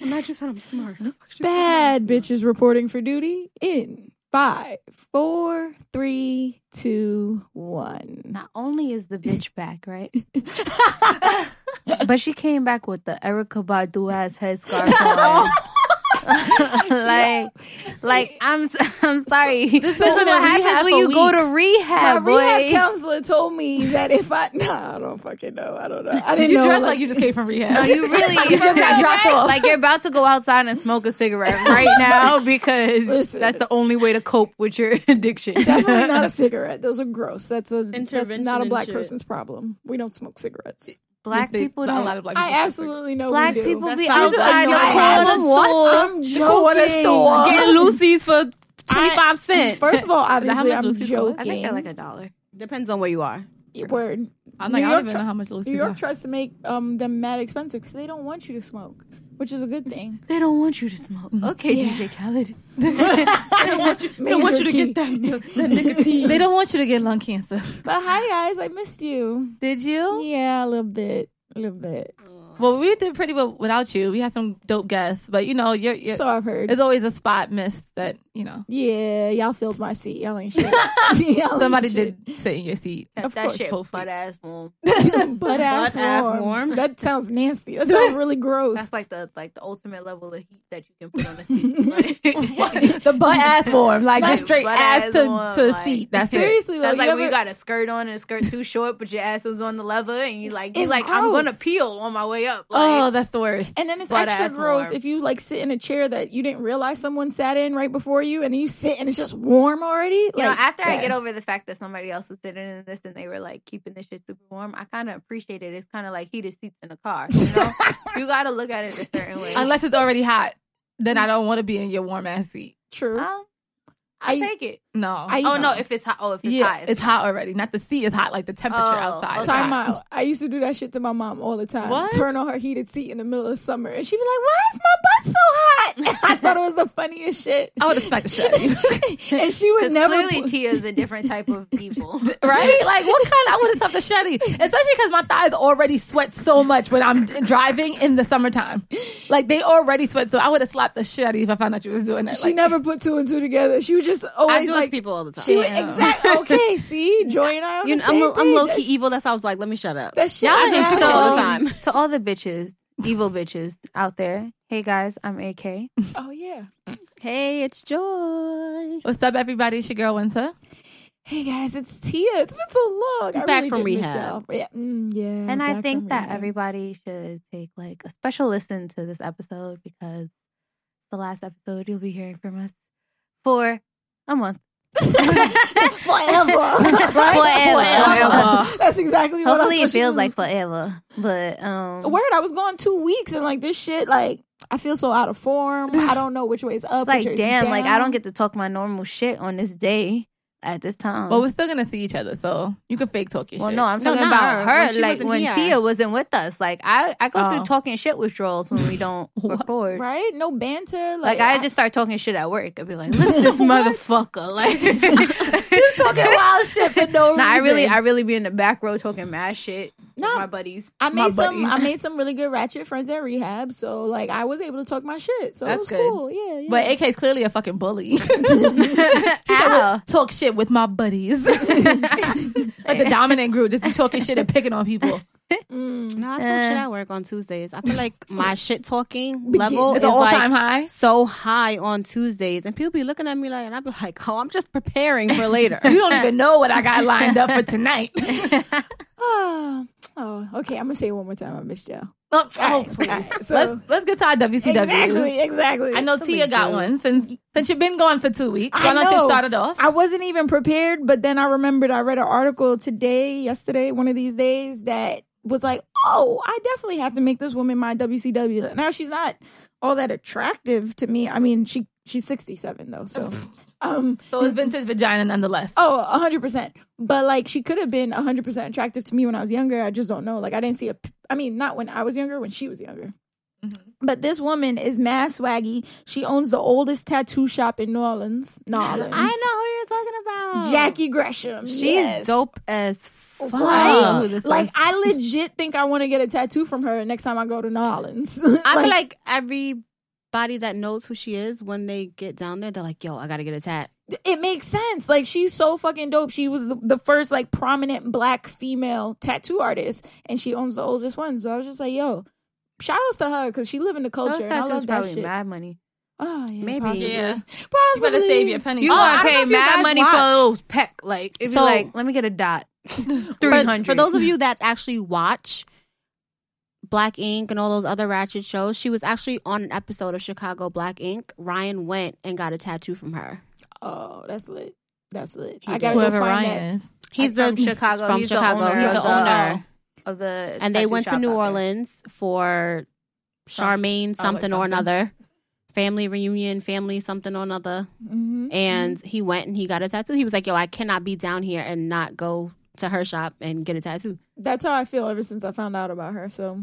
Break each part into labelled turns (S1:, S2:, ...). S1: Not just that I'm smart.
S2: Bad bitches reporting for duty in five, four, three, two, one.
S3: Not only is the bitch back, right? but she came back with the Erica Badu ass headscarf on. like, like I'm, s- I'm sorry. this is
S1: went
S3: what
S1: to rehab
S3: happens when
S1: for
S3: you go to
S2: My
S3: rehab, boy.
S2: rehab counselor told me that if I nah, I don't fucking know. I don't know. I didn't
S1: You
S2: know.
S1: dress like you just came from rehab.
S3: No, you really you just got dropped off. Like you're about to go outside and smoke a cigarette right now because
S2: Listen.
S3: that's the only way to cope with your addiction.
S2: Definitely not a cigarette. Those are gross. That's a that's
S4: Intervention
S2: not a
S4: and
S2: black
S4: shit.
S2: person's problem. We don't smoke cigarettes.
S3: black
S1: They-
S3: people
S1: a
S3: don't.
S1: lot of black people.
S2: I absolutely know.
S3: black
S2: we do.
S3: people be
S4: That's not
S3: outside
S4: a
S3: like,
S4: problem.
S3: going to
S2: What?
S3: store.
S2: I'm
S3: Going
S2: joking.
S3: to store.
S4: Get Lucy's for twenty five cent.
S2: First of all, obviously
S1: much
S2: I'm
S1: Lucy's
S2: joking.
S1: cost?
S3: I think they're like a dollar.
S4: Depends on where you are.
S2: word.
S1: I'm
S2: New
S1: like, I
S2: York
S1: don't even
S2: tri-
S1: know how much Lucy
S2: New York
S1: got.
S2: tries to make um, them mad expensive because they don't want you to smoke, which is a good thing.
S3: They don't want you to smoke. Okay, DJ Khaled.
S2: They want you to get that.
S1: They don't want you to get lung cancer.
S2: But hi guys, I missed you.
S1: Did you?
S2: Yeah, a little bit, a little bit.
S1: Well, we did pretty well without you. We had some dope guests, but you know, you're, you're
S2: So I've heard.
S1: there's always a spot missed that you know
S2: yeah, y'all filled my seat. Y'all ain't shit. Y'all ain't
S1: somebody
S2: shit.
S1: did sit in your seat.
S2: Of
S3: that
S2: course.
S3: shit
S1: Sophie.
S3: butt ass warm.
S2: butt ass
S4: ass
S2: warm.
S4: warm.
S2: That sounds nasty. That sounds really gross.
S3: That's like the like the ultimate level of heat that you can put on a seat. Like-
S1: The butt ass warm, like,
S3: Like,
S1: just straight
S3: butt
S1: ass,
S3: ass
S1: to
S3: warm,
S1: to
S3: like-
S1: seat. That's it.
S2: Seriously,
S3: That's
S2: though,
S3: like
S2: you
S3: when you
S2: ever-
S3: got a skirt on and a skirt too short, but your ass is on the leather, and you like you
S2: It's
S3: like I'm
S2: gross.
S3: gonna peel on my way up.
S1: Oh,
S3: Like,
S1: that's the worst.
S2: And then it's
S3: Butt
S2: extra
S3: ass
S2: gross
S3: warm.
S2: if you like sit in a chair that you didn't realize someone sat in right before you, and then you sit and it's just warm already.
S3: you know, after I get over the fact that somebody else was sitting in this and they were like keeping this shit super warm, I kind of appreciate it. It's kind of like heated seats in a car. You know, you gotta look at it a certain way.
S1: Unless it's already hot, then I don't want to be in your warm ass seat.
S2: true,
S3: Um, I
S2: I
S3: take it.
S1: No.
S2: I-
S3: Oh no, if it's hot. Oh, if it's
S1: yeah,
S3: hot.
S1: it's hot already. Not the seat is hot, like the temperature
S3: Oh,
S1: outside. is
S3: okay.
S2: time
S1: hot.
S2: out. I used to do that shit to my mom all the time.
S1: What?
S2: Turn on her heated seat in the middle of summer, and she'd be like, "Why is my butt so hot?" I thought it was the funniest shit.
S1: I would expect the shit out of you.
S2: and she would
S3: Because
S2: never.
S3: clearly
S2: pu-
S3: Tia is a different type of evil.
S1: Right? Like, what kind? I would have stuffed a shetty, especially because my thighs already sweat so much when I'm driving in the summertime. Like, they already sweat, so I would have slapped the shit out of you if I found out you was doing that.
S2: she
S1: like,
S2: never put two and two together. She would just
S4: I
S2: always
S4: do
S2: like
S4: like, people all the time.
S2: She would
S1: Damn.
S2: exactly okay. See, Joy and I. Are on
S4: You
S2: the
S4: know, I'm,
S2: same
S4: I'm low
S2: page.
S4: key evil. That's how I was like, let me shut up.
S2: That shit.
S1: Y'all
S2: I
S1: are
S2: just
S1: assholes.
S2: do all
S4: the
S2: the time.
S4: time.
S3: Um, to all the bitches, evil bitches out there. Hey guys, I'm AK.
S2: Oh yeah.
S4: Hey, it's Joy.
S1: What's up, everybody? It's your girl, Winter.
S2: Hey guys, it's Tia. It's been so long. I
S4: Back
S2: really
S4: from
S2: did miss
S4: rehab.
S2: y'all. Yeah, mm, yeah.
S3: And
S2: back
S3: I
S2: from
S3: think that
S2: rehab.
S3: everybody should take like a special listen to this episode because it's the last episode you'll be hearing from us for a month.
S2: forever,
S3: Forever.
S2: Forever. That's exactly what.
S3: Hopefully
S2: I
S3: it feels like forever. But um
S2: Word, I was gone two weeks, and like this shit, like I feel so out of form. I don't know which way is up.
S3: it's
S2: which way
S3: like
S2: is
S3: damn, like I
S2: down.
S3: don't get to talk my normal shit on this day at this time.
S1: Well, we're still going to see each other, so you can fake talk your
S3: Well,
S1: shit.
S3: no, I'm
S4: No,
S3: talking
S4: not
S3: about
S4: her.
S3: her.
S4: When she
S3: like
S4: wasn't
S3: when
S4: here.
S3: Tia wasn't with us. Like I, I go
S1: Oh.
S3: through talking shit with trolls when we don't record.
S2: right. No banter.
S3: Like,
S2: Like,
S3: I, just start talking shit at work. I'd be like, "Look at this motherfucker!" Like,
S1: You're talking wild shit for no reason.
S3: nah, I really, I really be in the back row talking mad shit. No, my buddies.
S2: I
S3: my
S2: made some.
S3: buddies.
S2: I made some really good ratchet friends at rehab, so like I was able to talk my shit. So it
S1: That's
S2: was
S1: good.
S2: cool. Yeah, yeah.
S1: But AK's clearly a fucking bully.
S3: Ow.
S1: talk shit with my buddies. like the dominant group, just be talking shit and picking on people.
S4: No, I talk shit
S1: uh,
S4: at work on Tuesdays. I feel like my shit talking level
S1: It's
S4: is
S1: an all
S4: like
S1: time high.
S4: so high on Tuesdays, and people be looking at me like, and I be like, oh, I'm just preparing for later.
S1: You don't even know what I got lined up for tonight.
S2: Ah, oh, okay. I'm gonna say it one more time. I missed y'all.
S1: Oh,
S2: All
S1: oh,
S2: right, all right, so-
S1: let's let's get to our WCW.
S2: Exactly, exactly.
S1: I know Tia got one since since you've been gone for two weeks. Why not just start it off?
S2: I wasn't even prepared, but then I remembered I read an article today, yesterday, one of these days that was like, "Oh, I definitely have to make this woman my WCW." Now she's not all that attractive to me. I mean, she she's 67 though, so um
S1: So it's Vince's vagina nonetheless.
S2: Oh, 100%. But like she could have been 100% attractive to me when I was younger. I just don't know. Like I didn't see a p- I mean, not when I was younger, when she was younger. But this woman is mad swaggy. She owns the oldest tattoo shop in New Orleans. New Orleans.
S4: I know who you're talking about.
S2: Jackie Gresham.
S4: she's
S2: yes.
S4: dope as fuck.
S2: Right?
S1: this
S2: like
S1: is-
S2: I legit think I want to get a tattoo from her next time I go to New Orleans.
S4: I feel like every body that knows who she is when they get down there, they're like, yo, I gotta get a tat.
S2: it makes sense. Like she's so fucking dope. She was the, the first like prominent black female tattoo artist, and she owns the oldest one. So I was just like, yo, shout outs to her because she live in the culture.
S3: Those
S2: And I
S3: tattoos
S2: love that
S3: probably
S2: shit.
S3: mad money.
S2: Oh yeah,
S4: Maybe.
S2: possibly.
S1: Yeah. You
S2: Possibly.
S1: better save your penny.
S3: You
S1: Oh,
S3: gonna
S1: I don't know
S3: pay
S1: if you
S3: mad
S1: guys
S3: money
S1: watch.
S3: for those peck? Like if
S4: So-
S3: you're like, let me get a dot, three
S4: For,
S3: hundred
S4: for those of you that actually watch Black Ink and all those other ratchet shows, she was actually on an episode of Chicago Black Ink. Ryan went and got a tattoo from her.
S2: Oh, that's lit. That's lit.
S4: He
S2: I
S4: did.
S2: gotta
S1: Whoever
S2: go find
S1: Ryan
S2: that.
S1: is.
S4: He's
S3: from
S4: the
S3: Chicago.
S4: From
S3: He's the
S4: Chicago,
S3: owner
S4: he's
S3: of
S4: the
S3: the,
S4: owner.
S3: um, of the
S4: and they
S3: tattoo
S4: went to
S3: shop
S4: New
S3: out there.
S4: Orleans for Charmaine
S1: Oh, like
S4: something or
S1: something.
S4: another, family reunion, family something or another.
S2: Mhm.
S4: And he went and he got a tattoo. He was like, "Yo, I cannot be down here and not go to her shop and get a tattoo."
S2: That's how I feel ever since I found out about her. So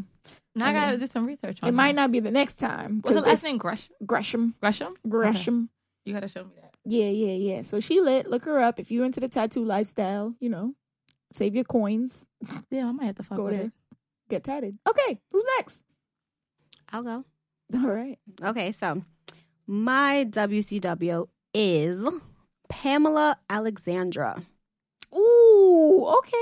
S1: Now I gotta do some research on
S2: it might not be the next time.
S1: What's
S2: Because
S1: his last name? Gresham.
S2: Gresham,
S1: Gresham.
S2: Gresham.
S1: You gotta show me that.
S2: Uh-huh. Yeah, yeah, yeah. So she lit. Look her up if you're into the tattoo lifestyle. You know, save your coins,
S1: Yeah, I might have to fuck
S2: Go
S1: with
S2: there.
S1: it.
S2: get tatted. Okay, who's next?
S4: I'll go.
S2: All right.
S4: Okay, so my WCW is Pamela Alexandra.
S2: Ooh, okay.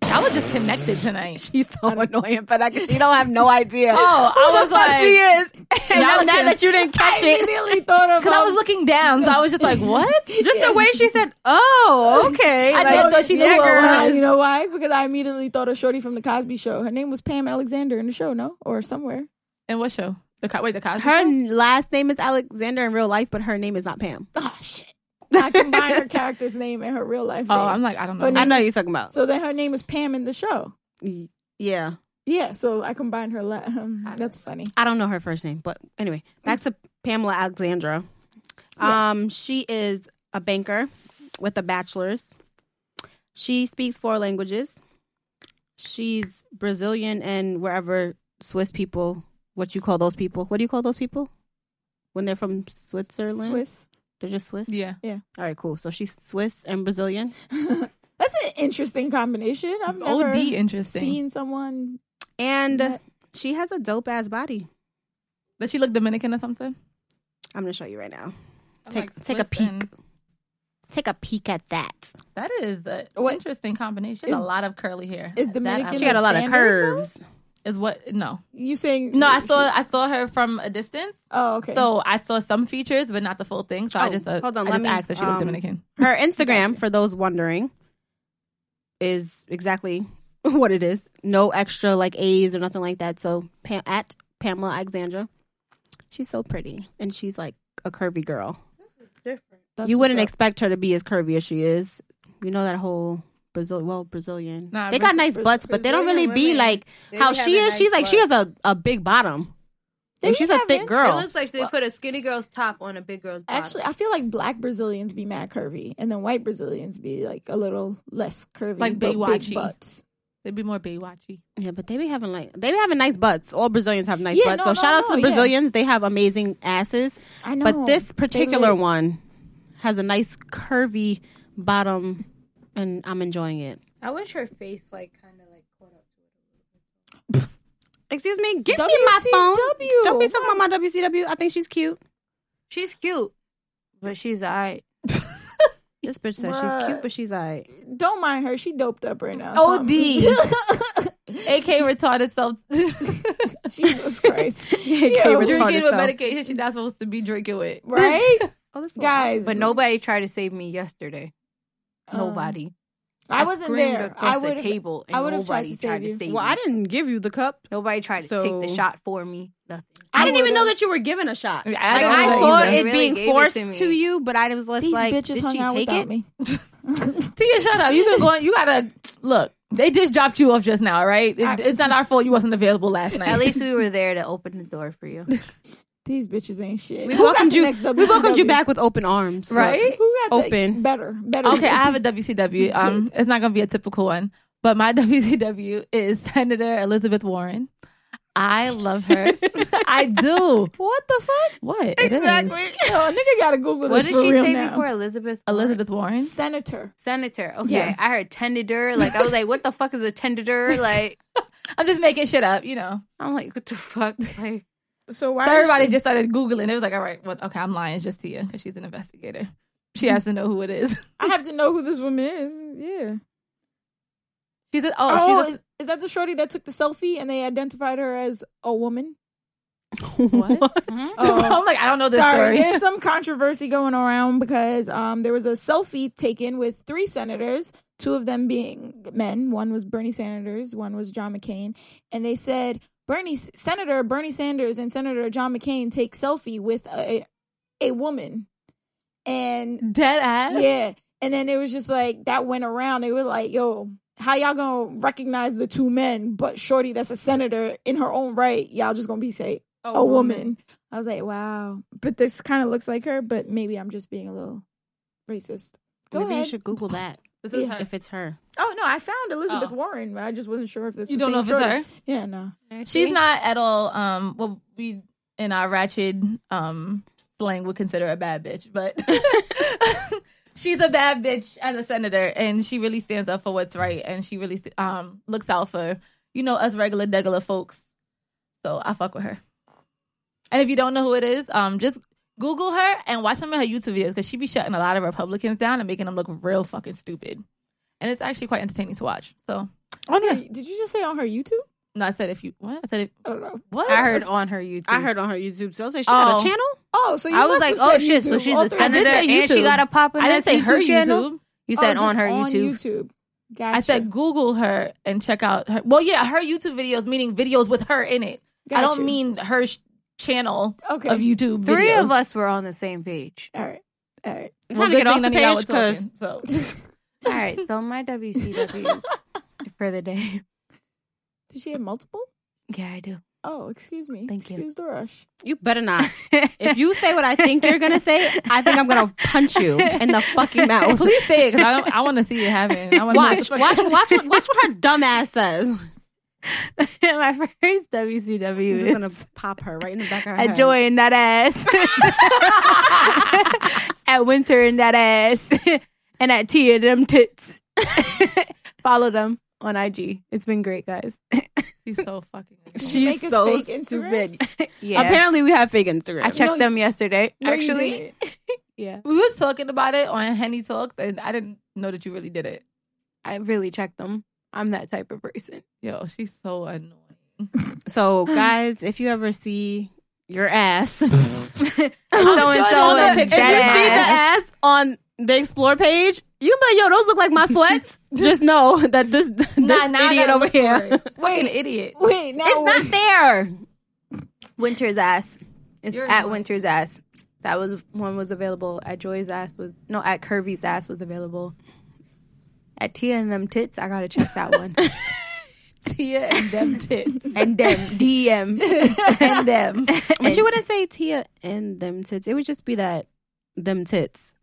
S1: I was just connected tonight.
S4: She's so annoying, but I, she don't have no idea.
S1: Oh,
S4: who
S1: I
S4: the
S1: was
S4: fuck
S1: like-
S4: she is. And now
S1: Y'all
S4: that,
S1: can-
S4: that you didn't catch
S2: I
S4: it,
S2: immediately thought of
S1: Because I
S2: um,
S1: was looking down, so I was just like, what?
S4: just the way she said, "Oh, okay."
S1: I
S4: like,
S1: did thought she knew
S4: yeah,
S1: who
S4: girl.
S1: it was.
S2: Uh, you know why? Because I immediately thought of Shorty from the Cosby Show. Her name was Pam Alexander in the show, no, or somewhere.
S1: And what show? The co- wait, the Cosby.
S4: Her
S1: Show?
S4: n- last name is Alexander in real life, but her name is not Pam.
S2: Oh shit! I combined her character's name and her real life
S1: Oh,
S2: name.
S1: I'm like, I don't know.
S2: I
S4: I know you're talking about.
S2: so then her name is Pam in the show.
S4: Y- yeah,
S2: Yeah, so I combined her. La- um, that's funny.
S4: I don't know her first name, but anyway, back to Pamela Alexandra. Um, she is a banker with a bachelor's. She speaks four languages. She's Brazilian and wherever Swiss people, what you call those people? What do you call those people when they're from Switzerland?
S2: Swiss.
S4: They're just Swiss.
S1: yeah.
S4: All right, cool. So she's Swiss and Brazilian.
S2: That's an interesting combination. I've
S1: Old
S2: never
S1: B, interesting.
S2: seen someone.
S4: And uh,
S2: Yeah.
S4: she has a dope ass body.
S1: Does she look Dominican or something?
S4: I'm gonna show you right now.
S1: I'm
S4: Take
S1: like,
S4: take a peek.
S1: listen,
S4: Take a peek at that.
S1: That is an
S2: What-
S1: interesting combination.
S2: is-
S1: a lot of curly hair.
S2: is
S1: That
S2: Dominican-
S1: I-
S4: She got a lot of
S2: Standard,
S4: curves.
S1: is what? No,
S2: You saying
S1: no. I saw I saw her from a distance,
S2: Oh, okay.
S1: so I saw some features, but not the full thing. So I
S4: Oh,
S1: just uh,
S4: hold on,
S1: I
S4: let
S1: just
S4: me,
S1: asked if she
S4: um,
S1: looked Dominican.
S4: Her Instagram, for those wondering, is exactly what it is. No extra like A's or nothing like that. So Pam- at Pamela Alexandra, she's so pretty and she's like a curvy girl.
S2: That's
S4: you
S2: what's
S4: wouldn't
S2: up.
S4: expect her to be as curvy as she is. You know that whole Brazil, well Brazilian.
S1: Nah,
S4: they got nice
S3: Braz-
S4: butts, but they don't really
S3: Brazilian
S4: be
S3: women,
S4: like
S3: they
S4: how
S3: be
S4: she
S3: having
S4: is.
S3: nice
S4: she's like she has
S3: butts.
S4: a, a big bottom.
S2: They
S4: And
S2: be
S4: she's a
S2: having-
S4: thick girl.
S3: It looks like they put a skinny girl's top on a big girl's body.
S2: Actually, I feel like black Brazilians be mad curvy, and then white Brazilians be like a little less curvy,
S1: Like
S2: but big
S1: Baywatchy.
S2: butts.
S1: They'd be more Baywatchy.
S4: Yeah, but they be having like they be having nice butts. All Brazilians have nice
S2: Yeah,
S4: butts. so
S2: no, no,
S4: shout out to
S2: no,
S4: the
S2: yeah.
S4: Brazilians. They have amazing asses.
S2: I know,
S4: but this
S2: they
S4: particular
S2: look-
S4: one has a nice curvy bottom and I'm enjoying it.
S3: I wish her face like kind of like caught up.
S4: Excuse me, give me my
S2: WCW.
S4: phone. Don't be talking about my WCW. I think she's cute.
S3: She's cute, but she's alright.
S4: This bitch says
S2: Bruh.
S4: she's cute, but she's alright.
S2: Don't mind her; she doped up right now.
S4: Oh,
S2: so I'm-
S1: Od, AK retarded self.
S2: Jesus Christ,
S4: AK
S2: Yo,
S4: retarded
S1: drinking with
S4: self.
S1: medication she's not supposed to be drinking with.
S2: right,
S4: Oh, this is-
S2: guys?
S3: But nobody tried to save me yesterday.
S2: um,
S3: Nobody.
S2: I wasn't
S3: screamed
S2: there. I
S3: Across
S2: would
S3: the
S2: have.
S3: table,
S2: I
S3: and
S2: would've
S3: nobody
S2: tried
S3: tried
S2: to
S3: to
S2: save
S3: save,
S2: you.
S3: me.
S4: Well, I didn't give you the cup.
S3: Nobody tried to
S4: So-
S3: take the shot for me. Nothing.
S4: I, didn't even
S2: would've-
S4: know that you were given a shot.
S1: I
S4: Like,
S1: don't
S4: I,
S1: know
S4: saw
S1: either.
S4: it
S3: They really
S4: being
S3: gave it to
S4: forced to,
S3: me.
S4: you, but I was less
S2: These
S4: like,
S2: bitches
S4: did
S2: hung
S4: she
S2: out
S4: take
S2: without
S4: it?
S2: me.
S1: Tia, shut up. You've been going. You gotta look. They just dropped you off just now, right? It-
S2: I-
S1: it's not our fault you wasn't available last night.
S3: At least we were there to open the door for you.
S2: These bitches ain't shit.
S4: We
S2: Who got
S4: welcomed
S2: the
S4: you.
S2: next
S4: We welcomed you
S2: WCW?
S4: back with open arms,
S1: Right?
S2: Who got the-
S4: Open.
S2: better? Better.
S1: okay, I have a WCW. Um, it's not gonna be a typical one, but my WCW is Senator Elizabeth Warren. I love her. I do.
S2: What the fuck?
S1: What It is.
S2: Oh, nigga gotta Google
S3: What
S2: this
S3: did
S2: for
S3: she
S2: real
S3: say
S2: now.
S3: before Elizabeth? Warren?
S1: Elizabeth Warren.
S2: Senator.
S3: Senator. Okay.
S2: Yeah.
S3: I heard tender. Like I was like, what the fuck is a tender? Like
S1: I'm just making shit up, you know.
S3: I'm like, what the fuck? Like
S2: So why
S1: So everybody
S2: is she-
S1: just started googling. It was like, all right, well, okay, I'm lying. It's just Tia because she's an investigator. She has to know who it is.
S2: I have to know who this woman is. Yeah.
S1: She said,
S2: Oh,
S1: "Oh, she's
S2: is, is that the shorty that took the selfie and they identified her as a woman?
S1: What?
S3: hmm?
S2: Oh.
S1: I'm like, I don't know this
S2: Sorry,
S1: story.
S2: there's some controversy going around because um, there was a selfie taken with three senators, two of them being men. One was Bernie Sanders, one was John McCain, and they said Bernie Senator Bernie Sanders and Senator John McCain take selfie with a a woman, and
S1: Dead ass.
S2: yeah. And then it was just like that went around. They were like, yo, how y'all gonna recognize the two men, but Shorty that's a senator in her own right, y'all just gonna be say a,
S1: Oh,
S2: woman. I was like, wow. But this kind of looks like her, but maybe I'm just being a little racist. Go
S4: Maybe
S2: ahead.
S4: you should Google that
S3: This is
S2: Yeah.
S3: her.
S4: if it's her.
S2: Oh no, I found Elizabeth
S1: Oh.
S2: Warren, but I just wasn't sure if this
S1: You
S2: the
S1: don't know if
S2: same
S1: it's
S2: Shorty.
S1: her.
S2: Yeah, no.
S1: She's not at all. Um, what we in our ratchet um slang would consider a bad bitch, but she's a bad bitch as a senator, and she really stands up for what's right, and she really um looks out for you know us regular degular folks. So I fuck with her. And if you don't know who it is, um, just Google her and watch some of her YouTube videos because she be shutting a lot of Republicans down and making them look real fucking stupid. And it's actually quite entertaining to watch. So,
S2: On her, did you just say on her YouTube?
S1: no, I said if you what I said if,
S2: I don't know.
S1: what
S3: I heard on her YouTube.
S4: I heard on her YouTube. So I was like, she
S1: Oh.
S4: got a channel.
S2: Oh, so you
S3: I was
S2: must
S3: like,
S2: have
S3: oh
S2: said
S3: shit! So
S2: YouTube.
S3: she's
S2: All
S3: a
S2: three-
S3: senator,
S1: I did say
S3: and she
S1: YouTube.
S3: got a popping.
S1: I didn't say her YouTube.
S3: You
S2: Oh,
S3: said
S2: just
S3: on her YouTube.
S2: YouTube. Gotcha.
S1: I said Google her and check out her. Well, yeah, her YouTube videos, meaning videos with her in it.
S2: Got
S1: I don't
S2: you.
S1: mean her sh- channel
S2: okay.
S1: of YouTube.
S3: Three
S1: videos.
S3: of us were on the same page.
S2: All right. All right.
S4: I'm
S1: Well,
S4: trying to
S1: good
S4: get off
S1: thing
S4: the
S1: none
S4: page
S1: of y'all was
S4: because
S1: talking, so
S3: All right, so my WCWs for the day.
S2: Did she have multiple?
S3: Yeah, I do.
S2: Oh, excuse me.
S3: Thank you.
S2: Excuse the rush.
S4: you better not. If you say what I think you're gonna say, I think I'm gonna punch you in the fucking mouth.
S1: please say it because I don't. I want to see it happen. I wanna know
S4: Watch,
S1: what the
S4: watch,
S1: fuck-
S4: watch, watch, what her dumb ass says.
S3: my first WCW
S4: I'm
S3: is
S4: just gonna pop her right in the back of her
S3: at Joy in that ass, at Winter in that ass, and at Tia in them tits. Follow them on IG. It's been great, guys.
S1: She's so fucking.
S4: Head.
S2: You make
S4: She's
S2: us
S4: so
S2: fake
S4: stupid.
S2: Instagrams?
S3: Yeah,
S4: Apparently, we have fake Instagram.
S3: I checked
S2: No,
S3: them yesterday.
S2: No, you
S3: actually,
S2: didn't.
S3: yeah,
S1: We were talking about it on Henny Talks, and I didn't know that you really did it.
S3: I really checked them. I'm that type of person.
S1: Yo, she's so annoying.
S4: So, guys, if you ever see your ass, so
S3: So and so
S1: on the
S3: and
S1: picture.
S4: if you see the
S3: that
S4: ass on the Explore page, you be like, yo, those look like my sweats. Just know that this this
S1: I
S4: idiot
S1: gotta
S4: over
S1: look for
S4: here,
S1: it. Wait, an idiot.
S2: Wait, now
S4: it's not there.
S3: ass. Winter's ass. It's
S1: You're
S3: at
S1: annoying.
S3: Winter's ass. That was one was available. At Joy's ass was no. At Curvy's ass was available. At Tia and them tits, I gotta check that one.
S1: Tia and them tits
S3: and them DM.
S1: and them.
S4: But you wouldn't say Tia and them tits. It would just be that them tits.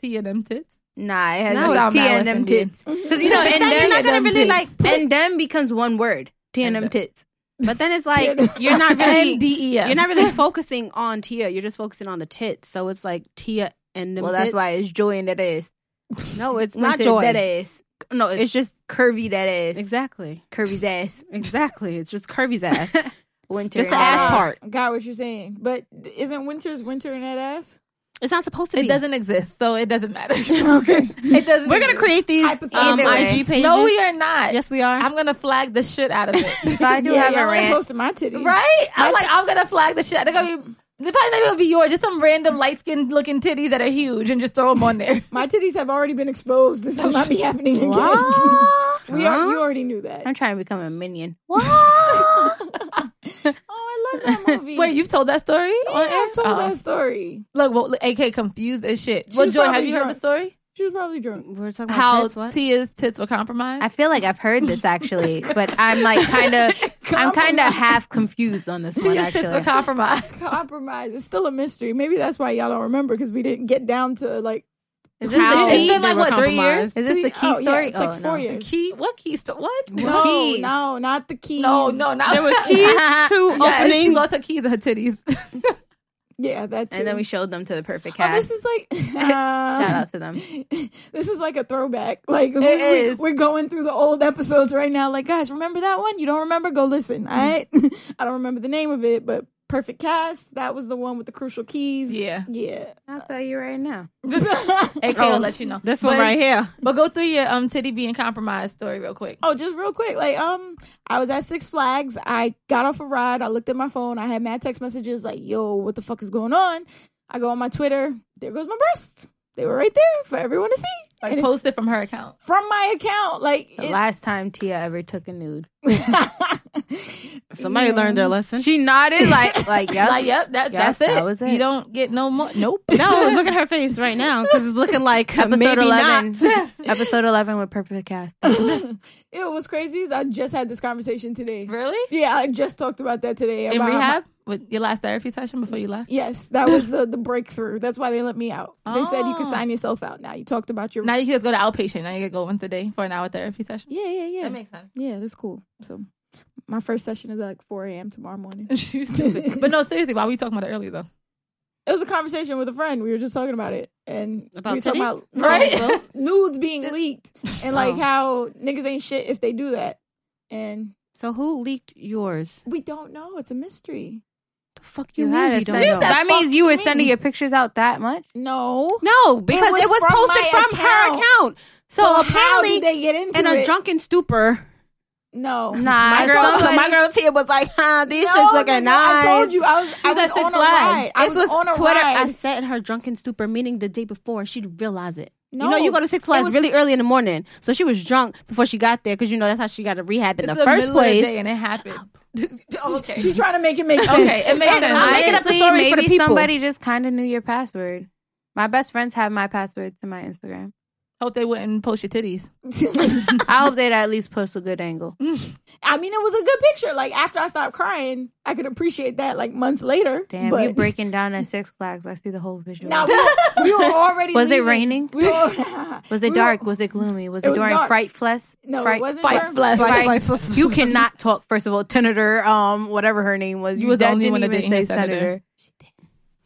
S1: Tia and them tits.
S3: Nah, it has
S1: Now
S3: like
S1: it's
S3: T
S1: all
S3: and
S1: malice
S3: them
S1: in the end.
S3: tits. Because you know,
S4: But
S3: and
S4: then
S3: them,
S4: you're not gonna
S3: them
S4: really,
S3: tits.
S4: like, put-
S3: and them becomes one word. T and
S1: And
S3: them
S1: them.
S3: tits.
S4: But then it's like you're not
S1: N
S4: really
S1: D E M.
S4: you're not really focusing on Tia. You're just focusing on the tits. So it's like Tia and them.
S3: Well, that's
S4: tits.
S3: why it's joy in that ass.
S4: No, it's
S3: Winter
S4: not joy.
S3: That ass. No, it's,
S4: It's just
S3: curvy that ass.
S4: exactly,
S3: Curvy's ass.
S4: exactly. It's just Curvy's ass.
S3: Winter.
S4: Just the
S3: in
S4: ass
S3: that
S4: part.
S2: Got what you're saying, but isn't winter's winter in that ass?
S4: It's not supposed to
S1: It
S4: be.
S1: doesn't exist, so it doesn't matter. okay. It doesn't.
S4: We're gonna
S1: exist.
S4: create these
S2: Hypothetically.
S4: um,
S3: Either way.
S4: IG pages.
S1: No, we are not.
S4: Yes, we are.
S1: I'm gonna flag the shit out of it.
S3: But I do have
S2: y'all
S3: a
S2: ain't
S3: rant.
S2: posting my titties,
S1: right?
S2: My
S1: I'm like, I'm gonna flag the shit. They're gonna be. They're probably not even gonna be yours. Just some random light skinned looking titties that are huge, and just throw them on there.
S2: My titties have already been exposed. This will not be happening again. we are, you already knew that.
S3: I'm trying to become a minion.
S2: oh, I love that movie.
S1: Wait, you've told that story?
S2: yeah,
S1: on air?
S2: I've told
S1: Oh.
S2: that story.
S1: Look, well, AK confused as shit. well,
S2: was
S1: Joy, have
S2: probably
S1: you heard
S2: drunk.
S1: the story?
S2: She was probably drunk.
S4: We're talking about
S1: How
S4: tits, what?
S1: Tia's tits were compromised?
S3: I feel like I've heard this actually, but I'm like kind of, I'm kind of half confused on this one
S1: Tia's tits were
S3: actually.
S1: compromised.
S2: Compromise. It's still a mystery. Maybe that's why y'all don't remember because we didn't get down to like.
S3: Is this
S4: How
S3: the
S1: It's
S3: key?
S1: been like
S4: they were
S1: what three years?
S4: compromised.
S3: Is this the
S2: See,
S3: key
S2: oh, yeah,
S3: story?
S2: it's like
S3: Oh,
S2: four
S3: no.
S1: The
S2: years.
S1: key? What key? Sto- what?
S2: No,
S3: Keys.
S2: no, not the keys.
S1: No, no, not
S4: There was keys to
S1: Yeah, she
S4: opening.
S1: lost her keys and her titties.
S2: Yeah, that too.
S3: And then we showed them to the
S2: Oh,
S3: perfect cast.
S2: this is like uh,
S3: Shout out to them.
S2: this is like a throwback. Like we,
S1: is.
S2: are going through the old
S1: Mm-hmm.
S2: episodes right now. Like guys, remember that one? You don't remember? Go listen. All right. I don't remember the name of it, but Perfect Cast. That was the one with the crucial keys.
S1: Yeah.
S2: Yeah.
S4: I'll tell you right now.
S1: AK
S4: Oh,
S1: will let you know.
S4: This
S1: but,
S4: one right here.
S1: But go through your um titty being compromised story real quick.
S2: Oh, just real quick, like um, I was at Six Flags. I got off a ride. I looked at my phone. I had mad text messages like, "Yo, what the fuck is going on?" I go on my Twitter. There goes my breasts. They were right there for everyone to see.
S1: Like
S2: And it's
S1: post it from her account.
S2: from my account, like
S3: The
S2: it-
S3: last time Tia ever took a nude,
S4: Somebody learned their lesson.
S3: she nodded like like yeah.
S1: Like, yep,
S3: Yep,
S1: that, that's it.
S3: that was it.
S1: You don't get no more. Nope.
S4: no, look at her face right now because it's looking like
S3: Episode
S4: maybe
S3: eleven.
S4: not.
S3: Episode eleven with Perfect Cast.
S2: it was crazy. Is I just had this conversation today.
S1: Really?
S2: Yeah, I just talked about that today.
S1: In
S2: about how my-
S1: rehab with your last therapy session before you left.
S2: Yes, that was the the breakthrough. That's why they let me out. They said you can
S1: Oh.
S2: sign yourself out now. You talked about your
S1: Now you can just go to outpatient. Now you can go once a day for an hour therapy session.
S2: yeah, yeah, yeah,
S1: makes sense.
S2: yeah. That's cool. So my first session is at like 4 a.m. tomorrow morning.
S1: You stupid. but no, seriously, why were we talking about it earlier though?
S2: It was a conversation with a friend. We were just talking about it and
S4: About
S2: we were talking
S4: titties?
S2: about
S1: Right?
S2: um, nudes being leaked and like
S4: Oh.
S2: how niggas ain't shit if they do that. And
S4: So who leaked yours?
S2: we don't know. It's a mystery.
S4: The fuck
S3: You
S4: mean
S3: had
S4: we
S3: a
S4: don't
S3: send-
S4: know?
S3: That means you were sending
S2: me.
S3: your pictures out that much.
S2: No.
S4: No, because it
S2: was
S4: was,
S2: from
S4: posted
S2: my
S4: from her
S2: account.
S4: account. So,
S2: So, how
S4: apparently,
S2: did they get into
S4: in a
S2: it?
S4: drunken stupor,
S2: no.
S3: Nah,
S4: my
S3: I
S4: girl,
S3: saw it.
S4: my girl Tia was like, "Huh, this
S2: No,
S4: is looking
S2: no, no,
S4: nice."
S2: I told you I was, I
S1: was
S2: was
S1: at Six
S2: on a
S1: Flags.
S2: ride. I
S4: This
S2: was, on a
S4: Twitter.
S2: ride.
S4: I said in her drunken stupor, meaning the day before, she'd realize it.
S2: No,
S4: you know, you go to Six
S2: it
S4: Flags
S2: was-
S4: really early in the morning, so she was drunk before she got there because you know that's how she got a rehab in
S1: It's
S4: the first
S1: middle of the
S4: place.
S1: day and it happened. Oh, okay.
S2: She's trying to make it make sense.
S1: okay, it makes sense.
S4: I'm making up the
S3: Honestly,
S4: story for the
S3: maybe
S4: people.
S3: somebody just kind of knew your password. My best friends have my password to my Instagram.
S1: Hope they wouldn't post your titties.
S3: I hope they'd at least post a good angle.
S2: I mean, it was a good picture. Like after I stopped crying, I could appreciate that. Like months later.
S3: Damn,
S2: but
S3: you breaking down at Six Flags. I see the whole visual.
S2: Now we, were- we were already.
S3: Was it
S2: leaving.
S3: raining?
S2: We were,
S3: was it
S2: we were-
S3: dark? Was it gloomy? Was
S2: It
S3: it,
S2: was
S3: during
S2: dark.
S3: Fright Fest?
S2: No,
S3: Fright,
S2: it wasn't.
S1: Fight
S2: dark.
S1: flesh.
S3: Fright-
S4: Fight Fest.
S3: You cannot talk. First of all, Senator, um, whatever her name was,
S1: You was the
S3: that
S1: only
S3: didn't
S1: one that
S3: even
S1: didn't
S3: say
S1: say senator.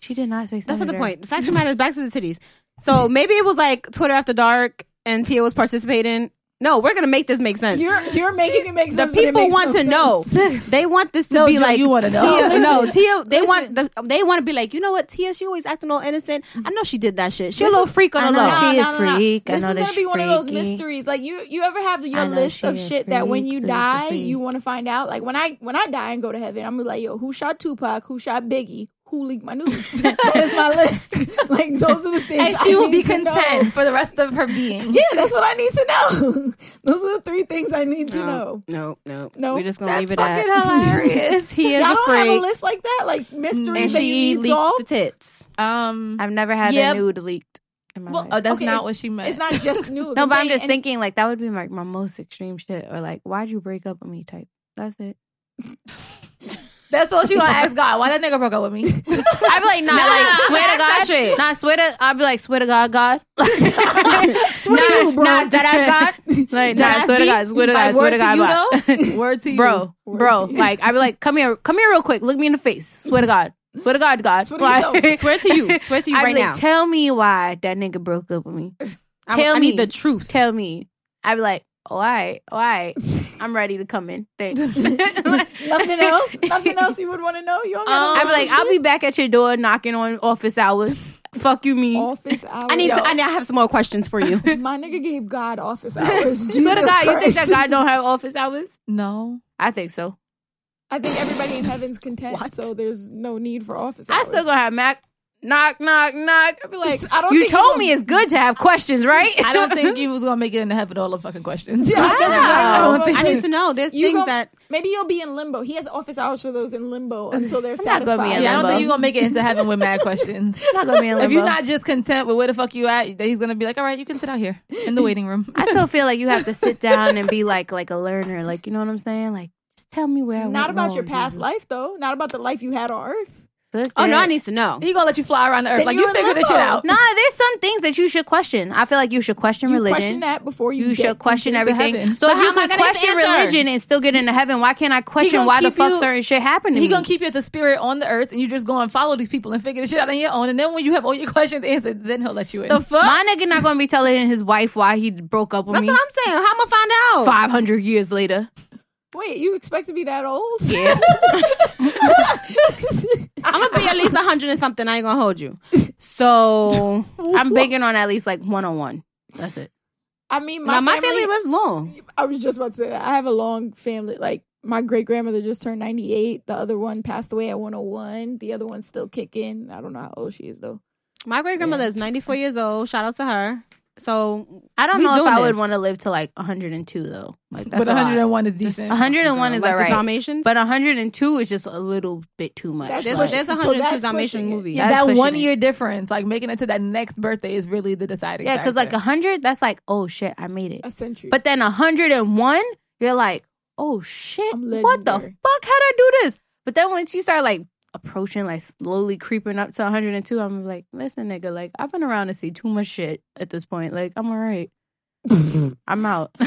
S3: She did not say
S4: That's
S3: senator.
S4: not the point. The fact of the matter is, back to the titties. So maybe it was like Twitter after dark, and Tia was participating. No, we're gonna make this make sense.
S2: You're you're making it make
S4: the
S2: sense. but it
S4: people
S2: makes
S4: want
S2: no
S4: to
S2: sense.
S4: know. They want this to
S1: No,
S4: be
S1: Joe,
S4: like
S1: you wanna know.
S4: Tia,
S2: Listen,
S4: no, Tia. They want
S2: listen.
S4: the, they want to be like you know what Tia. She always acting all innocent. I know she did that shit. She a
S2: This
S4: little
S2: is-
S4: freak
S3: I
S4: on the
S3: know.
S4: low.
S3: She- a
S2: no, no, no.
S3: freak. I
S2: This
S3: know
S2: is
S3: that
S2: gonna
S3: she
S2: be one of those
S3: freaky.
S2: mysteries. Like you, you ever have your
S3: I know
S2: list
S3: she
S2: of
S3: a
S2: shit that when
S3: freak,
S2: you
S3: freaky
S2: die,
S3: freak.
S2: you want to find out. Like when I when I die and go to heaven, I'm gonna be like, yo, who shot Tupac? Who shot Biggie? Who leaked my news? that is my list. Like those are the things.
S1: And
S2: I
S1: she will
S2: need
S1: be
S2: to know.
S1: content for the rest of her being.
S2: Yeah, that's what I need to know. those are the three things I need to know.
S4: no, no,
S2: No.
S4: We're just gonna
S1: That's
S4: leave it
S1: fucking
S4: at.
S1: hilarious.
S4: He is
S2: Y'all
S4: a
S2: don't have a
S4: freak,
S2: list like that,
S3: Mm,
S2: like
S4: and
S2: mysteries that you
S4: she
S2: need
S4: leaked
S2: solved.
S4: the tits.
S1: Um,
S3: I've never had
S1: Yep.
S3: a nude leaked in my
S1: well,
S3: life.
S1: oh, that's
S2: Okay,
S1: not what she meant.
S2: It's not just news.
S3: no, but I'm
S2: saying-
S3: just
S2: and-
S3: thinking like that would be like my most extreme shit, or like why'd you break up with me type. That's it.
S1: That's all she gonna ask God. Why that nigga broke up with me?
S3: I'd be like, nah, like swear to God, nah, swear to. I'd be like, swear to God, God,
S2: Swear to you, bro.
S3: nah, dead ass God, like nah, swear to God, swear to
S1: Like,
S3: God, swear to God,
S1: word to
S3: God.
S1: you, though? Word to you,
S3: bro,
S2: Word
S3: bro.
S2: to you.
S3: Like I'd be like, come here, come here, real quick. Look me in the face. Swear to God, swear to God, God.
S2: Swear to yourself.
S3: Like-
S4: Swear to you, swear to you
S3: I'd
S4: right
S3: be
S4: now.
S3: like, tell me why that nigga broke up with me.
S4: I-
S3: tell
S4: I need
S3: me.
S4: the truth.
S3: Tell me. I'd be like, all right, all right. I'm ready to come in. Thanks.
S2: Nothing else? Nothing else you would want to know? You don't got
S1: Um,
S2: no
S3: I'd be like,
S2: list of
S3: I'll be
S2: shit?
S3: back at your door knocking on office hours. Fuck you, me.
S2: office hours.
S4: I need
S2: Yo,
S4: to. I, need, I have some more questions for you.
S2: My nigga gave God office hours. Jesus
S3: Swear to God, you think
S2: Christ.
S3: that God don't have office hours?
S1: No,
S3: I think so.
S2: I think everybody in heaven's content, so there's no need for office
S3: I
S2: hours.
S3: still gonna have Mac. Knock, knock, knock. I'd be like,
S2: I don't
S3: you
S2: think you
S3: told
S2: gonna-
S3: me it's good to have questions, right?
S1: I don't think you was gonna make it into heaven. All the fucking questions.
S2: Yeah, that's what I
S4: Wow.
S2: know.
S4: I need to know. There's
S2: You
S4: things
S2: gon-
S4: that
S2: Maybe you'll be in limbo. He has office hours for those in limbo until they're
S3: not gonna
S2: satisfied.
S3: be in
S1: Yeah, I don't
S3: Limbo.
S1: think you're gonna make it into heaven with mad questions.
S3: Not gonna be in
S1: If you're
S3: limbo.
S1: not just content with where the fuck you at, then he's gonna be like, all right, you can sit out here in the waiting room.
S3: I still feel like you have to sit down and be like like a learner. Like you know what I'm saying? Like just tell me where. I
S2: Not
S3: went
S2: about
S3: wrong,
S2: your past
S3: Oh, Jesus.
S2: life, though. Not about the life you had on Earth.
S3: Fuck
S4: Oh no,
S3: that.
S4: I need to know.
S1: He gonna let you fly around the earth
S2: Then
S1: like
S2: you're
S1: you
S2: in
S1: figure this shit
S2: limbo.
S1: out.
S3: Nah, there's some things that you should question. I feel like you should question
S2: You
S3: religion.
S2: question that before you
S3: you
S2: get
S3: should question
S1: into
S3: everything.
S1: heaven.
S3: So
S4: But
S3: if
S4: how
S3: you
S4: am I
S3: can
S4: gonna get the
S3: question
S4: answer?
S3: religion and still get into heaven, why can't I question
S1: gonna
S3: why the
S1: keep
S3: fuck
S1: you-
S3: certain shit happened to
S1: He
S3: me?
S1: gonna keep you as a spirit on the earth, and you just go and follow these people and figure the shit out on your own. And then when you have all your questions answered, then he'll let you in.
S4: The fuck?
S3: My nigga not gonna be telling his wife why he broke up with
S4: That's
S3: me
S4: what I'm saying. How am I find out?
S3: five hundred years later.
S2: Wait, you expect to be that old?
S3: Yeah.
S4: hundred and something. I ain't gonna hold you. So I'm banking on at least like one on one. That's it.
S2: I mean,
S4: My now
S2: my,
S4: my
S2: family,
S4: family, lives long.
S2: I was just about to say that. I have a long family. Like my great grandmother just turned ninety eight. The other one passed away at one hundred one. The other one's still kicking. I don't know how old she is though.
S4: My great grandmother is 94 years old. Shout out to her. So
S3: I don't
S4: We
S3: know if
S4: doing
S3: I would
S4: this.
S3: want to live to like 102 though. Like that's
S1: but
S3: 101.
S1: 101 is decent.
S3: 101 is
S4: like
S3: alright,
S4: the Dalmatians,
S3: but 102 is just a little bit too much.
S2: That's
S4: there's,
S3: Like,
S2: pushing
S4: there's a
S2: So
S4: 102
S2: that's
S4: Dalmatian
S2: pushing it.
S4: movie.
S1: yeah,
S3: That's
S1: that
S3: pushing
S1: one
S3: it.
S1: year difference, like making it to that next birthday, is really the deciding.
S3: yeah, because like
S1: factor.
S3: 100, that's like oh shit, I made it.
S2: A century.
S3: But then 101, you're like oh shit,
S2: I'm
S3: what the fuck? How'd
S2: legendary.
S3: I do this? But then once you start like approaching, like slowly creeping up to 102, I'm like, listen, nigga, like I've been around to see too much shit at this point. Like I'm alright, I'm out.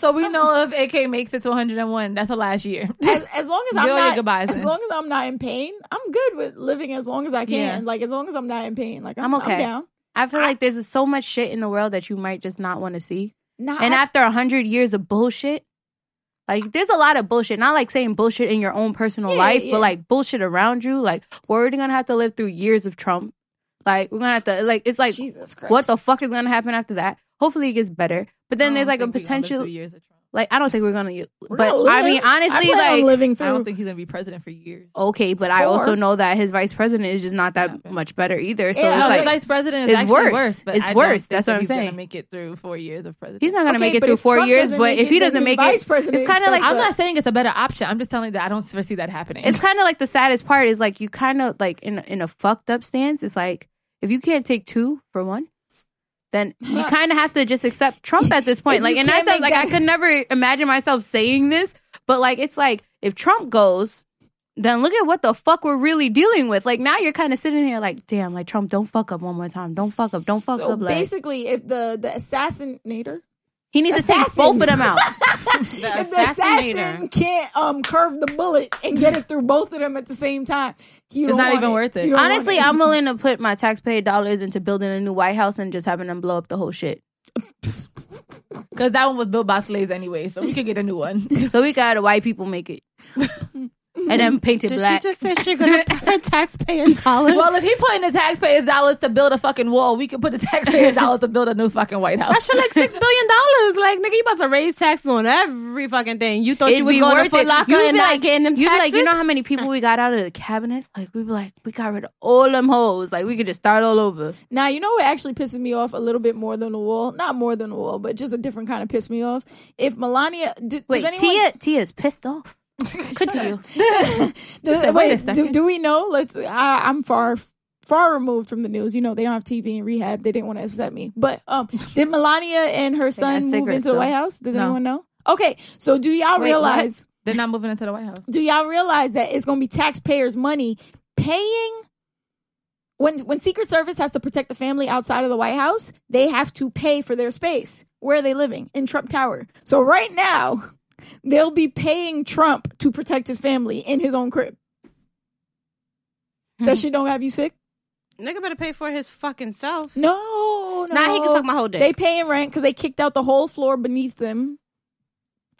S1: so we know if AK makes it to 101, that's the last year.
S2: as, as long as
S1: Get
S2: I'm
S1: all your
S2: not
S1: goodbyes
S2: as
S1: in.
S2: long as I'm not in pain, I'm good with living as long as I can.
S3: Yeah.
S2: Like as long as I'm not in pain, like I'm,
S3: I'm okay.
S2: I'm down.
S3: I feel like there's so much shit in the world that you might just not want to see.
S2: Nah,
S3: And
S2: I,
S3: after a hundred years of bullshit, like there's a lot of bullshit. Not like saying bullshit in your own personal
S2: Yeah,
S3: life,
S2: yeah.
S3: but like bullshit around you. Like we're already gonna have to live through years of Trump. Like we're gonna have to like it's like
S2: Jesus Christ,
S3: what the fuck is gonna happen after that? Hopefully it gets better. But then
S1: I
S3: there's
S1: don't
S3: like a
S1: think we gonna live
S3: potential
S1: through years of Trump.
S3: like I don't think we're gonna
S2: We're
S3: but
S2: gonna
S3: I mean
S2: live. I
S3: honestly
S2: plan on
S3: like
S2: living through.
S1: I don't think he's gonna be president for years.
S3: okay, but I also
S2: Four.
S3: know that his vice president is just not that
S1: Yeah.
S3: much better either. So
S2: Yeah,
S1: No,
S3: it's
S1: the
S3: like
S1: vice president is
S3: it's
S1: actually
S3: worse.
S1: worse. but
S3: It's
S1: I don't
S3: worse.
S1: think
S3: That's
S1: that
S3: what I'm
S1: he's gonna
S3: saying.
S1: Make it through four years of president.
S3: he's not gonna
S2: Okay,
S3: make it
S2: but
S3: through
S2: if
S3: four
S2: Trump
S3: years,
S2: doesn't
S3: but
S2: make
S3: if
S2: it,
S3: he
S2: then
S3: doesn't
S2: his
S3: make
S2: vice
S3: it,
S2: president
S3: it's kind of
S2: stuck
S3: like
S2: up.
S1: I'm not saying it's a better option. I'm just telling you that I don't foresee that happening.
S3: it's kind of like the saddest part is like you kind of like in in a fucked up stance. It's like if you can't take two for one, then you kind of have to just accept Trump at this point.
S2: If
S3: Like
S2: you
S3: and that
S2: can't
S3: sounds
S2: make
S3: like I
S2: that-
S3: could never imagine myself saying this, but like it's like if Trump goes. Then look at what the fuck we're really dealing with. Like now you're kind of sitting here like, damn, like Trump, don't fuck up one more time. Don't fuck up. Don't fuck
S2: so
S3: up. Like,
S2: basically, if the the assassinator,
S3: he needs to take
S2: assassin.
S3: both of them out.
S4: The
S2: if the assassin can't um curve the bullet and get it through both of them at the same time, you
S1: It's
S2: don't
S1: not
S2: want
S1: even
S2: it.
S1: worth it.
S2: You don't want
S3: Honestly,
S2: it.
S3: I'm willing to put my taxpayer dollars into building a new White House and just having them blow up the whole shit.
S1: because that one was built by slaves anyway, so we could get a new one.
S3: So we got white people make it. and then paint it
S4: Did
S3: black.
S4: she just say she's gonna pay taxpaying dollars?
S1: well, if he put in the taxpayers' dollars to build a fucking wall, we could put the taxpayers' dollars to build a new fucking White House.
S4: that shit like six billion dollars. Like nigga, you about to raise taxes on every fucking thing. You thought
S3: It'd
S4: you was
S3: be
S4: going to
S3: worth
S4: Foot
S3: it.
S4: Locker
S3: You'd
S4: and
S3: be
S4: not
S3: like-
S4: getting them
S3: you
S4: taxes.
S3: be like, you know how many people we got out of the cabinets? Like we were like, we got rid of all them hoes. Like we could just start all over.
S2: Now you know what actually pisses me off a little bit more than the wall. Not more than the wall, but just a different kind of piss me off. If Melania, d-
S3: Wait,
S2: does anyone,
S3: Tia Tia's pissed off. Continue.
S2: does-
S1: said, wait a
S2: wait, do,
S1: second.
S2: do we know? Let's. I, I'm far, far removed from the news. You know they don't have TV in rehab. They didn't want to upset me. But um, did Melania and her son move
S3: cigarettes,
S2: into the
S3: though.
S2: White House? Does
S1: No.
S2: anyone know? Okay, so do y'all
S1: Wait, what?
S2: realize?
S1: They're not moving into the White House.
S2: do y'all realize that it's going to be taxpayers' money paying when when Secret Service has to protect the family outside of the White House? They have to pay for their space. Where are they living? In Trump Tower. So right now, they'll be paying Trump to protect his family in his own crib.
S4: Hmm.
S2: That shit don't have you sick?
S4: nigga better pay for his fucking self.
S2: No, no.
S4: Nah, he can suck my whole dick.
S2: They paying rent because they kicked out the whole floor beneath them,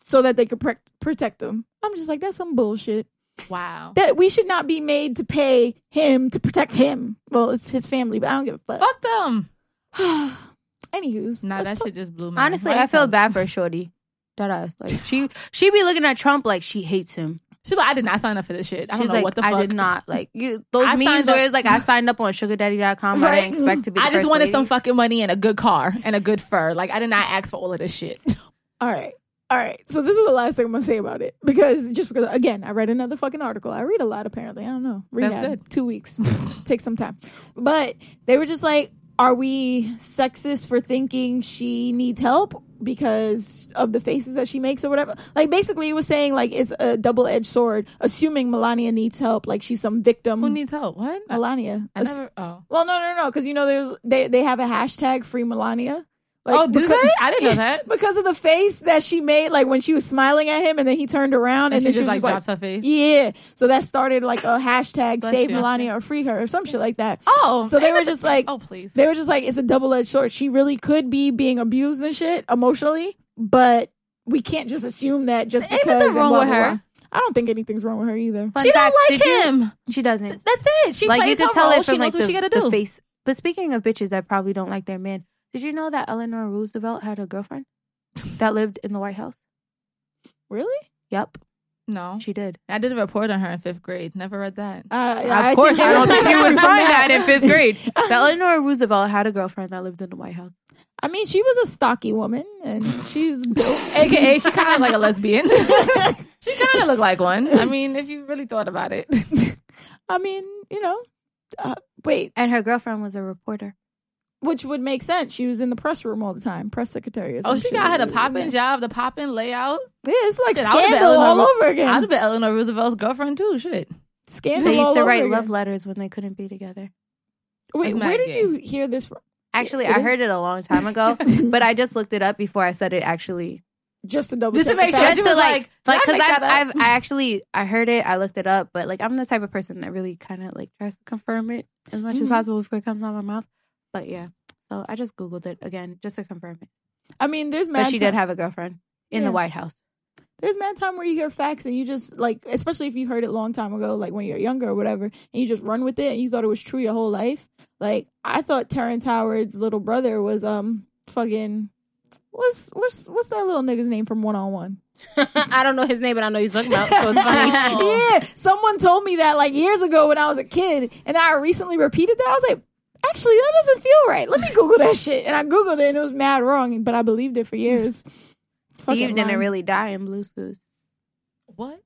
S2: so that they could pre- protect them. I'm just like that's some bullshit.
S1: Wow.
S2: that we should not be made to pay him to protect him. Well, it's his family, but I don't give a fuck.
S1: Fuck them.
S2: Anywho's,
S1: Nah,
S2: let's
S1: that
S2: talk-
S1: shit just blew my
S3: Honestly, I feel bad for Shorty. That ass. Like she she be looking at Trump like she hates him.
S1: She's like, I did not sign up for this shit. I
S3: She's
S1: don't know
S3: like,
S1: what the fuck.
S3: I did not like you those
S1: I
S3: memes
S1: signed
S3: where
S1: up-
S3: it's like I signed up on sugardaddy.com. I
S2: Right.
S3: didn't expect to be the
S1: I just
S3: first
S1: wanted
S3: lady.
S1: some fucking money and a good car and a good fur. Like I did not ask for all of this shit.
S2: all right. All right, so this is the last thing I'm gonna say about it because just because again I read another fucking article. I read a lot apparently. I don't know.
S1: That's
S2: Rehab
S1: good.
S2: two weeks, take some time. But they were just like, are we sexist for thinking she needs help because of the faces that she makes or whatever? Like basically, it was saying like it's a double edged sword. Assuming Melania needs help, like she's some victim.
S1: Who needs help? What? I,
S2: Melania.
S1: I never. Oh.
S2: Well, no, no, no, because you know there's they they have a hashtag Free Melania. Like,
S1: oh, do
S2: because,
S1: they? I didn't know that.
S2: Because of the face that she made, like when she was smiling at him, and then he turned around, and,
S1: And she
S2: then she
S1: just
S2: was
S1: like
S2: just like,
S1: drops her face.
S2: "Yeah." So that started like a hashtag Save
S1: you.
S2: Melania or Free Her or some shit like that.
S1: Oh,
S2: so they
S1: ain't
S2: were
S1: nothing-
S2: just like,
S1: oh please.
S2: they were just like, it's a double edged sword. She really could be being abused and shit emotionally, but we can't just assume that just
S1: Ain't
S2: because.
S1: nothing
S2: and
S1: wrong
S2: blah,
S1: with
S2: blah,
S1: her.
S2: blah. I don't think anything's wrong with her either.
S3: Fun
S1: She
S3: fact,
S1: don't like
S3: did you-
S1: him.
S3: she doesn't.
S1: That's it. She
S3: like
S1: plays
S3: you could
S1: her
S3: tell
S1: role.
S3: it from
S1: she
S3: like
S1: knows what
S3: the,
S1: she gotta
S3: the
S1: do.
S3: face. But speaking of bitches that probably don't like their man, did you know that Eleanor Roosevelt had a girlfriend that lived in the White House?
S2: Really?
S3: Yep,
S1: No,
S3: she did.
S1: I did a report on her in fifth grade. Never read that.
S2: Uh,
S3: Of course, I don't think you would find that in fifth grade. That
S2: I
S3: Eleanor Roosevelt had a girlfriend that lived in the White House.
S2: mean, she was a stocky woman, and she's built.
S1: AKA, she kind of like a lesbian. she kind of looked like one. I mean, if you really thought about it.
S2: I mean, you know, uh, wait,
S3: And her girlfriend was a reporter.
S2: which would make sense. She was in the press room all the time, press secretary. Or
S1: Oh,
S2: some
S1: she
S2: shit.
S1: got her the popping job, the popping layout.
S2: Yeah, it's like
S1: Shit, I would've been
S2: scandal all
S1: Eleanor-
S2: over
S1: I'd
S2: again.
S1: have been Eleanor Roosevelt's girlfriend too. Shit.
S2: Scandal
S3: They used
S2: all
S3: to
S2: over
S3: write
S2: again.
S3: love letters when they couldn't be together.
S2: Wait,
S1: That's
S2: where
S1: mad
S2: did
S1: gay.
S2: you hear this from?
S3: Actually,
S2: It
S3: I heard
S2: is.
S3: it a long time ago, but I just looked it up before I said it. Actually,
S2: Just to double
S1: Just to
S2: check the
S1: make sure.
S2: facts?
S1: She
S3: just to
S1: was
S3: like,
S1: like,
S3: like,
S1: "Did I
S3: cause
S1: make
S3: I've,
S1: that
S3: I've,
S1: up?"
S3: I actually, I heard it, I looked it up, but like, I'm the type of person that really kind of like tries to confirm it as much as
S2: Mhm.
S3: possible before it comes out of my mouth. But yeah, so I just googled it again just to confirm it.
S2: I mean, there's mad
S3: But she
S2: time-
S3: did have a girlfriend in
S2: Yeah.
S3: the White House.
S2: there's mad time where you hear facts and you just like, especially if you heard it long time ago, like when you're younger or whatever, and you just run with it and you thought it was true your whole life. Like I thought Terrence Howard's little brother was um fucking what's what's what's that little nigga's name from One on One?
S4: I don't know his name, but I know you're talking about. So it's funny.
S3: Oh.
S2: yeah, someone told me that like years ago when I was a kid, and I recently repeated that. I was like, actually, that doesn't feel right. Let me Google that shit, and I googled it and it was mad wrong, but I believed it for years. Fucking
S3: Steve didn't
S2: lying.
S3: really die in Blue's Clues.
S1: What?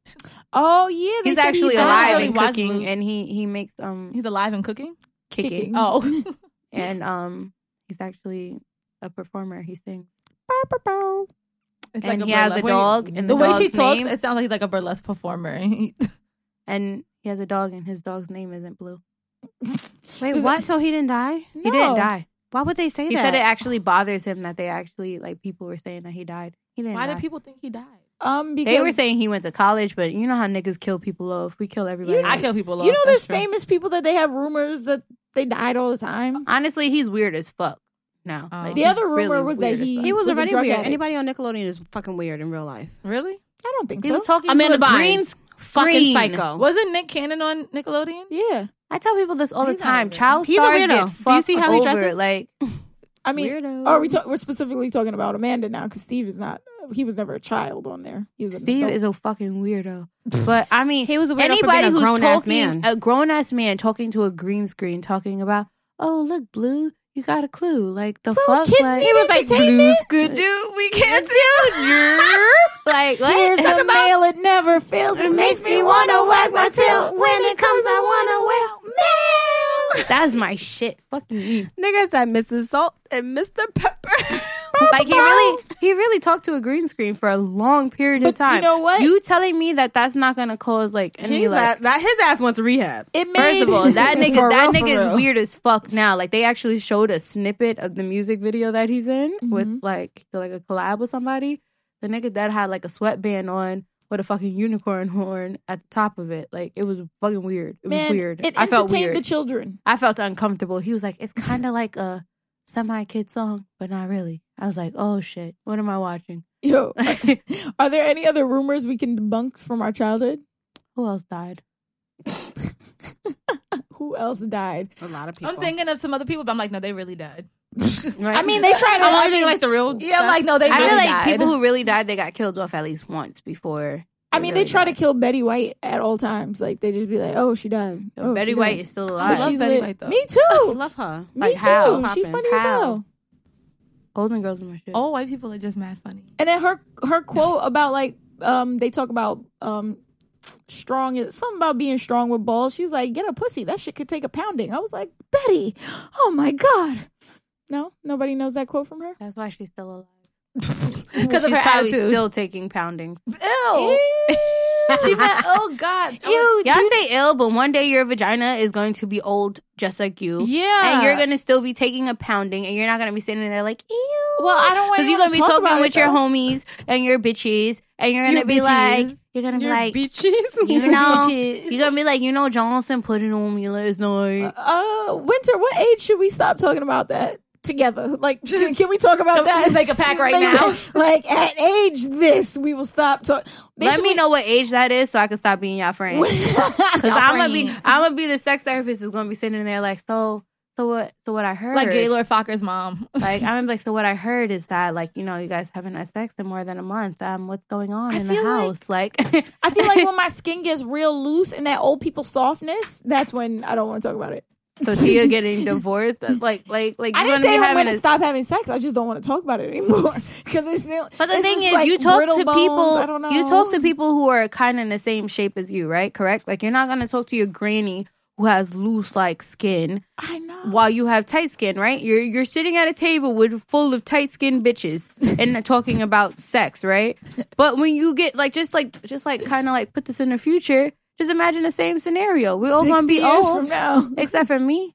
S2: Oh yeah, they
S3: He's
S2: said he
S3: actually
S2: died.
S1: I
S3: alive
S1: really
S3: and
S1: watched
S3: cooking,
S1: Blue's.
S3: and he he makes um
S1: He's alive and cooking?
S3: kicking,
S2: Kicking.
S1: Oh.
S3: Mm. and um he's actually a performer. He sings,
S2: Bow, bow, bow.
S1: It's
S3: and
S1: like
S3: he has a
S1: burlesque-
S3: dog,
S1: The,
S3: and the,
S1: way she
S3: dog's
S1: talks,
S3: name-
S1: it sounds like he's like a burlesque performer.
S3: and he has a dog, and his dog's name isn't Blue. Wait,
S2: Is
S3: what? So he didn't die? He
S2: No.
S3: didn't die.
S4: Why would they say
S3: He
S4: that?
S3: said it actually bothers him that they actually like people were saying that he died. He didn't.
S1: Why did
S3: die.
S1: people think he died?
S2: Um, because
S3: They were saying he went to college, but you know how niggas kill people. Love we kill everybody.
S2: You know-
S1: I
S3: Like,
S1: kill people. Love.
S2: you know, there's
S1: That's true.
S2: famous people that they have rumors that they died all the time.
S3: honestly, he's weird as fuck. Now
S1: Oh.
S3: Like,
S1: The
S3: he's
S2: other rumor
S3: really
S2: was that
S3: weird as
S2: he-
S3: fuck.
S4: he was,
S2: was a
S4: already
S2: drug
S4: weird.
S2: addict.
S4: Anybody on Nickelodeon is fucking weird in real life.
S1: Really?
S2: I don't think
S3: He
S2: so.
S3: was talking
S4: Amanda
S3: to a
S4: Bynes.
S3: green
S4: Fucking
S3: screen.
S4: psycho.
S1: Wasn't Nick Cannon on Nickelodeon?
S2: yeah,
S3: I tell people this all
S1: He's
S3: the
S1: not
S3: time.
S1: weird.
S3: Child
S4: He's a
S3: stars
S4: weirdo.
S3: get
S4: Do you
S3: fucked
S4: see how he
S3: over.
S4: dresses?
S3: Like
S2: I mean, oh,
S3: weirdo.
S2: are we talk- we're specifically talking about Amanda now because Steve is not. He was never a child on there. He was an
S3: Steve
S2: adult.
S3: is a fucking weirdo. But I mean,
S4: He was a weirdo for
S3: anybody
S4: being a
S3: who's
S4: grown-ass
S3: talking,
S4: man.
S3: a grown ass man talking to a green screen, talking about, oh look, blue, you got a clue. Like the fuck,
S2: kids
S3: like,
S2: need He was like, entertainment.
S3: blue's good dude, we can't do. like what?
S2: Here's the mail, it never fails. It makes me wanna wag my tail. When it comes, I wanna well mail.
S3: That's my shit. Fucking me.
S4: Niggas that Mrs. Salt and Mr. Pepper.
S3: Like he really, he really talked to a green screen for a long period of
S2: But you
S3: time.
S2: know what?
S3: You telling me that that's not gonna cause like any
S4: He's
S3: like
S4: a- that his ass went to rehab.
S2: It made
S3: First of all, that
S2: For
S3: nigga,
S2: real,
S3: that
S2: for
S3: nigga
S2: real.
S3: is weird as fuck now. Like they actually showed a snippet of the music video that he's in
S2: Mm-hmm.
S3: with like like a collab with somebody. The nigga that had like a sweatband on with a fucking unicorn horn at the top of it. Like it was fucking weird. It was
S2: Man,
S3: weird.
S2: It
S3: I felt
S2: entertained
S3: weird.
S2: the children.
S3: I felt uncomfortable. He was like, "It's kind of like a semi kid song, but not really." I was like, "Oh shit, what am I watching?"
S2: Yo,
S3: Who
S2: are there any other rumors we can debunk from our childhood?
S3: else died?
S2: Who else died?
S4: A lot of people.
S1: I'm thinking of some other people, but I'm like, no, they really died.
S3: Right?
S2: I mean, they tried to.
S4: I'm
S2: I
S4: only
S2: mean,
S4: thinking like the real.
S1: Yeah, I'm like, no, they
S3: I
S1: really
S3: feel like
S1: died.
S3: people who really died, they got killed off at least once before.
S2: I mean, they try to kill Betty White at all times. Like they just be like, "Oh, she died." Oh,
S3: Betty
S2: she
S3: White
S2: died.
S3: is still
S2: Oh,
S3: alive.
S1: love
S2: she's
S1: Betty
S2: lit.
S1: White, though.
S2: Me too.
S4: Love her.
S2: Me
S3: Like,
S2: too.
S3: how?
S2: She
S4: Poppin'.
S2: funny as
S3: How?
S2: hell. Oh.
S3: Golden Girls is my shit.
S1: All Oh, white people are just mad funny.
S2: And then her her quote about like um they talk about um strong is something about being strong with balls. She's like, "Get a pussy. That shit could take a pounding." I was like, "Betty, oh my god." No, nobody knows that quote from her.
S3: That's why she's still alive.
S1: Because of
S3: she's
S1: her
S3: probably
S1: attitude.
S3: still taking poundings.
S1: Ew. she meant, oh God.
S2: Ew,
S3: Y'all say ill, but one day your vagina is going to be old, just like you.
S1: Yeah.
S3: and you're gonna still be taking a pounding, and you're not gonna be sitting there like ew.
S2: Well, I don't want
S3: Because
S2: anyone
S3: you're gonna
S2: to
S3: be
S2: talk
S3: talking
S2: about
S3: with
S2: it,
S3: your
S2: though.
S3: homies and your bitches, and you're gonna
S1: Your
S3: be
S1: bitches.
S3: like, you're gonna be
S4: Your
S3: like,
S4: bitches.
S3: you know, you're gonna be like, you know, Johnson put it on me last night.
S2: Uh, Winter, what age should we stop talking about that? together. Like, can we talk about
S1: Can we
S2: that?
S1: make a pact right now?
S2: Like at age this, we will stop talking.
S3: Let me know what age that is so I can stop being y'all friend. Cause I'm gonna be, I'm gonna be the sex therapist is gonna be sitting there like, so, so what, so what I heard,
S1: Like Gaylord Fokker's mom.
S3: Like I'm like, so what I heard is that like you know you guys haven't had sex in more than a month. Um, what's going on
S2: I
S3: in the
S2: feel like-
S3: house? Like,
S2: I feel like when my skin gets real loose and that old people softness, that's when I don't want to talk about it.
S3: so Tia getting divorced. That's like, like, like
S2: I
S3: you
S2: didn't
S3: gonna be
S2: say I'm
S3: having
S2: going to
S3: a-
S2: stop having sex. I just don't want to talk about it anymore because it's. still-
S3: But the
S2: it's
S3: thing
S2: just
S3: is,
S2: like
S3: you talk
S2: brittle
S3: to
S2: bones.
S3: people.
S2: I don't know.
S3: You talk to people who are kind of in the same shape as you, right? Correct. Like you're not gonna talk to your granny who has loose like skin
S2: I know.
S3: while you have tight skin, right? You're you're sitting at a table with full of tight skinned bitches and they're talking about sex, right? But when you get like just like just like kind of like put this in the future, just imagine the same scenario. We're all
S2: 60
S3: gonna be
S2: years from
S3: old,
S2: now,
S3: except for me.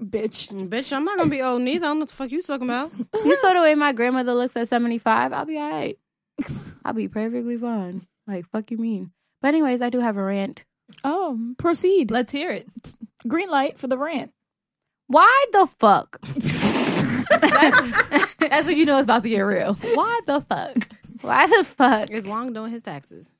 S2: bitch.
S4: Bitch, I'm not gonna be old neither. I don't know what the fuck you talking about.
S3: You saw the way my grandmother looks at 75, I'll be all right. I'll be perfectly fine. Like, fuck you mean. But anyways, I do have a rant.
S2: Oh, proceed.
S1: Let's hear it.
S2: Green light for the rant.
S3: Why the fuck?
S1: That's when you know it's about to get real. Why the fuck?
S3: Why the fuck?
S4: Is Long doing his taxes?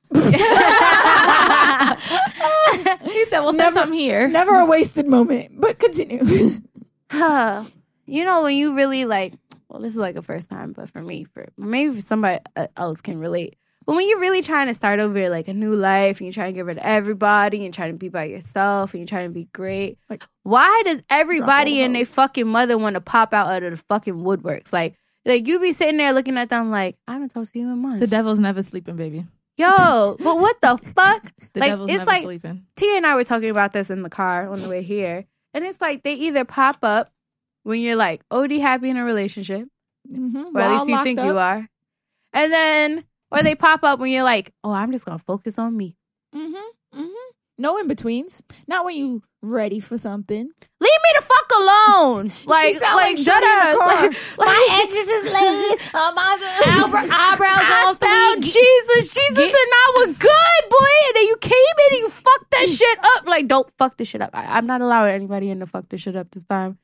S1: He said, "Well, since
S2: Never-
S1: I'm here,
S2: Never a wasted moment, but continue. Mm-hmm.
S3: Huh. you know when you really like well this is like a first time but for me for maybe for somebody uh, else can relate but when you're really trying to start over like a new life and you're trying to get rid of everybody and trying to be by yourself and you're trying to be great
S2: Like,
S3: why does everybody
S2: all
S3: and their
S2: those.
S3: fucking mother want to pop out out of the fucking woodworks like like you be sitting there looking at them like i haven't talked to you in
S1: the
S3: months
S1: devil's never sleeping, baby.
S3: yo but what the fuck
S1: The
S3: like
S1: devil's
S3: it's
S1: never
S3: like
S1: sleeping."
S3: Tia and I were talking about this in the car on the way here. And it's like they either pop up when you're like OD happy in a relationship,
S2: Mhm.
S3: or at
S2: We're all
S3: least you
S2: locked
S3: think
S2: up.
S3: you are. And then, or they pop up when you're like, oh, I'm just going to focus on me.
S2: Mm-hmm. Mm-hmm. No in betweens. Not when you ready for something.
S3: Leave me the fuck alone. Like,
S2: sound
S3: like,
S2: like
S3: shut
S2: Shorty in
S3: up.
S2: the car.
S3: Like,
S2: My ex is just late. Uh, my
S3: Eyebrow- eyebrows
S2: I
S3: on found Jesus. Jesus and I were good, boy. And then you came in and you fucked that shit up. Like, don't fuck this shit up. I, I'm not allowing anybody in to fuck this shit up this time.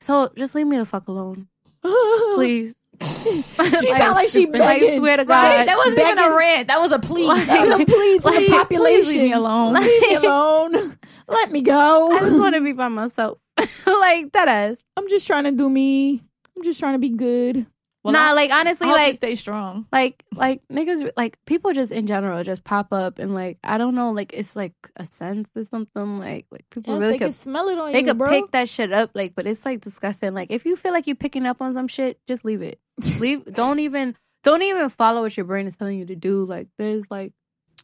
S3: So just leave me the fuck alone, please.
S2: She sound like she begging.
S3: Like, swear to God,
S1: Wait, that wasn't even
S2: begging-
S1: a rant. That was a plea.
S3: Like-
S1: That was a-
S2: It's a plea to
S1: Please,
S2: the population.
S1: please leave me alone.
S2: Leave me alone. Let me go.
S3: I just want to be by myself. like that ass.
S2: I'm just trying to do me. I'm just trying to be good.
S1: Well,
S3: nah,
S1: I-
S3: like honestly,
S1: I hope you
S3: like
S1: stay strong.
S3: like like niggas like people just in general just pop up and like I don't know like it's like a sense or something like like people
S2: Yes,
S3: really
S2: they
S3: could
S2: can smell it on
S3: They
S2: you,
S3: could
S2: bro.
S3: pick that shit up, like, but it's like disgusting. Like, if you feel like you're picking up on some shit, just leave it. leave. Don't even. Don't even follow what your brain is telling you to do. Like, there's like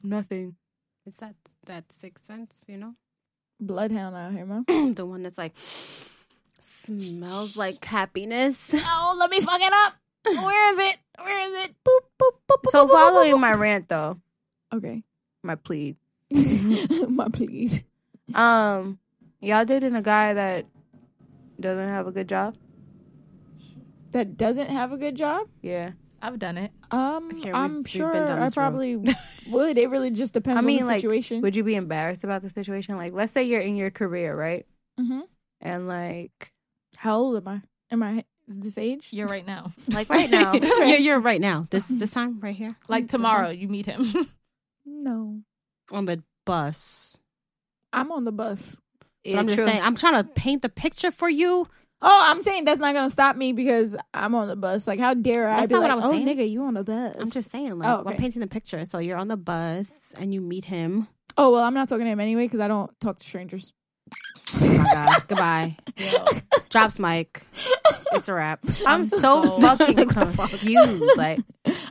S3: nothing.
S4: It's that that sixth sense, you know,
S2: Bloodhound out here, man.
S4: the one that's like smells like happiness.
S2: Oh, let me fuck it up. Where is it? Where is it? Boop, boop, boop, boop,
S3: So
S2: boop, boop, boop,
S3: following
S2: boop.
S3: my rant though,
S2: Okay.
S3: my plea.
S2: my plead.
S3: Um, y'all dating a guy that doesn't have a good job.
S2: That doesn't have a good job?
S3: Yeah,
S1: I've done it.
S2: Um,
S4: Okay, we've-
S2: I'm
S4: we've been
S2: sure
S4: down
S2: I
S4: this road.
S2: probably would. It really just depends
S3: I mean,
S2: on the
S3: like,
S2: situation.
S3: would you be embarrassed about the situation? Like, let's say you're in your career, right?
S2: hmm
S3: And like,
S2: How old am I? Am I is this age?
S1: You're right now.
S3: like right now,
S4: yeah, you're right Uh-huh. now. This this time right here
S1: Like tomorrow, you meet him.
S2: No,
S4: on the bus.
S2: I'm on the bus.
S4: But I'm just
S3: True.
S4: saying. I'm trying to paint the picture for you.
S2: Oh, I'm saying that's not gonna stop me because I'm on the bus. Like, how dare I?
S4: That's
S2: be
S4: not what
S2: like,
S4: I was
S2: oh,
S4: saying.
S2: nigga, you on the bus?
S4: I'm just saying, like,
S2: Oh,
S4: we're
S2: okay.
S4: painting the picture. So you're on the bus and you meet him.
S2: Oh well, I'm not talking to him anyway because I don't talk to strangers.
S4: Oh my god! Goodbye.
S1: Yo,
S4: Drops mic. It's a wrap.
S3: I'm so
S1: so-
S3: fucking
S4: What the fuck?
S3: confused. Like,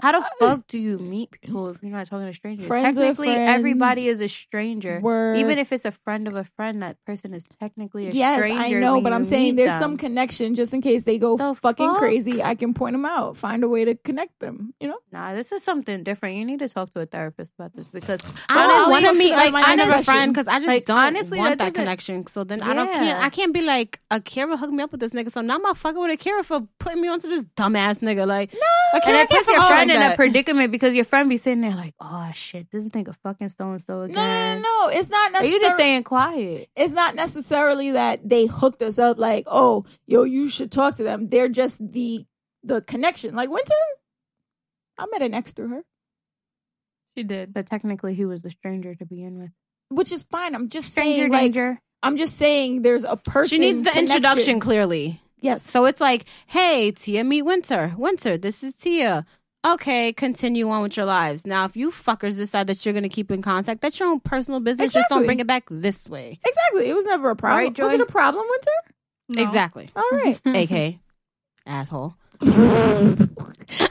S3: how the fuck do you meet people if you're not talking to strangers?
S2: Friends are
S3: technically,
S2: friends.
S3: everybody is a stranger.
S2: Word.
S3: Even if it's a friend of a friend, that person is technically a
S2: Yes,
S3: stranger.
S2: I know,
S3: when
S2: but
S3: you
S2: I'm saying
S3: meet
S2: there's
S3: them.
S2: some connection just in case they go
S3: The
S2: fucking
S3: fuck?
S2: crazy. I can point them out, find a way to connect them. You know,
S3: Nah, this is something different. You need to talk to a therapist about this because
S4: I don't
S2: Honestly,
S4: want to meet
S2: like,
S4: like I never
S2: honestly-
S4: a friend because I just
S3: like,
S4: don't
S3: honestly,
S4: want
S3: that
S4: that
S3: doesn't-
S4: connection. So then I don't can't
S3: Yeah.
S4: I can't be like Akira hooked me up with this nigga. So now I'm not fucking with Akira for putting me onto this dumbass nigga. Like no,
S3: And
S4: Akira
S3: if
S4: can't
S3: it's your
S4: fuck
S3: friend,
S2: like
S3: in
S2: that.
S3: a predicament because your friend be sitting there like, oh shit, this nigga fucking so and so again.
S2: no, no, no, no. It's not
S3: Are
S2: necessarily.
S3: you just staying quiet?
S2: it's not necessarily that they hooked us up like oh yo you should talk to them they're just the the connection like winter i met an ex through her
S1: She did.
S3: But technically, he was a stranger to begin with.
S2: which is fine i'm just
S3: Stranger
S2: saying like
S3: danger.
S2: i'm just saying there's a person
S4: She needs the
S2: connection.
S4: introduction clearly.
S2: yes
S4: So it's like, hey, Tia, meet Winter. Winter, this is Tia. Okay, continue on with your lives. Now, if you fuckers decide that you're going to keep in contact, that's your own personal business. Just don't
S2: Exactly.
S4: bring it back this way.
S2: exactly it was never a problem
S3: Right,
S2: was
S3: Joy?
S2: it a problem winter
S1: No.
S4: Exactly.
S2: all right
S4: AK, asshole.
S1: Joy,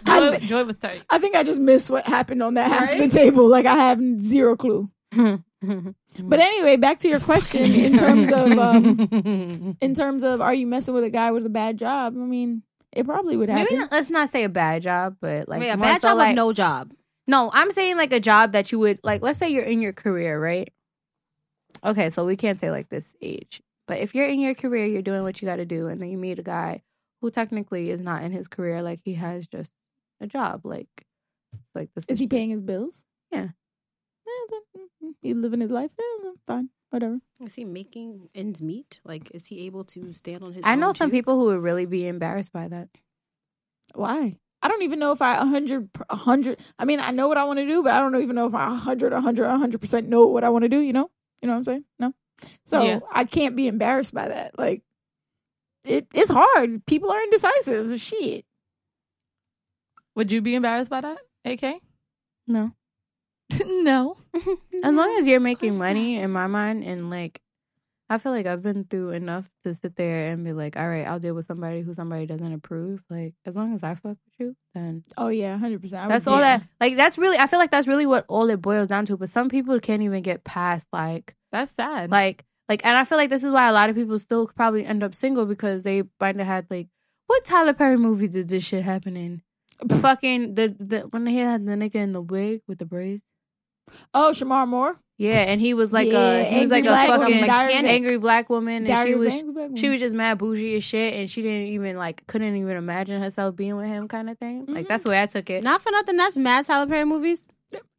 S2: I,
S1: Joy was tight.
S2: I think i just missed what happened on that half of
S1: Right?
S2: the table like i have zero clue but anyway back to your question in terms of um, in terms of are you messing with a guy with a bad job i mean it probably would happen
S3: Maybe not, let's not say a bad job, but like
S4: Wait, a
S3: more
S4: bad
S3: so,
S4: job or
S3: like,
S4: no job?
S3: No, I'm saying like a job that you would like. Let's say you're in your career, right? Okay, so we can't say like this age, but if you're in your career, you're doing what you got to do, and then you meet a guy who technically is not in his career, like he has just a job, like like this.
S2: Is he paying his bills?
S3: Yeah.
S2: Yeah, then, mm, mm, he living his life. Yeah, then fine, whatever.
S4: Is he making ends meet? Like, is he able to stand on his
S3: I know some people who would really be embarrassed by that.
S2: Why? I don't even know if I a hundred per- a hundred. I mean, I know what I want to do, but I don't even know if I a hundred, a hundred, a hundred percent know what I want to do. You know, you know what I'm saying? No. So
S1: Yeah.
S2: I can't be embarrassed by that. Like, it, it's hard. People are indecisive. Shit.
S1: Would you be embarrassed by that, AK?
S3: No,
S1: no.
S3: as
S4: Mm-hmm.
S3: long as you're making
S2: course
S3: money, in my mind, and like. I feel like I've been through enough to sit there and be like, all right, I'll deal with somebody who somebody doesn't approve. Like, as long as I fuck with you, then
S2: Oh yeah, hundred percent.
S3: That's all that like that's really I feel like that's really what all it boils down to. But some people can't even get past like
S1: That's sad.
S3: like like and I feel like this is why a lot of people still probably end up single because they might have had like what Tyler Perry movie did this shit happen in? Fucking the the when he had the nigga in the wig with the braids.
S2: Oh, Shamar Moore,
S3: Yeah, and he was like
S2: Yeah,
S3: a he was
S2: angry
S3: like a
S2: black
S3: fucking
S2: woman, Diary of-
S3: angry black woman and
S2: Diary
S3: she
S2: of
S3: was
S2: Angry Black
S3: she
S2: Woman.
S3: was just mad bougie as shit and she didn't even like couldn't even imagine herself being with him kind of thing. Like that's the way I took it.
S4: Not for nothing. That's mad Tyler Perry movies.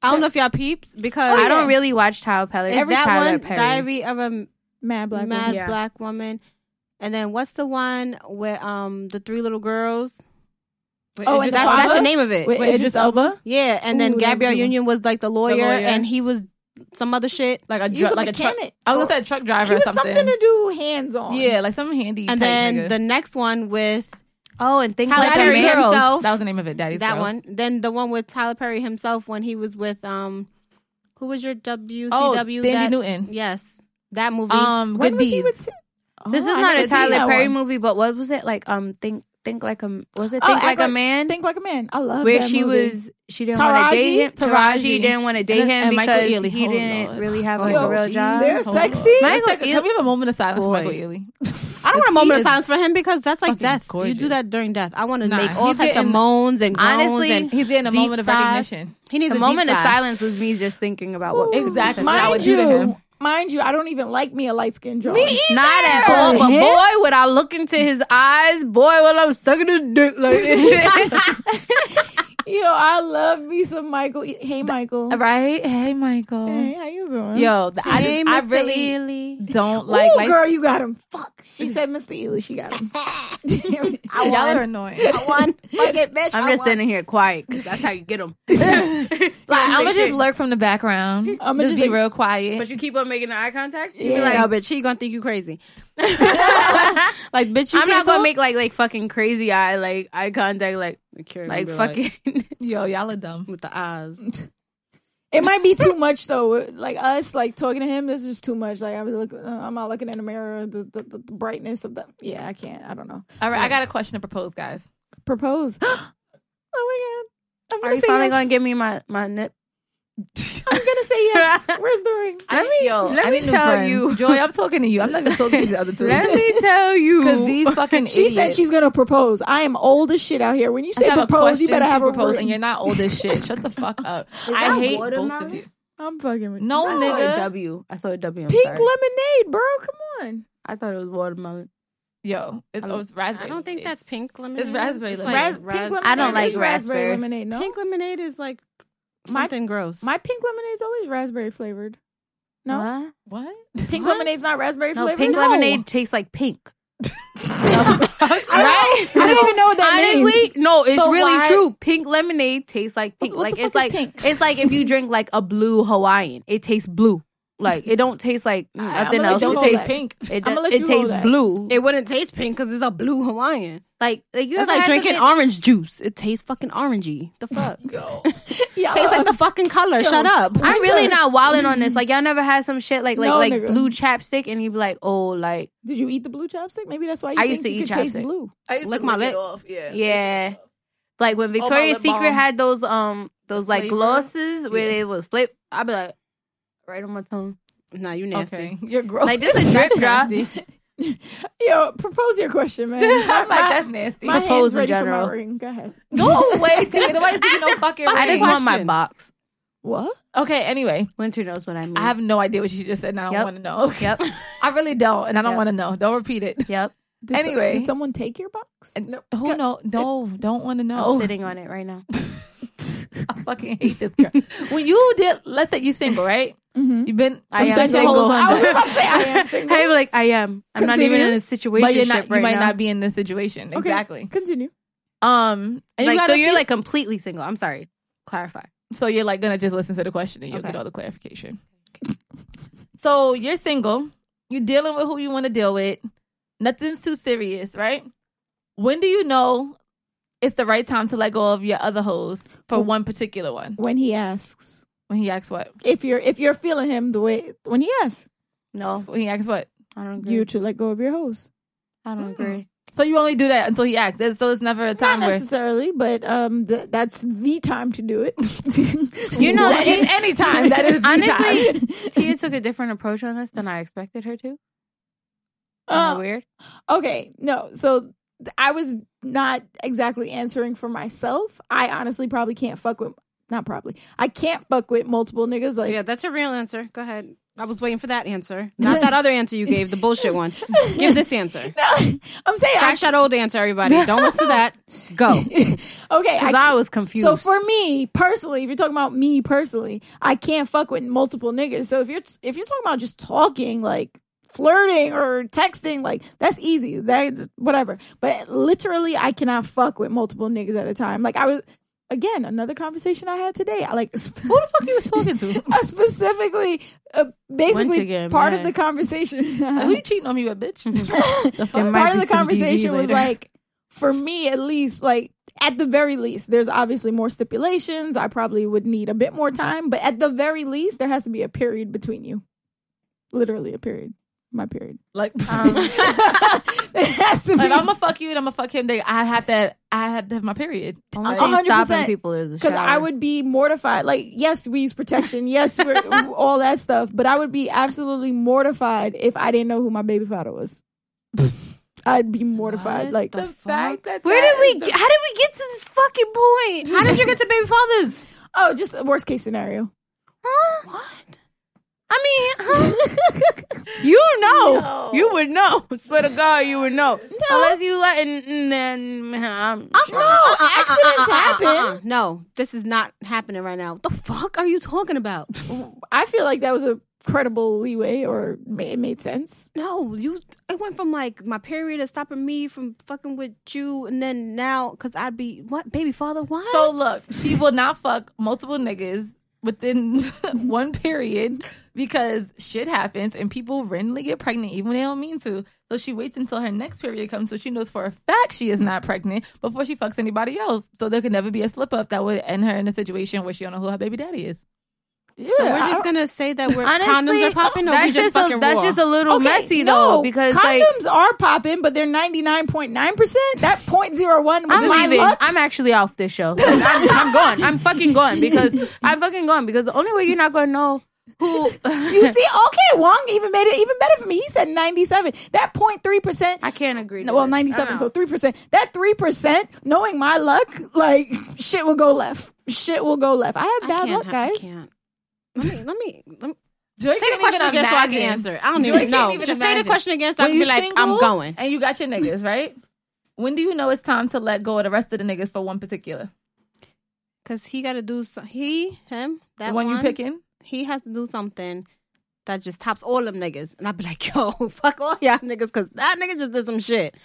S4: I don't know if y'all peeps because
S3: I don't really watch Tyler Perry.
S4: Oh, Is that
S3: Tyler
S4: one
S3: Perry.
S4: Diary of a
S2: mad black
S4: Mad
S2: woman.
S3: Yeah.
S4: Black Woman? And then what's the one where um the three little girls?
S2: Oh, and
S1: Idris
S4: That's
S2: Elba?
S4: that's the name of it.
S2: Wait,
S1: Wait, Idris Elba?
S4: Yeah, and
S2: Ooh,
S4: then
S2: that's
S4: Gabrielle
S2: a good one.
S4: Union was like the lawyer,
S1: lawyer.
S4: and he was some other shit.
S1: Like a,
S2: He was
S1: dr-
S2: a
S1: like a truck.
S2: mechanic.
S1: I was gonna say a truck driver
S2: She was
S1: or something.
S2: something. to do hands on.
S1: yeah, like some handy.
S4: And
S1: type
S4: then
S1: nigga.
S4: the next one with
S3: Oh, and things
S4: Tyler
S3: like
S4: Perry
S3: that.
S1: Girls.
S4: himself.
S1: That was the name of it. Daddy's
S4: that
S1: Girls.
S4: one. Then the one with Tyler Perry himself when he was with um, who was your WCW?
S1: Oh, Dandy
S4: that-
S1: Newton.
S4: Yes, that movie.
S1: Um,
S2: When
S1: Good
S2: was he
S1: Deeds.
S2: with Ti-
S3: This is
S2: Oh, I
S3: not
S2: never
S3: a
S2: seen
S3: Tyler
S2: that
S3: Perry
S2: one.
S3: movie, but what was it like? Um, think think like a was it
S2: Oh,
S3: think
S2: Act
S3: like a
S2: Like-
S3: man?
S2: Think like a man. I love
S3: where
S2: that
S3: she
S2: movie.
S3: was she didn't want to date
S2: Taraji?
S3: him. Taraji,
S1: Taraji.
S3: didn't want to date
S1: And-
S3: him
S1: and Michael
S3: because
S1: Ealy.
S3: he
S1: Oh,
S3: didn't
S1: Lord.
S3: really have
S1: Oh,
S3: like a
S2: Lord.
S3: real job.
S2: They're
S1: Hold on.
S2: sexy.
S1: Let's
S3: Michael
S1: take a- Can we have a moment of silence for
S3: Boy.
S1: Michael Ealy?
S4: I don't want a moment
S1: he
S4: of
S1: is
S4: silence for him because that's like
S1: fucking
S4: death. You
S1: gorgeous.
S4: do that during death. I want to
S1: Nah,
S4: make all
S1: he's
S4: types
S1: getting-
S4: of moans and groans
S3: Honestly,
S4: and
S1: He's getting a
S4: deep
S1: moment of
S4: sigh.
S1: recognition.
S4: He needs
S3: The
S4: a
S3: moment
S4: deep
S3: of
S4: sigh.
S3: silence was me just thinking about what
S1: Exactly.
S3: what I
S1: Mine
S3: would
S2: Mind
S1: do
S3: do.
S1: to him.
S2: you, mind you, I don't even like me a light skinned joint.
S3: Not at all, but boy, would I look into his eyes, boy, while I'm sucking his dick like
S2: Yo, I love me some Michael. E- Hey, Michael.
S1: Right? Hey, Michael.
S2: Hey, how you doing?
S1: Yo, the, I,
S4: Hey,
S1: just- I
S4: Mr.
S1: really
S4: Ely.
S1: don't
S2: Ooh,
S1: like like
S2: girl, you got him. Fuck. She said, Mr. Ely, she got him.
S1: y'all are annoying. Like,
S4: one. Fuck it, bitch.
S3: I'm
S4: I
S3: just
S4: won.
S3: sitting here quiet because that's how you get them.
S1: I'm gonna just lurk from the background. I'm
S2: I'ma
S1: just,
S2: just,
S1: be
S2: like-
S1: real quiet.
S3: But you keep on making the eye contact.
S4: You be like,
S2: Yeah.
S4: no, bitch, she gonna think you crazy. like, bitch, you
S3: I'm not gonna
S4: cancel?
S3: make like like fucking crazy eye like eye contact like like fucking.
S1: Yo, y'all are dumb.
S4: with the eyes.
S2: It might be too much though. Like us, like talking to him, this is too much. Like I was looking, uh, I'm not looking in the mirror. The, the, the brightness of the, yeah, I can't. I don't know.
S1: All right, I got a question to propose, guys.
S2: Propose. oh my god. I'm
S3: Are
S2: gonna
S3: you
S2: say
S3: finally
S2: yes.
S3: gonna give me my my nip?
S2: I'm gonna say yes. Where's the ring?
S1: I need, yo,
S3: let
S1: I
S3: me
S1: need new
S3: tell
S1: friends.
S3: you.
S1: Joy. I'm talking to you. I'm not even talking to the other two.
S3: Let me tell
S1: Because
S3: you.
S1: these fucking
S2: She said
S1: idiots.
S2: she's gonna propose. I am old as shit out here. When you
S1: I
S2: say
S1: have a
S2: propose, you
S1: question
S2: better
S1: to
S2: have a
S1: propose,
S2: ring.
S1: and you're not old as shit. Shut the fuck up. I
S3: that
S1: hate both
S3: watermelon?
S1: of you.
S2: I'm fucking with
S1: No,
S3: I
S2: you.
S3: saw a
S1: nigga.
S3: W. I saw a W. I'm
S2: Pink
S3: sorry.
S2: lemonade, bro. Come on.
S3: I thought it was watermelon.
S1: Yo, it's, oh, it's raspberry.
S4: I don't think
S1: lemonade.
S4: that's pink lemonade.
S1: raspberry
S4: It's Like
S1: lemonade.
S2: Pink
S4: ras-
S2: lemonade
S3: I don't like
S2: is
S3: raspberry.
S2: lemonade. No,
S4: Pink lemonade is like
S2: My-
S4: something gross.
S2: my pink lemonade's always raspberry flavored. No,
S3: What?
S1: what.
S2: pink
S3: What?
S2: lemonade's not raspberry
S3: No,
S2: flavored.
S3: pink
S2: No.
S3: lemonade tastes like pink.
S2: I don't, I don't even know what that
S3: Honestly,
S2: means.
S3: no, it's
S2: But
S3: really
S2: why-
S3: true. Pink lemonade tastes like pink.
S2: What
S3: like
S2: the
S3: it's
S2: fuck
S3: like
S2: is pink?
S3: it's like if you drink like a blue Hawaiian, it tastes blue. Like it don't taste like mm,
S2: I'ma
S3: nothing
S2: let
S3: else.
S2: you
S3: It
S2: hold
S3: tastes
S2: that.
S1: pink.
S3: It,
S2: I'ma
S3: does-
S2: let
S3: it
S2: you hold
S3: tastes
S2: that.
S3: blue.
S4: it wouldn't taste pink because it's a blue Hawaiian.
S3: like, like you
S4: It's
S3: ever
S4: like
S3: had
S4: drinking
S3: something-
S4: orange juice. It tastes fucking orangey. The fuck?
S1: Yo.
S2: Y'all-
S4: tastes like the fucking color. Shut up.
S3: I'm really not wilding on this. Like y'all never had some shit like like
S2: No,
S3: like
S2: nigga.
S3: blue chapstick and you be like, oh, like
S2: Did you eat the blue chopstick? Maybe that's why you
S3: I
S2: think
S3: used to
S2: you
S3: eat
S2: could taste
S3: chapstick.
S2: blue.
S1: I used
S4: Lick
S1: to
S4: my
S1: lick
S4: lip.
S1: it off. Yeah.
S3: yeah. Like when Victoria's
S1: lip
S3: Secret
S1: balm.
S3: had those um those like
S1: Flavor.
S3: glosses where
S1: Yeah.
S3: they would flip, I'd be like, right on my tongue.
S4: Nah, you nasty.
S1: Okay. You're gross.
S3: Like this is drip drop.
S2: Yo, propose your question, man. My,
S1: I'm like that's nasty.
S2: my hand's
S3: Propose in
S2: ready for
S3: general.
S2: my ring. Go ahead.
S1: Go away, Tia. Nobody's giving no fucking
S3: I just
S1: ring.
S3: want my
S4: Question.
S3: box.
S2: What?
S1: Okay, anyway,
S3: Winter knows what I mean.
S1: I have no idea what you just said, and I don't
S3: Mm. Yep.
S1: want to know. Okay.
S3: Yep.
S1: I really don't, and I don't
S3: Yep.
S1: want to know. Don't repeat it.
S3: Yep.
S2: Did so-
S1: Anyway. Uh,
S2: did someone take your box? No.
S1: Who know? No, don't want to
S3: I'm
S4: Oh.
S1: know.
S3: sitting on it right now.
S1: I fucking hate this girl. when you did, let's say you single, right?
S2: Mm-hmm.
S1: You've been
S3: I am
S1: Sometimes the
S3: single.
S1: hoes on
S2: I was
S1: that.
S2: about to say I am single.
S3: Hey, like I am. I'm not
S2: Continue.
S3: even in a situation
S1: but you're not.
S3: right
S1: you might
S3: now.
S1: not be in this situation
S2: Okay.
S1: exactly.
S2: Continue.
S1: Um, and you
S3: like,
S1: gotta
S3: so you're
S1: see-
S3: like completely single. I'm sorry. Clarify.
S1: so you're like gonna just listen to the question and you'll
S3: Okay.
S1: get all the clarification. So you're single, you're dealing with who you want to deal with. Nothing's too serious, right? When do you know it's the right time to let go of your other hoes for
S2: Well-
S1: one particular one?
S2: When he asks
S1: When he asks what?
S2: if you're if you're feeling him the way when he asks
S3: No,
S1: When he asks what?
S3: I don't agree.
S2: you to let go of your hose.
S3: I don't agree.
S1: So you only do that until he asks. There's- So it's never a
S2: Not
S1: time where
S2: necessarily, but um, th- that's the time to do it.
S3: You know,
S1: that is any time. That is the time.
S3: honestly, Tia took a different approach on this than I expected her to. Am I
S2: Uh,
S3: weird.
S2: Okay, no. So th- I was not exactly answering for myself. I honestly probably can't fuck with not probably. I can't fuck with multiple niggas like
S4: Yeah, that's your real answer. Go ahead. I was waiting for that answer, not that other answer you gave, the bullshit one. Give this answer.
S2: I'm saying I,
S4: Scratch that old answer, everybody. Don't listen to that. Go.
S2: okay,
S3: Because
S2: I
S3: I, was confused.
S2: So for me personally, if you're talking about me personally, I can't fuck with multiple niggas. So if you're if you're talking about just talking like flirting or texting, like that's easy. That's whatever. But literally, I cannot fuck with multiple niggas at a time. Like I was again another conversation I had today. I like
S1: Who the fuck you was talking to?
S2: I specifically uh, basically
S3: again,
S2: part of
S3: man.
S2: the conversation.
S1: Like, who you cheating on me with, bitch?
S3: There might
S2: part of
S3: be
S2: the
S3: some DV
S2: conversation was
S3: later.
S2: like for me at least like at the very least there's obviously more stipulations i probably would need a bit more time but at the very least there has to be a period between you literally a period my period
S1: like,
S2: there has to be
S1: Like, I'm gonna fuck you and I'm gonna fuck him. They, I have to. I have to have Oh my period.
S3: Only
S2: a
S3: thing
S2: hundred
S3: stopping
S2: percent.
S3: people is the
S2: because
S3: shower.
S2: I would be mortified. Like, yes, we use protection. Yes, we're all that stuff. But I would be absolutely mortified if I didn't know who my baby father was. I'd be mortified.
S3: What
S2: like,
S3: the
S1: The fact that
S3: Where
S1: that
S3: did we?
S1: is the
S3: get- How did we get to this fucking point?
S4: How did you get to baby fathers?
S2: oh, just a worst case scenario.
S3: Huh? What? I mean, huh? you know,
S1: No.
S3: you would know. Swear to God, you would know. Unless you letting then. Um,
S4: No, uh,
S2: accidents happen.
S4: No, this is not happening right now. What the fuck are you talking about?
S2: I feel like that was a credible leeway, or ma- it made sense.
S4: No, you. It went from like my period is stopping me from fucking with you, and then now because I'd be what baby father? What?
S1: So look, she will not fuck multiple niggas within one period because shit happens and people randomly get pregnant even when they don't mean to. So she waits until her next period comes so she knows for a fact she is not pregnant before she fucks anybody else. So there could never be a slip up that would end her in a situation where she don't know who her baby daddy is.
S2: Yeah,
S4: So we're
S2: I-
S4: just gonna say that we're
S3: honestly,
S4: condoms are popping. Or
S3: that's
S4: we just, fucking
S3: a, that's
S4: raw?
S3: just a little
S2: Okay,
S3: messy
S2: no,
S3: though because like
S2: condoms are popping, but they're ninety nine point nine percent. That point zero one.
S3: I'm leaving. I'm actually off this show. I'm, I'm gone. I'm fucking gone because I'm fucking gone because the only way you're not gonna know who
S2: You see, okay, Wong even made it even better for me. He said ninety seven. That point three percent.
S3: I can't agree. to
S2: No, well,
S3: this.
S2: 97,
S3: I'm
S2: so
S3: out.
S2: 3%. That 3%, knowing my luck, like, shit will go left. Shit will go left. I have
S4: I
S2: bad
S4: can't
S2: luck,
S4: ha- I
S2: guys.
S4: can't. Let me, let me, let me.
S1: Joy
S4: Say the
S1: can't
S4: question
S1: even
S4: again so I can
S1: imagine.
S4: answer. I don't
S1: You
S4: even
S1: can't
S4: know.
S1: even
S4: Just say
S1: imagine.
S4: the question again so I
S1: When
S4: can be
S1: you
S4: like, I'm
S1: single
S4: going.
S1: And you got your niggas, right? When do you know it's time to let go of the rest of the niggas for one particular?
S4: Because he got to do, so- he, him, that
S1: the
S4: one,
S1: one, you picking?
S4: he has to do something that just tops all them niggas. And I'd be like, yo, fuck all y'all niggas because that nigga just did some shit.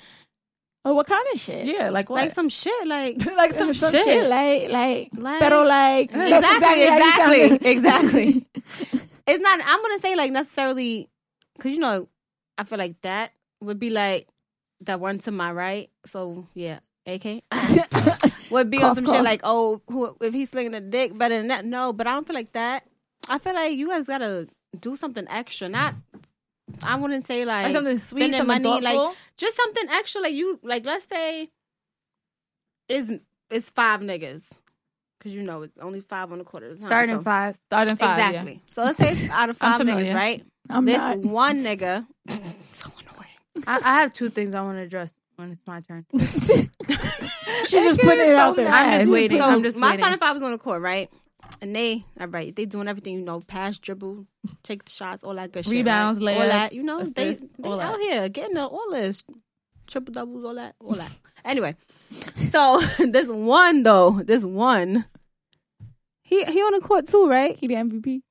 S2: Oh, what kind of shit?
S1: Yeah, like what?
S4: Like some shit. Like,
S1: Like some,
S2: Some
S1: shit.
S2: shit. like like,
S4: Like-
S2: pero like that's
S4: Exactly,
S2: how you sound.
S4: exactly, it's not, I'm going to say like necessarily, because you know, I feel like that would be like that one to my right. So, yeah, AK. would be on
S2: Cough,
S4: some
S2: cough.
S4: shit like, oh, who, if he's slinging a dick better than that. No, but I don't feel like that. I feel like you guys gotta do something extra. Not, I wouldn't say like,
S1: Like something sweet,
S4: spending
S1: something
S4: money,
S1: thoughtful.
S4: like just something extra. Like you, like let's say, is it's five niggas, because you know it's only five on the quarter. Of the time,
S3: Starting
S4: so-
S3: five.
S1: Starting five. yeah.
S4: exactly. So let's say it's out of
S1: I'm
S4: five niggas,
S1: familiar.
S4: right?
S2: I'm
S4: this
S2: not.
S4: one nigga. so annoying.
S3: I, I have two things I want to address when it's my turn.
S2: She's just putting it out there.
S3: I'm just waiting.
S4: So
S3: I'm just
S4: my
S3: waiting.
S4: starting five was on the court, right? And they, all right, they doing everything, you know, pass, dribble, take the shots, all that good shit,
S1: Rebounds,
S4: right? all
S1: layups,
S4: that, you know, they
S1: assists,
S4: they
S1: all that.
S4: out here getting the, all this triple doubles, all that, all that. anyway, so this one though, this one, he he on the court too, right?
S2: He the MVP.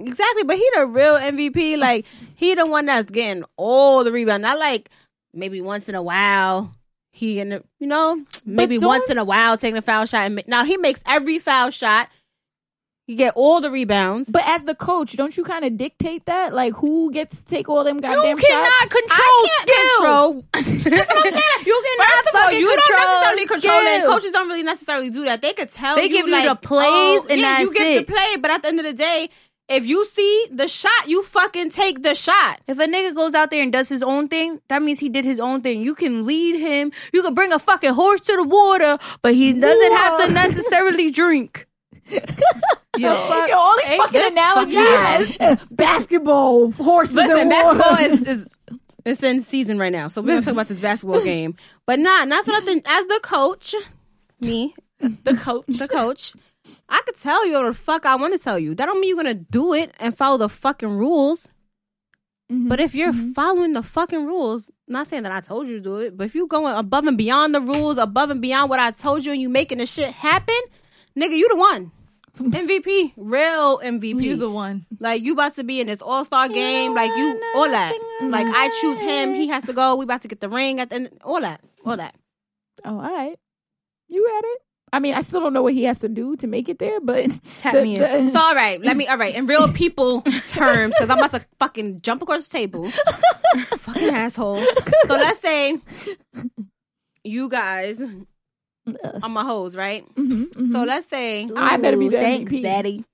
S4: Exactly, but he the real MVP. Like he the one that's getting all the rebound. Not like maybe once in a while he in the, you know maybe
S2: don't-
S4: once in a while taking a foul shot. And ma- now he makes every foul shot. He get all the rebounds.
S2: But as the coach, don't you kind of dictate that? Like who gets to take all them goddamn shots?
S4: I can't control. that's what I'm saying.
S3: You cannot
S4: First of all,
S3: fucking
S4: you don't
S3: control
S4: necessarily control that.
S3: skill.
S4: Coaches don't really necessarily do that. They could tell
S3: They
S4: you,
S3: give you
S4: like,
S3: the plays
S4: oh,
S3: and
S4: yeah, you
S3: that's
S4: get
S3: it.
S4: the play. But at the end of the day, if you see the shot, you fucking take the shot.
S3: If a nigga goes out there and does his own thing, that means he did his own thing. You can lead him. You can bring a fucking horse to the water, but he doesn't have
S2: Whoa.
S3: to necessarily drink.
S1: Yo,
S2: Yo, all these
S1: Ain't
S2: fucking
S1: this
S2: analogies.
S1: fucking
S2: Basketball, horses,
S4: Listen,
S2: and
S4: basketball
S2: water.
S4: is, is it's in season right now, so we're gonna talk about this basketball game. But nah, not for nothing. As the coach, me,
S1: the coach.
S4: the coach, I could tell you what the fuck I want to tell you. That don't mean you're gonna do it and follow the fucking rules.
S1: Mm-hmm.
S4: But if you're following the fucking rules, not saying that I told you to do it, but if you going above and beyond the rules, above and beyond what I told you, and you making the shit happen, nigga, you the one. MVP, real MVP.
S1: You the one.
S4: Like you about to be in this all star game, like you all that. Like I choose him, he has to go. We about to get the ring at the end. All that, all that.
S2: Oh, all right. You at it. I mean, I still don't know what he has to do to make it there, but
S3: Tap
S2: the-
S3: me in.
S2: the-
S4: So all right, let me. All right, in real people terms, because I'm about to fucking jump across the table, fucking asshole. So let's say you guys,
S2: Us.
S4: I'm a hose, right?
S2: Mhm, mhm.
S4: So let's say
S2: I better be the
S3: Thanks,
S2: MVP.
S3: Daddy.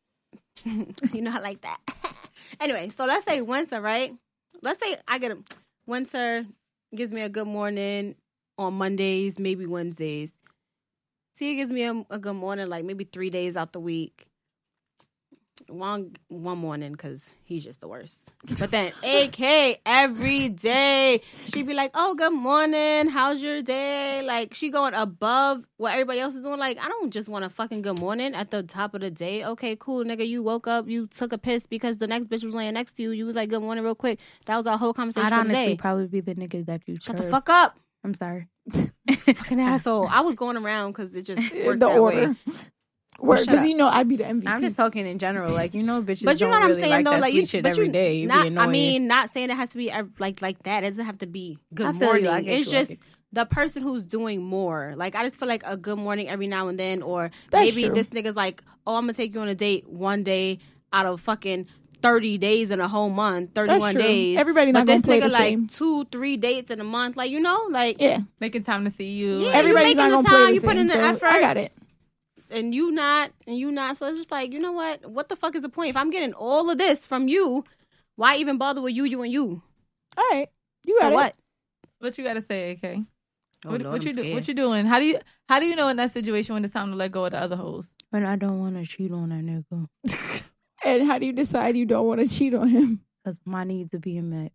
S4: you know I like that. anyway, so let's say Winter, right? Let's say I get a Winter gives me a good morning on Mondays, maybe Wednesdays. See, gives me a, a good morning like maybe three days out the week. One one morning because he's just the worst. But then AK every day she'd be like, "Oh, good morning. How's your day?" Like she going above what everybody else is doing. Like I don't just want a fucking good morning at the top of the day. Okay, cool, nigga. You woke up, you took a piss because the next bitch was laying next to you. You was like, "Good morning," real quick. That was our whole conversation
S3: I'd
S4: for the
S3: honestly
S4: day.
S3: probably be the nigga that you
S4: Shut the
S3: chirp.
S4: fuck up,
S3: I'm sorry.
S4: fucking asshole. I was going around because it just worked
S2: the
S4: that
S2: order.
S4: way. Shut
S2: Because
S4: up.
S2: you know I'd be the MVP.
S3: I'm just talking in general. Like, you know, bitches
S4: But you know
S3: don't
S4: what I'm
S3: really
S4: saying
S3: like
S4: though,
S3: that
S4: like
S3: sweet
S4: you,
S3: shit
S4: but
S3: every
S4: you
S3: day. You be
S4: not, I
S3: annoying.
S4: mean, not saying it has to be ev- like like that. It doesn't have to be good
S3: I feel
S4: morning.
S3: you. I get
S4: it's
S3: you. I
S4: just
S3: get
S4: the person who's doing more. Like I just feel like a good morning every now and then, or
S2: That's
S4: maybe
S2: true.
S4: this nigga's like, oh, I'm gonna take you on a date one day out of fucking. 30 days in a whole month, 31
S2: true.
S4: days.
S2: Everybody
S4: but
S2: not
S4: this
S2: gonna play
S4: nigga
S2: the
S4: like
S2: same.
S4: two, three dates in a month. Like, you know, like,
S2: yeah.
S1: Making time to see you.
S4: Yeah,
S1: like-
S4: Everybody-
S2: Everybody's not
S4: making the
S2: gonna play
S4: time,
S2: the
S4: you put
S2: same,
S4: in the
S2: so I
S4: effort.
S2: got it.
S4: and you not, and you not. So it's just like, you know what? What the fuck is the point? If I'm getting all of this from you, why even bother with you, you, and you?
S2: All right. You got
S4: For
S2: it.
S4: what?
S1: What you gotta say, AK?
S4: Oh,
S1: what,
S4: Lord,
S1: what
S4: I'm
S1: you do,
S4: scared.
S1: what you doing? How do you how do you know in that situation when it's time to let go of the other hoes?
S3: But I don't want to cheat on that nigga
S2: And how do you decide you don't want to cheat on him?
S3: because my needs are being met.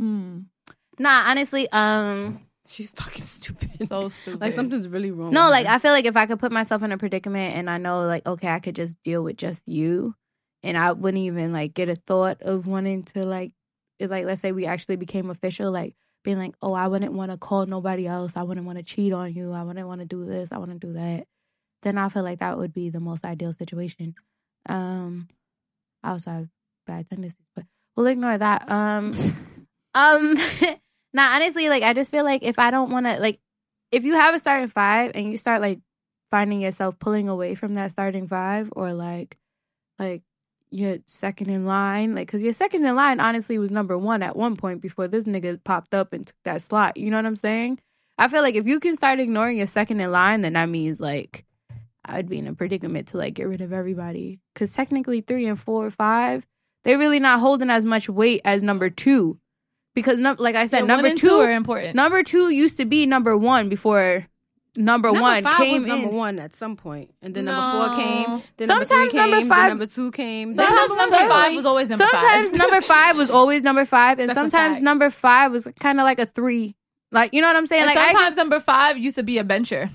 S2: Mm.
S3: Hmm. Nah, honestly, um,
S4: She's fucking stupid.
S1: So stupid.
S4: like something's really wrong.
S3: No,
S4: with
S3: like
S4: her.
S3: I feel like if I could put myself in a predicament and I know like okay, I could just deal with just you and I wouldn't even like get a thought of wanting to like it's like let's say we actually became official, like being like, Oh, I wouldn't want to call nobody else, I wouldn't want to cheat on you, I wouldn't want to do this, I wouldn't do that. Then I feel like that would be the most ideal situation. Um I also have bad tendencies, but we'll ignore that. Um Um nah honestly, like I just feel like if I don't wanna like if you have a starting five and you start like finding yourself pulling away from that starting five or like like you're second in line like because your second in line honestly was number one at one point before this nigga popped up and took that slot you know what i'm saying i feel like if you can start ignoring your second in line then that means like i'd be in a predicament to like get rid of everybody because technically three and four or five they're really not holding as much weight as number two because num- like i said
S1: Yeah, one
S3: number
S1: and
S3: two
S1: are important.
S3: Number two used to be number one before number,
S4: Number
S3: one
S4: five
S3: came
S4: was number
S3: in.
S4: one at some point, and then number four
S1: No.
S4: came. Then number
S3: Sometimes
S4: three
S3: number
S4: came.
S3: five-
S4: Then number two came.
S1: Sometimes
S4: Then
S1: number
S3: necessarily.
S1: five was always number
S3: sometimes
S1: five.
S3: number five was always number five, and
S1: That's a
S3: sometimes
S1: fact.
S3: number five was kind of like a three. Like you know what I'm saying?
S1: And
S3: like
S1: sometimes number five used to be a bencher.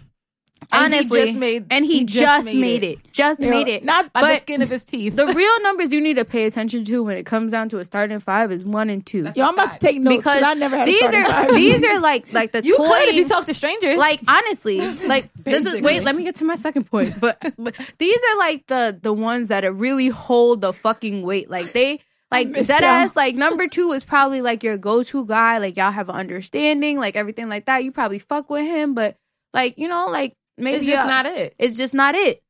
S3: I
S1: and he
S3: honestly,
S1: just made-
S3: and he, just, made, it. just
S1: You know,
S3: made it.
S1: Not by the
S3: but
S1: skin of his teeth.
S3: the real numbers you need to pay attention to when it comes down to a starting five is one and two.
S1: That's
S2: Yo, I'm about to take notes because
S3: Because
S2: I never had
S3: these
S2: a starting
S3: are
S2: five.
S3: these are like like the
S1: you
S3: toy
S1: could if you talk to strangers.
S3: like honestly like this is
S1: Basically.
S3: wait let me get to my second point but, but these are like the the ones that are really hold the fucking weight like they like
S2: missed
S3: dead
S2: out.
S3: ass like number two is probably like your go-to guy like y'all have an understanding like everything like that you probably fuck with him but like you know like maybe
S1: it's just
S3: uh,
S1: not it.
S3: it's just not it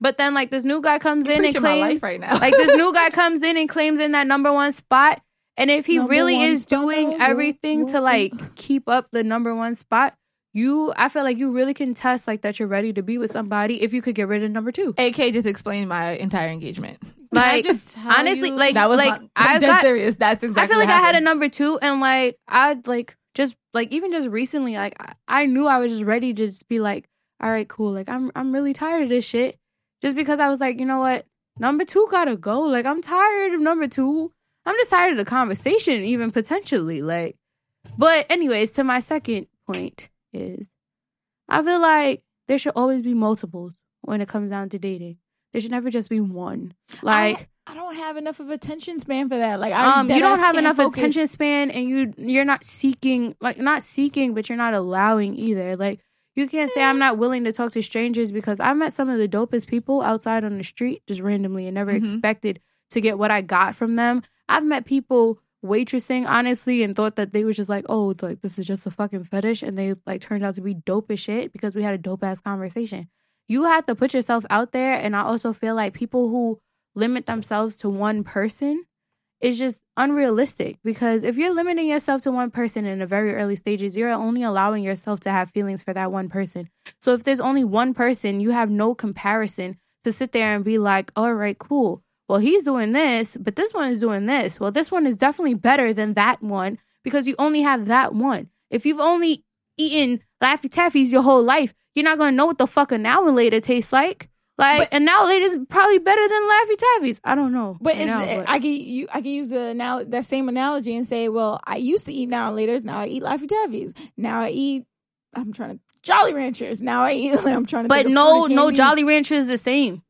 S3: but then like this new guy comes in and
S1: preaching my
S3: claims
S1: life right now.
S3: like this new guy comes in and claims in that number one spot and if he
S2: Number
S3: really
S2: one
S3: is
S2: spot,
S3: doing
S1: oh,
S2: number
S3: everything to
S2: one.
S3: like keep up the number one spot you i feel like you really can test like that you're ready to be with somebody if you could get rid of number two
S1: AK just explained my entire engagement.
S4: Can I
S3: like
S4: just tell
S3: honestly
S4: you-
S3: like
S1: That was
S3: like
S1: my,
S3: i
S1: I'm dead
S3: got
S1: serious. That's exactly.
S3: I feel like
S1: what
S3: I had a
S1: happened.
S3: number two, and like I'd like just like even just recently, like I, I knew I was just ready to just be like, all right, cool. Like I'm I'm really tired of this shit, just because I was like, you know what, number two gotta go. Like I'm tired of number two. I'm just tired of the conversation, even potentially. Like, but anyways, to my second point is, I feel like there should always be multiples when it comes down to dating. There should never just be one. Like.
S2: I don't have enough of attention span for that. Like, I
S3: Um,
S2: deadass
S3: you don't have
S2: can't
S3: enough
S2: focus.
S3: attention span, and you you're not seeking like not seeking, but you're not allowing either. Like you can't say I'm not willing to talk to strangers because I met some of the dopest people outside on the street just randomly and never
S1: Mhm.
S2: Mm-hmm.
S3: expected to get what I got from them. I've met people waitressing honestly and thought that they were just like, oh, like this is just a fucking fetish, and they like turned out to be dope as shit because we had a dope ass conversation. You have to put yourself out there, and I also feel like people who limit themselves to one person is just unrealistic because if you're limiting yourself to one person in the very early stages, you're only allowing yourself to have feelings for that one person. So if there's only one person, you have no comparison to sit there and be like, all right, cool. Well, he's doing this, but this one is doing this. Well, this one is definitely better than that one because you only have that one. If you've only eaten Laffy Taffy's your whole life, you're not going to know what the fuck an hour later tastes like. Like, an hour later is probably better than Laffy Taffy's. I don't know.
S2: But,
S3: I
S2: is
S3: know,
S2: it- I can you I can use the anal- that same analogy and say, well, I used to eat now and laters, now I eat Laffy Taffy's, now I eat I'm trying to Jolly Ranchers, now I eat I'm trying to.
S3: But
S2: think of
S3: no,
S2: food I
S3: no
S2: can't
S3: Jolly Rancher is the same.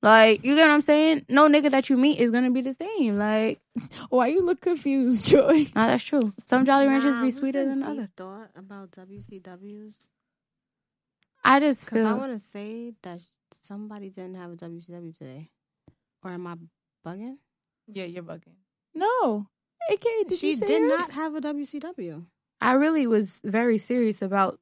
S3: Like, you get what I'm saying? No nigga that you meet is gonna be the same. Like,
S2: use. Oh, Why you look confused, Joy?
S3: nah, that's true. Some Jolly Ranchers
S4: Nah,
S3: be
S4: was this
S3: sweeter
S4: a
S3: than
S4: deep
S3: others.
S4: Thought about WCWs
S3: I just
S4: because
S3: feel.
S4: I want to say that somebody didn't have a WCW today, or am I bugging?
S1: Yeah, you're bugging.
S2: No, AK, did
S4: she
S2: you say
S4: did
S2: yours?
S4: not have a WCW.
S3: I really was very serious about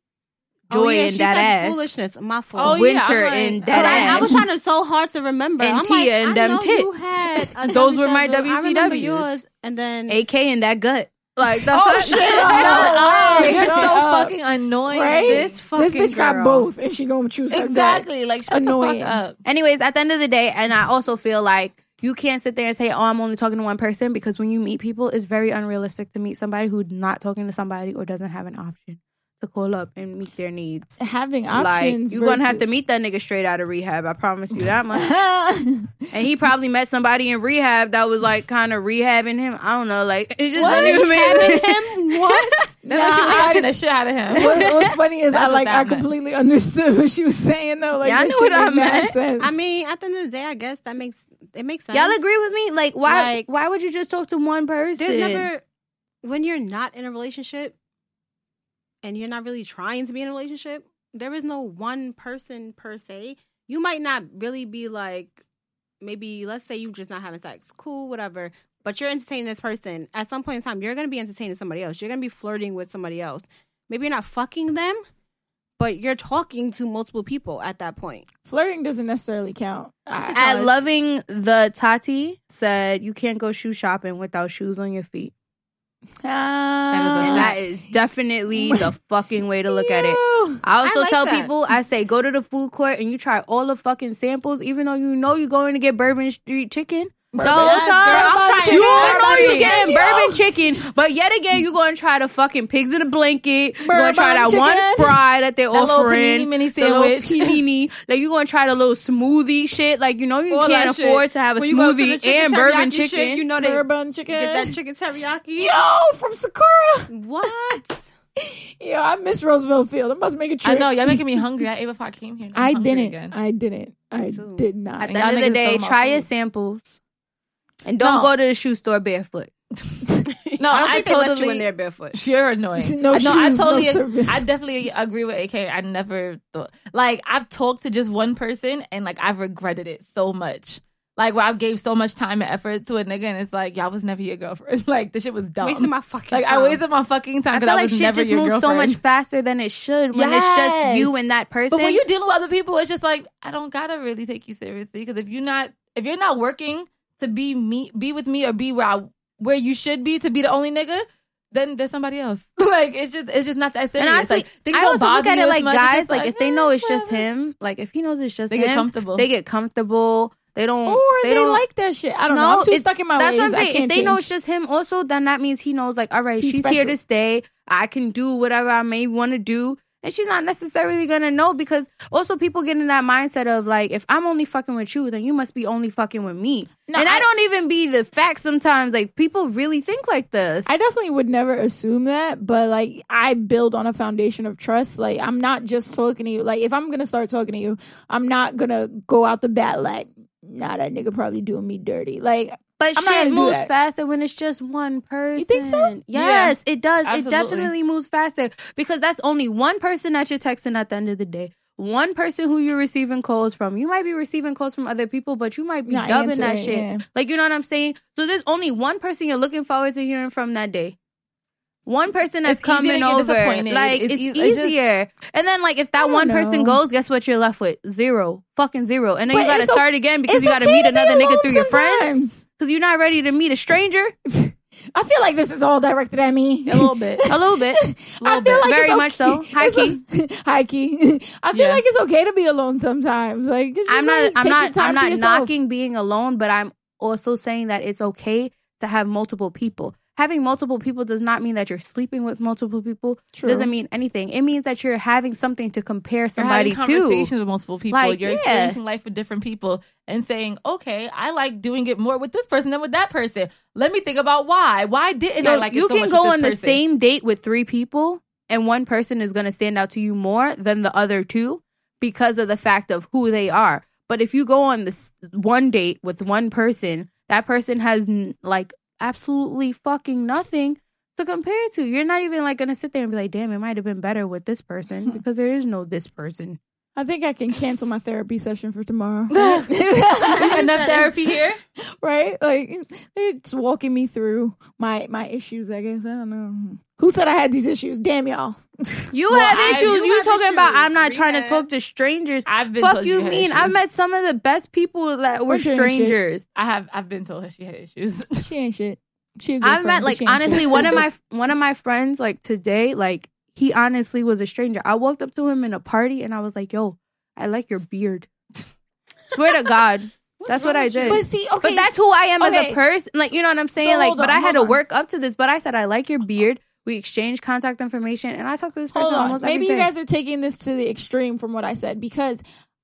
S3: joy
S4: oh, yeah,
S3: and
S4: she
S3: that
S4: said
S3: ass.
S4: Foolishness, my
S1: Oh,
S4: fault.
S1: yeah,
S3: Winter
S1: I'm like-
S3: and
S1: yeah,
S4: Cause
S3: that
S4: I, I
S3: ass.
S4: was trying to so hard to remember.
S3: And
S4: I'm
S3: Tia
S4: like,
S3: and
S4: I
S3: them
S4: know you
S3: tits.
S4: had a
S3: Those were my
S4: WCW. I remember
S3: WCWs.
S4: yours, and then
S3: AK and that gut. Like, that's
S2: Oh,
S3: what
S2: shit.
S1: Oh,
S2: Shut
S1: you're so
S2: up.
S1: fucking annoying.
S2: Right?
S4: this fucking
S2: this bitch got
S4: girl.
S2: both, and she gonna choose her gut.
S1: Exactly. Like shut
S2: Annoying.
S1: the fuck up.
S3: Anyways, at the end of the day, and I also feel like you can't sit there and say, "Oh, I'm only talking to one person," because when you meet people, it's very unrealistic to meet somebody who's not talking to somebody or doesn't have an option to call up and meet their needs.
S2: Having options,
S3: like you're gonna have to
S2: versus-
S3: meet that nigga straight out of rehab. I promise you that much. and he probably met somebody in rehab that was like kind of rehabbing him. I don't know, like it just doesn't even make sense.
S4: him? What?
S1: Then she was hugging the shit out of him.
S2: what, what's funny is
S1: That's
S2: I
S1: what
S2: like
S1: that
S2: I
S1: meant.
S2: completely understood what she was saying though. Like
S3: Yeah, I
S2: that
S3: know
S2: shit
S3: what I
S2: made mad
S3: meant.
S2: sense.
S4: I mean, at the end of the day, I guess that makes it makes sense.
S3: Y'all agree with me? Like why
S4: Like-
S3: why would you just talk to one person?
S4: There's never when you're not in a relationship and you're not really trying to be in a relationship, there is no one person per se. You might not really be like maybe let's say you're just not having sex, cool, whatever. But you're entertaining this person. At some point in time, you're gonna be entertaining somebody else. You're gonna be flirting with somebody else. Maybe you're not fucking them, but you're talking to multiple people at that point.
S2: Flirting doesn't necessarily count. I-
S3: at loving the Tati said you can't go shoe shopping without shoes on your feet.
S2: Uh,
S3: and that is definitely the fucking way to look at it.
S2: Ew.
S3: I also
S1: I like
S3: tell
S1: that.
S3: people, I say go to the food court and you try all the fucking samples, even though you know you're going to get Bourbon Street chicken. So
S1: Yes, girl, I'm trying
S3: You
S1: Bourbon
S3: know you're
S1: Street.
S3: getting
S1: Yo.
S3: bourbon chicken, but yet again you're going to try the fucking pigs in a blanket. You're going to try that
S2: Bourbon
S3: one
S2: chicken.
S3: fry that they're
S1: That little
S3: offering,
S1: panini mini
S3: the little
S1: sandwich.
S3: panini. like you're going to try the little smoothie shit. Like you know you
S4: All
S3: can't
S4: that shit.
S3: afford to have a
S4: When you go to the
S3: smoothie
S4: chicken
S3: and bourbon
S4: teriyaki shit,
S3: chicken.
S4: you know they
S2: Bourbon chicken.
S4: get that chicken teriyaki.
S2: Yo, from Sakura.
S4: What?
S2: Yo, I miss Roosevelt Field. I must make a
S1: I
S2: trip.
S1: know y'all making me hungry. I ate before I came here. and I'm
S2: I
S1: hungry
S2: didn't.
S1: Again.
S2: I didn't. I
S4: too.
S2: did not.
S3: At the
S1: Y'all
S3: end of the
S1: niggas
S3: day,
S1: talking about
S3: try your
S1: food.
S3: samples and don't
S1: No.
S3: go to the shoe store barefoot.
S4: I
S1: No,
S4: don't
S1: I,
S4: think
S1: totally.
S4: they let you in there barefoot.
S1: You're annoying.
S2: No
S1: I- no, I
S2: shoes, no
S1: totally,
S2: service.
S1: I definitely agree with AK. I never thought like I've talked to just one person and like I've regretted it so much. Like where I gave so much time and effort to a nigga and it's like y'all was never your girlfriend. Like this shit was dumb.
S4: Wasting my fucking
S1: like I
S4: time.
S1: wasted my fucking time
S3: I
S1: because
S3: feel
S1: I,
S3: like
S1: was
S3: shit
S1: never
S3: just
S1: your
S3: moves so
S1: girlfriend.
S3: much faster than it should when it's
S1: Yes.
S3: just you and that person.
S1: But when you're dealing with other people, it's just like I don't gotta really take you seriously because if you're not if you're not working to be me, be with me, or be where I, where you should be to be the only nigga, then there's somebody else. like it's just it's just not that serious.
S3: and honestly,
S1: like, things
S3: I
S1: don't
S3: also look
S1: bother
S3: at
S1: you
S3: it
S1: as
S3: like
S1: much. It's
S3: guys,
S1: just
S3: like, if they
S1: eh,
S3: know it's just
S1: whatever.
S3: him, like if he knows it's just
S1: They
S3: him,
S1: get comfortable.
S3: They get comfortable. They don't.
S2: or they,
S3: don't,
S2: like that shit. I don't
S3: no,
S2: know. I'm too
S3: it's-
S2: stuck in my
S3: That's
S2: ways.
S3: what I'm
S2: I
S3: saying. If
S2: can't
S3: they know it's
S2: change.
S3: just him, also then that means he knows, like, all right,
S2: He's
S3: she's here
S2: special.
S3: to stay. I can do whatever I may want to do, and she's not necessarily gonna know because also people get in that mindset of like, if I'm only fucking with you, then you must be only fucking with me.
S2: No,
S3: and I,
S2: I-
S3: don't even be the fact sometimes. Like people really think like this.
S2: I definitely would never assume that, but like I build on a foundation of trust. Like I'm not just talking to you. Like if I'm gonna start talking to you, I'm not gonna go out the bat like, nah, that nigga probably doing me dirty. Like
S3: But
S2: I'm not gonna
S3: shit
S2: do
S3: moves
S2: that.
S3: faster when it's just one person.
S2: think so?
S3: Yes, it does.
S1: absolutely.
S3: It definitely moves faster because that's only one person that you're texting at the end of the day. One person who you're receiving calls from. You might be receiving calls from other people, but you might be
S2: Not
S3: dubbing that
S2: answering,
S3: shit.
S2: yeah.
S3: Like, you know what I'm saying? So there's only one person you're looking forward to hearing from that day. One person that's
S1: It's easier to
S3: coming
S1: get
S3: over.
S1: disappointed.
S3: Like,
S1: It's
S3: it's,
S1: eas- it's just-
S3: easier. and then, like, if that
S2: don't
S3: one person
S2: know.
S3: goes, guess what you're left with? Zero. Fucking zero. And then
S2: But
S3: you gotta
S2: it's o-
S3: start again because
S2: it's
S3: you gotta
S2: okay
S3: meet
S2: to be
S3: another nigga
S2: alone
S3: through your friends.
S2: sometimes.
S3: Because you're not ready to meet a stranger.
S2: I feel like this is all directed at me.
S1: a little bit.
S3: A little bit.
S2: I feel
S3: Little bit.
S2: like
S3: Very
S2: it's
S3: much so.
S2: okay-
S3: High
S2: it's
S3: key.
S2: o- high key. I feel
S1: Yeah.
S2: like it's okay to be alone sometimes. Like it's just
S3: I'm not
S2: like,
S3: I'm
S2: take your
S3: not
S2: time
S3: I'm
S2: to
S3: not
S2: yourself.
S3: knocking being alone, but I'm also saying that it's okay to have multiple people. Having multiple people does not mean that you're sleeping with multiple people.
S2: True.
S3: Doesn't mean anything. It means that you're having something to compare
S1: You're
S3: somebody
S1: having conversations
S3: to.
S1: with multiple people.
S3: Like,
S1: you're
S3: yeah.
S1: experiencing life with different people and saying, "Okay, I like doing it more with this person than with that person. Let me think about why. Why didn't I
S3: Yo,
S1: like it
S3: you
S1: so
S3: can
S1: much
S3: go
S1: with this
S3: on the
S1: person?
S3: same date with three people and one person is going to stand out to you more than the other two because of the fact of who they are but if you go on this one date with one person that person has n- like absolutely fucking nothing to compare to you're not even like going to sit there and be like damn it might have been better with this person because there is no this person
S2: I think I can cancel my therapy session for tomorrow.
S1: enough therapy here.
S2: right? Like it's walking me through my my issues. I guess I don't know who said I had these issues. Damn y'all.
S3: you
S1: Well,
S3: have
S1: I-
S3: issues
S1: you
S3: you,
S1: have
S3: talking about
S1: issues.
S3: i'm not
S1: We
S3: trying to
S1: have-
S3: talk to strangers
S1: I've been
S3: fuck
S1: told
S3: you
S1: had
S3: mean i
S1: issues.
S3: met some of the best people that were
S2: We're doing shit.
S3: strangers
S1: I have. I've been told she had issues.
S2: She ain't shit. She a good
S3: I
S2: friend,
S3: met
S2: but
S3: like
S2: she ain't
S3: honestly
S2: shit.
S3: one of my one of my friends like today like he honestly was a stranger. I walked up to him in a party and I was like, "Yo, I like your beard." Swear to God, that's what I did.
S2: But see, okay,
S3: But that's who I am as a
S2: okay.
S3: person. Like you know what I'm saying?
S2: So
S3: like,
S2: hold
S3: but
S2: on,
S3: I had to
S2: hold on.
S3: work up to this. But I said I like your beard. We exchanged contact information, and I talked to this person
S2: Hold on.
S3: almost every
S2: Maybe you
S3: day.
S2: guys are taking this to the extreme from what I said because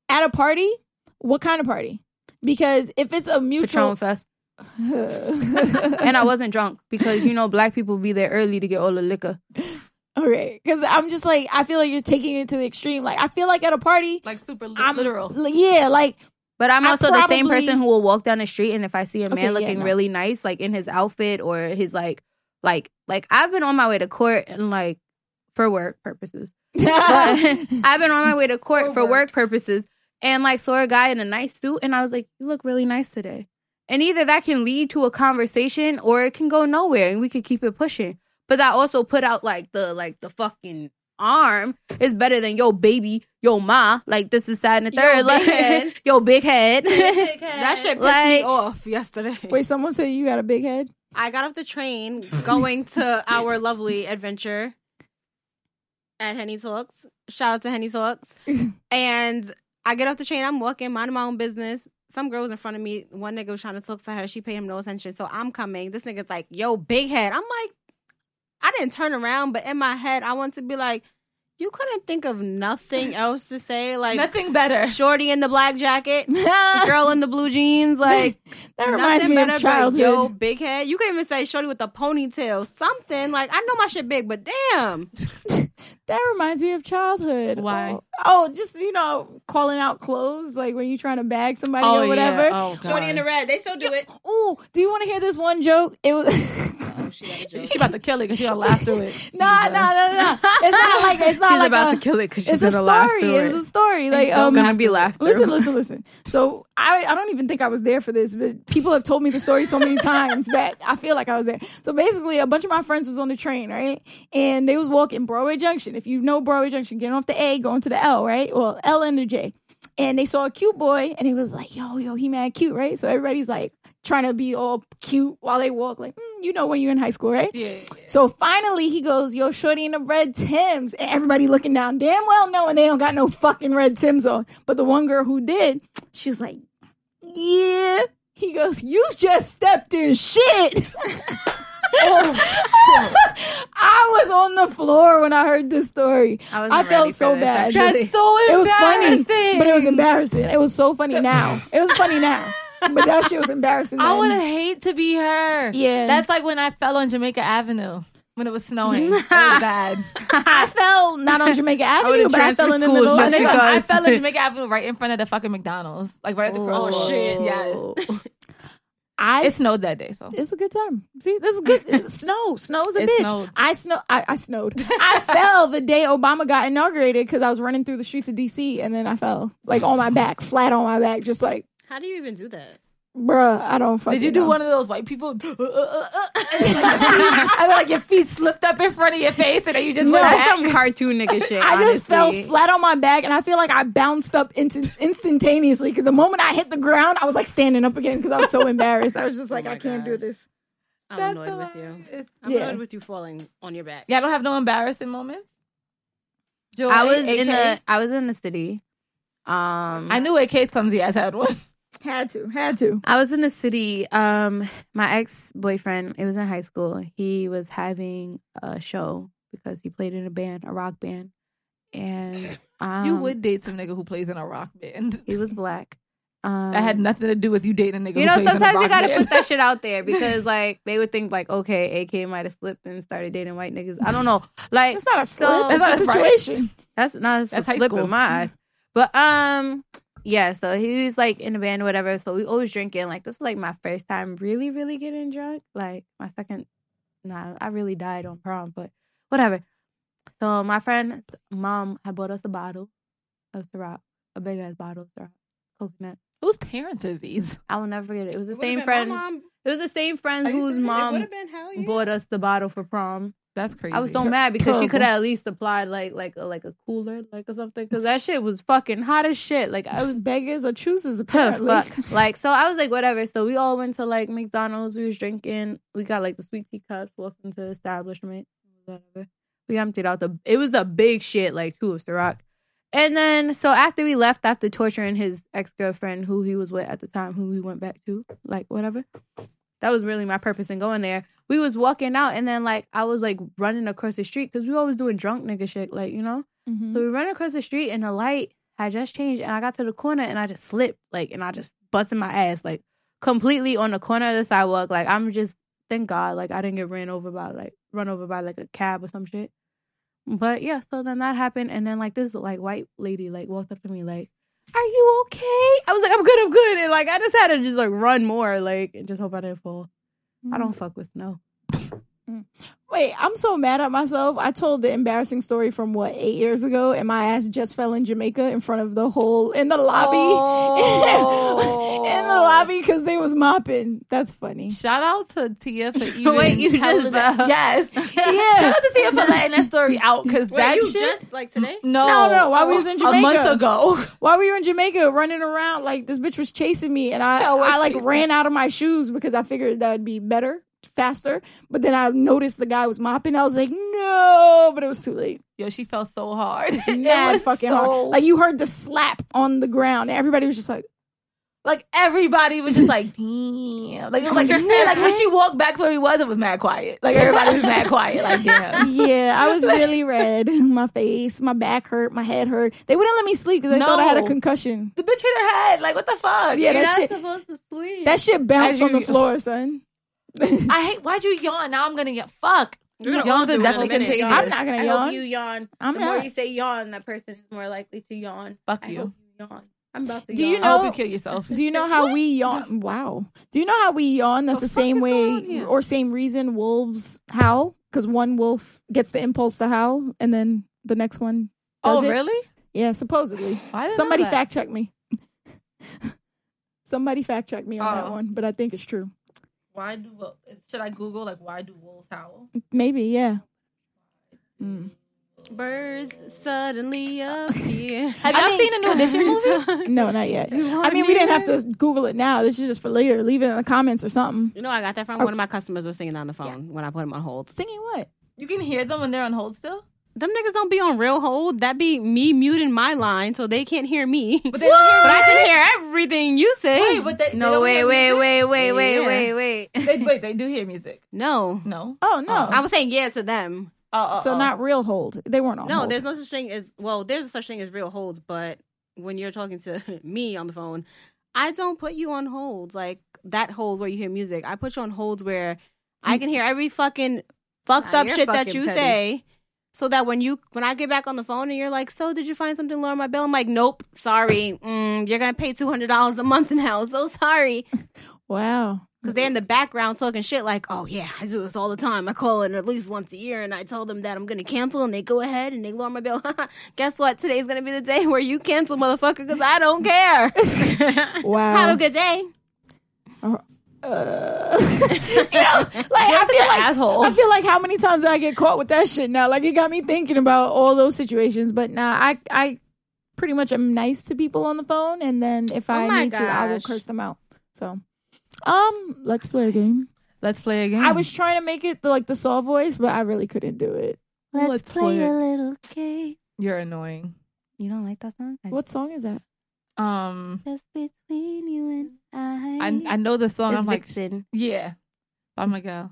S2: at a party, what kind of party? Because if it's a
S3: Patron
S2: mutual,
S3: Fest,
S2: and
S3: and I wasn't drunk because you know black people be there early to get all the liquor.
S2: okay, because I'm just like I feel like you're taking it to the extreme. Like I feel like at a party,
S1: like super li-
S2: I'm
S1: literal.
S2: Like, yeah, like
S3: But I'm
S2: I
S3: also the same
S2: probably-
S3: person who will walk down the street and if I see a man
S2: Okay, yeah,
S3: looking
S2: no.
S3: really nice, like in his outfit or his like like like I've been on my way to court and like for work purposes. But I've been on my way to court
S4: Oh,
S1: For
S3: for work purposes and like saw a guy in a nice suit and I was like, You look really nice today. And either that can lead to a conversation or it can go nowhere and we could keep it pushing. But that also put out like the like the fucking arm is better than yo baby, yo ma, like this is that and the
S4: Yo,
S3: third.
S4: big
S3: like
S4: head.
S3: yo big head.
S4: That shit pissed me
S3: Like-
S4: off yesterday.
S2: Wait, someone said you got a big head.
S4: I got off the train going to our lovely adventure at Henny Talks. Shout out to Henny Talks. and I get off the train, I'm walking, minding my own business. Some girl was in front of me. One nigga was trying to talk to her. She paid him no attention. So I'm coming. This nigga's like, yo, big head. I'm like, I didn't turn around, but in my head, I want to be like, you couldn't think of nothing else to say. Like,
S1: Nothing better.
S4: shorty in the black jacket,
S2: that
S4: girl in the blue jeans. Like,
S2: reminds me of
S4: but
S2: childhood.
S4: Yo, big head. You could even say shorty with the ponytail, something. Like I know my shit big, but damn.
S2: That reminds me of childhood.
S1: Why?
S2: Oh, oh, just you know, calling out clothes like when you're trying to bag somebody or whatever.
S1: Oh,
S4: Shorty in the red. They still do it.
S2: Ooh, do you want to hear this one joke? It was
S1: She about to kill it because she gonna laugh through it.
S2: nah, nah, nah, nah. It's not like it's not
S3: she's
S2: like
S3: about
S2: a,
S3: to kill it because she's
S2: It's a
S3: gonna laugh
S2: story.
S3: through
S2: It's
S3: it.
S2: a story. Like um,
S3: it's gonna be laughed through.
S2: Listen, listen, listen. So I, I don't even think I was there for this, but people have told me the story so many times that I feel like I was there. So basically, a bunch of my friends was on the train, right? And they was walking Broadway Junction. If you know Broadway Junction, getting off the A, going to the L, right? Well, L and the J. And they saw a cute boy, and he was like, "Yo, yo, he mad cute, right?" So everybody's like trying to be all cute while they walk, like mm, you know when you're in high school, right?
S1: Yeah.
S2: So finally, he goes, "Yo, shorty in the red Tims," and everybody looking down, damn well knowing they don't got no fucking red Tims on. But the one girl who did, she's like, "Yeah." He goes, "You just stepped in shit." I was on the floor when I heard this story.
S3: I
S2: I,
S3: wasn't ready
S2: felt
S3: for
S2: so
S3: this,
S2: bad.
S3: actually.
S1: That's so embarrassing.
S2: It was funny, but it was embarrassing. It was so funny now. It was funny now, but that shit was embarrassing.
S1: I
S2: then.
S1: would hate to be her.
S2: Yeah.
S1: That's like when I fell on Jamaica Avenue when it was snowing. it was bad.
S2: I fell not on Jamaica Avenue,
S3: would've
S2: but I
S3: transferred
S2: fell in the
S3: schools
S2: middle.
S1: My
S3: just
S1: nigga,
S2: of
S1: I
S3: because-
S1: fell on Jamaica Avenue right in front of the fucking McDonald's, like right at the
S2: Oh,
S1: crosswalk. Yeah.
S3: Oh, shit.
S2: I
S1: It snowed that day, so
S2: It's a good time. See, this is good. It- snow, snow's a
S1: It
S2: bitch.
S1: snowed.
S2: I snow. I, I snowed. I fell the day Obama got inaugurated because I was running through the streets of DC and then I fell like on my back, flat on my back, just like,
S4: How do you even do that?
S2: bruh, I don't fucking.
S1: Did you do
S2: know.
S1: one of those white people? and then like your feet slipped up in front of your face, and then you just
S2: No,
S1: went
S3: That's
S1: back.
S3: some cartoon nigga shit.
S2: I just fell
S3: honestly.
S2: flat on my back, and I feel like I bounced up into instantaneously because the moment I hit the ground, I was like standing up again because I was so embarrassed. I was just
S1: Oh
S2: like, I can't do this.
S4: I'm annoyed with you. I'm
S2: Yeah.
S4: annoyed with you falling on your back.
S1: Yeah, I don't have no embarrassing moments. Joy,
S3: I was
S1: AK.
S3: in the I was in the city. Um,
S1: I knew AK's clumsy ass had one.
S2: Had to, had to.
S3: I was in the city. Um, my ex boyfriend, it was in high school. He was having a show because he played in a band, a rock band, and um,
S1: you would date some nigga who plays in a rock band.
S3: He was black. Um,
S1: That had nothing to do with you dating a nigga.
S3: You
S1: who
S3: know,
S1: plays in a
S3: sometimes you
S1: rock
S3: gotta
S1: band.
S3: put that shit out there because, like, they would think like, okay, AK might have slipped and started dating white niggas. I don't know. Like,
S2: It's not a slip.
S3: So-
S2: it's
S1: That's
S2: a
S1: not right.
S2: situation.
S3: That's not
S1: That's
S3: that's
S1: high
S3: a slip
S1: school.
S3: in my eyes. But um, yeah. So he was like in a band or whatever. So we always drinking. Like this was like my first time really, really getting drunk. Like my second. Nah, I really died on prom, but whatever. So my friend's mom had bought us a bottle of Ciroc, a big ass bottle of Ciroc, coconut.
S1: Whose parents are these?
S3: I will never forget it. It was the
S4: Would've
S3: same
S4: been
S3: friend.
S4: My mom,
S3: It was the same friend
S4: Are you
S3: whose
S4: serious? It
S3: mom
S4: would've been hell yeah.
S3: bought us the bottle for prom.
S1: That's crazy.
S3: I was so mad because she
S2: Terrible.
S3: could have at least applied like like a, like a cooler like or something because that shit was fucking hot as shit. Like I was
S2: beggars or choosers
S3: puff,
S2: apparently.
S3: fuck. like so I was like whatever. So we all went to like McDonald's. We was drinking. We got like the sweet tea cups. Walked into the establishment. Whatever. We emptied out the. It was a big shit like two of Ciroc. And then so after we left after torturing his ex girlfriend who he was with at the time who he went back to like whatever. That was really my purpose in going there we was walking out and then like I was like running across the street because we always doing drunk nigga shit, like you know.
S1: Mm-hmm.
S4: Mm-hmm.
S3: So we run across the street and the light had just changed and I got to the corner and I just slipped like and I just busted my ass like completely on the corner of the sidewalk. Like I'm just thank God like I didn't get ran over by like run over by like a cab or some shit. But yeah, so then that happened and then like this like white lady like walked up to me like "Are you okay?" I was like, "I'm good, I'm good," and like I just had to just like run more, like and just hope I didn't fall. I
S4: Mm.
S3: don't fuck with snow.
S2: Wait, I'm so mad at myself. I told the embarrassing story from what eight years ago, and my ass just fell in Jamaica in front of the whole in the lobby
S1: Oh.
S2: in the lobby because they was mopping. That's funny.
S1: Shout out to Tia for even
S3: Wait, you just
S1: telling that-
S3: bowed.
S1: Yes. Shout out to Tia for letting that story out because that
S4: you
S1: shit.
S4: just like today?
S1: no,
S2: No, no, while we was in
S1: a
S2: Jamaica.
S1: month ago.
S2: While we were in Jamaica running around, like this bitch was chasing me, and I,
S1: was
S2: I like
S1: chasing.
S2: ran out of my shoes because I figured that would be better, faster. But then I noticed the guy was mopping. I was like, no, but it was too late.
S1: Yo, she fell so hard. It
S2: Mad
S1: was
S2: fucking
S1: so-
S2: hard. Like you heard the slap on the ground. and Everybody was just like,
S1: Like everybody was just like, damn. Like it was like, and, like when she walked back to where he was, it was mad quiet. Like everybody was mad quiet. Like damn.
S2: yeah, I was really red. My face, my back hurt, my head hurt. They wouldn't let me sleep because they thought I had a
S1: No.
S2: concussion.
S1: The bitch hit her head. Like what the fuck?
S2: Yeah,
S1: You
S2: that
S1: know?
S2: shit.
S3: supposed to sleep.
S2: That shit bounced
S1: As
S2: from the
S1: you-
S2: floor, son.
S1: I hate. Why'd you yawn? Now I'm gonna get fuck.
S4: You're Mm-hmm. gonna
S1: Yawns
S4: all
S1: are
S4: do it in a
S1: definitely
S4: minute.
S1: contagious.
S2: I'm not gonna
S4: I
S2: yawn.
S4: hope you yawn.
S2: I'm
S4: the
S2: not.
S4: more you say yawn, that person is more likely to yawn.
S1: Fuck
S4: I
S1: you.
S4: hope you yawn. I'm about to
S2: Do
S4: yawn.
S2: you
S1: I hope
S2: know-
S1: you kill yourself.
S2: Do you know how we yawn? Wow. Do you know how we yawn? That's the, same way or same reason wolves howl because one wolf gets the impulse to howl and then the next one. Does
S1: oh
S2: it.
S1: really?
S2: Yeah, supposedly.
S1: Why didn't I
S2: Somebody
S1: know that?
S2: fact check me. Somebody fact check me on that
S4: Oh.
S2: one, but I think it's true.
S1: Why do wo- should I Google like why do wolves howl?
S2: Maybe, yeah.
S4: Birds suddenly appear.
S1: Have y'all seen a new edition movie?
S2: No, not yet. I mean, we didn't have to Google it now. This is just for later. Leave it in the comments or something.
S4: you know, I got that from one of my customers was singing on the phone when I put him on hold.
S2: Singing what?
S1: You can hear them when they're on hold still,
S4: Them niggas don't be on real hold. That be me muting my line so they can't hear me.
S1: but they don't hear.
S4: But I can hear everything you say.
S1: Wait, but they, they
S3: no,
S4: Oh,
S1: don't
S3: wait,
S1: hear
S3: wait,
S1: music?
S3: wait, wait, wait,
S4: Yeah.
S3: wait, wait,
S1: They, wait, they do hear music.
S4: no.
S1: No.
S2: Oh no!
S4: I was saying yeah to them.
S1: Oh, oh,
S2: so
S1: oh.
S2: not real hold. They weren't on
S4: No,
S2: hold.
S4: there's no such thing as well, there's such thing as real holds, but when you're talking to me on the phone, I don't put you on hold like that hold where you hear music. I put you on hold where I can hear every fucking fucked
S3: Nah,
S4: up
S3: Mm. Ah, you're
S4: shit that
S3: fucking
S4: you
S3: petty.
S4: say. So that when you when I get back on the phone and you're like, so did you find something lower my bill? I'm like, nope, sorry. Mm, you're gonna pay two hundred dollars a month now. So sorry.
S2: Wow.
S4: Because they're in the background talking shit like, oh yeah, I do this all the time. I call in at least once a year and I tell them that I'm going to cancel and they go ahead and they lower my bill. Guess what? Today's going to be the day where you cancel, motherfucker, because I don't care.
S2: Wow.
S4: Have a good day.
S2: Uh, you know, like I feel like
S1: asshole.
S2: I feel like how many times did I get caught with that shit now? Like it got me thinking about all those situations. But now I I pretty much am nice to people on the phone, and then if
S1: Oh
S2: I
S4: my
S2: need to, I will
S4: gosh.
S2: curse them out. So. Um, let's play a game.
S1: Let's play again.
S2: I was trying to make it the, like the saw voice, but I really couldn't do it.
S1: Let's play it.
S4: little game.
S1: You're annoying.
S4: You don't like that song?
S2: What song is that?
S1: Um,
S4: Just between you and
S1: I
S4: I.
S1: I know the song.
S4: it's
S1: I'm like,
S4: Vixen.
S1: yeah. I'm like, oh.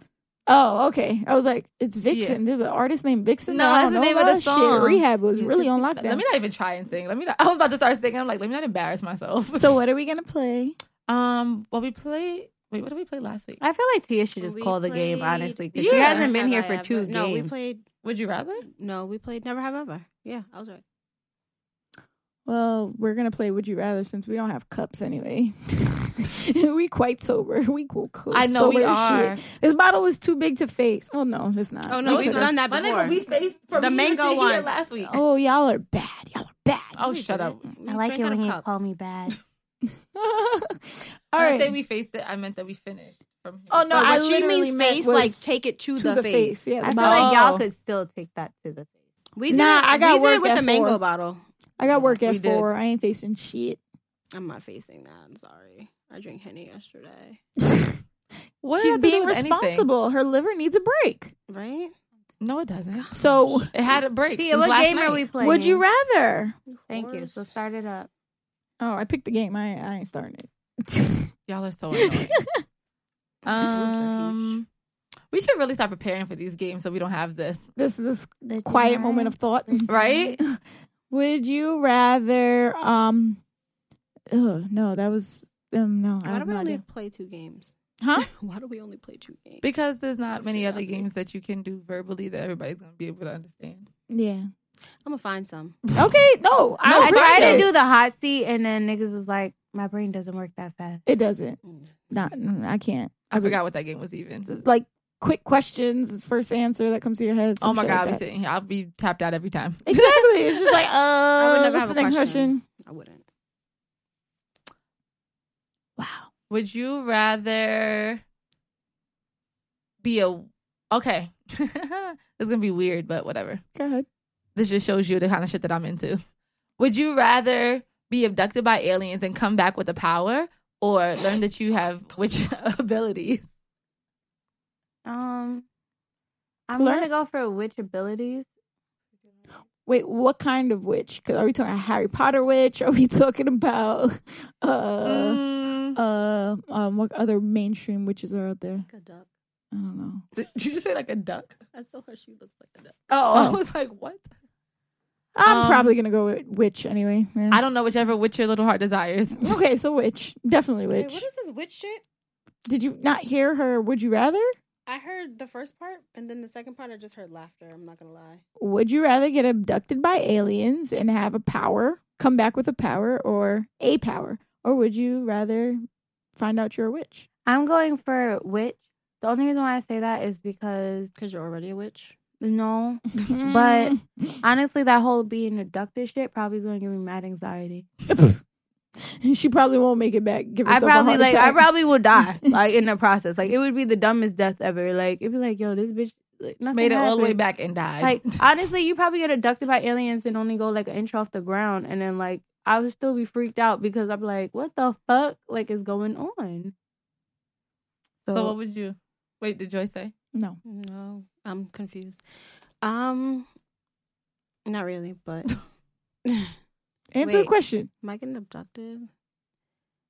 S2: Oh, okay. I was like, it's Vixen. There's an artist named Vixen.
S1: No,
S2: that I
S1: that's
S2: don't
S1: the
S2: know
S1: name of the
S2: about.
S1: song.
S2: Shit, Rehab was really on
S1: Let
S2: lockdown.
S1: me not even try and sing. Let me. Not, I was about to start singing. I'm like, let me not embarrass myself.
S2: so, what are we gonna play?
S1: um, well, we played. Wait, what did we play last week?
S3: I feel like Tia should just
S4: We
S3: call the game
S4: played-
S3: honestly because she
S1: Yeah.
S3: hasn't been
S4: Have
S3: here
S4: I
S3: for
S4: ever-
S3: two games.
S4: No, we played.
S1: Would you rather?
S4: No, we played Never Have Ever. Yeah, I was right.
S2: Well, we're gonna play Would You Rather since we don't have cups anyway. we quite sober. We cool. cool
S1: I know we
S2: sober as
S1: are.
S2: Shit. This bottle is too big to face. Oh no, it's not.
S4: Oh, no,
S2: Okay.
S4: we've done that
S1: My
S4: before.
S1: nigga, we faced from
S4: The
S1: here
S4: mango
S1: to here
S4: one.
S1: last week.
S2: Oh, y'all are bad. Y'all are bad.
S1: Oh, shut up.
S4: I like it when you call me
S3: bad.
S2: All
S1: When I say
S2: right.
S1: Oh. we faced it, I meant that we finished from here.
S2: Oh no,
S4: But
S2: I
S4: what she
S2: literally
S4: means
S2: meant
S4: face,
S2: was
S4: like take it to,
S2: to
S4: the, face.
S2: Yeah, the
S3: I feel
S2: bottle.
S3: like y'all
S1: Oh.
S3: could still take that to the face.
S4: We
S2: Nah,
S4: did it-
S2: I got
S4: we did
S2: work
S4: it with
S2: at
S4: the mango
S2: four.
S4: bottle.
S2: I got work
S1: We
S2: at
S1: did.
S2: four. I ain't facing shit.
S4: I'm not facing that. I'm sorry. I drank henny yesterday.
S1: What
S2: She's
S1: did that have to do
S2: being
S1: with anything?
S2: responsible. Her liver needs a break.
S4: Right?
S1: No, it doesn't.
S2: So,
S1: It had a break. It
S3: Tia,
S1: was
S3: what
S1: last
S3: game are
S1: night.
S3: we playing?
S2: would you rather?
S3: Thank you. So
S4: Horse.
S3: start it up.
S2: Oh, I picked the game. I, I ain't starting it.
S1: Y'all are so annoying.
S4: are
S1: um, we should really start preparing for these games so we don't have this,
S2: This is
S3: The
S2: a quiet
S3: time.
S2: moment of thought.
S1: right?
S2: Would you rather? Um, oh no, that was um no.
S4: Why
S2: I
S4: do
S2: have
S4: we
S2: no
S4: only
S2: idea.
S4: play two games?
S2: Huh?
S4: Why do we only play two games?
S1: Because there's not many other
S4: Curiosity.
S1: games that you can do verbally that everybody's gonna be able to understand.
S2: Yeah.
S4: I'm gonna find some.
S2: Okay, no, I,
S1: Oh,
S3: I
S2: appreciate
S3: tried to
S2: it.
S3: do the hot seat, and then niggas was like, "My brain doesn't work that fast."
S2: It doesn't. Not, mm, I can't.
S1: I forgot what that game was even.
S2: Like quick questions, first answer that comes to your head. some
S1: oh my
S2: shit
S1: god,
S2: like
S1: I'll be
S2: that.
S1: sitting here. I'll be tapped out every time.
S2: exactly. It's just like, uh,
S4: would never
S2: what's
S4: have
S2: the
S4: a
S2: next
S4: question. I wouldn't.
S1: Would you rather be a okay? it's gonna be weird, but whatever.
S2: Go ahead.
S1: This just shows you the kind of shit that I'm into. Would you rather be abducted by aliens and come back with a power, or learn that you have which abilities?
S3: Um, I'm
S2: Learn-
S3: gonna go for witch abilities.
S2: Wait, what kind of witch? 'Cause are we talking about Harry Potter witch? Are we talking about uh
S1: Mm.
S2: uh um what other mainstream witches are out there?
S4: Like a duck.
S2: I don't know.
S1: Did you just say like a duck?
S4: I saw her. She looks like a duck.
S1: Oh, I
S2: Oh.
S1: was like, what?
S2: I'm
S1: Um,
S2: probably gonna go with witch anyway. yeah.
S1: I don't know whichever which your little heart desires.
S2: okay, so witch, definitely
S4: Wait,
S2: witch.
S4: what is this witch shit?
S2: Did you not hear her? Would you rather?
S4: I heard the first part, and then the second part, I just heard laughter. I'm not gonna lie.
S2: Would you rather get abducted by aliens and have a power, come back with a power or a power, or would you rather find out you're a witch?
S3: I'm going for witch. The only reason why I say that is because
S4: Cause you're already a witch.
S3: no, But- honestly, that whole being abducted shit probably is gonna give me mad anxiety.
S2: she probably won't make it back. Give
S3: I
S2: herself a
S3: probably
S2: heart
S3: like I
S2: attack.
S3: probably will die like in the process. Like it would be the dumbest death ever. Like it'd be like, yo, this bitch like, nothing
S1: Made it all the way
S3: happened.
S1: back and died.
S3: Like honestly, you probably get abducted by aliens and only go like an inch off the ground, and then like I would still be freaked out because I'm like, what the fuck like is going on? So,
S1: so what would you? Wait, did Joy say?
S2: no.
S4: No, I'm confused. Um, not really, but
S2: Answer the
S4: Wait.
S2: question.
S4: am I getting abducted?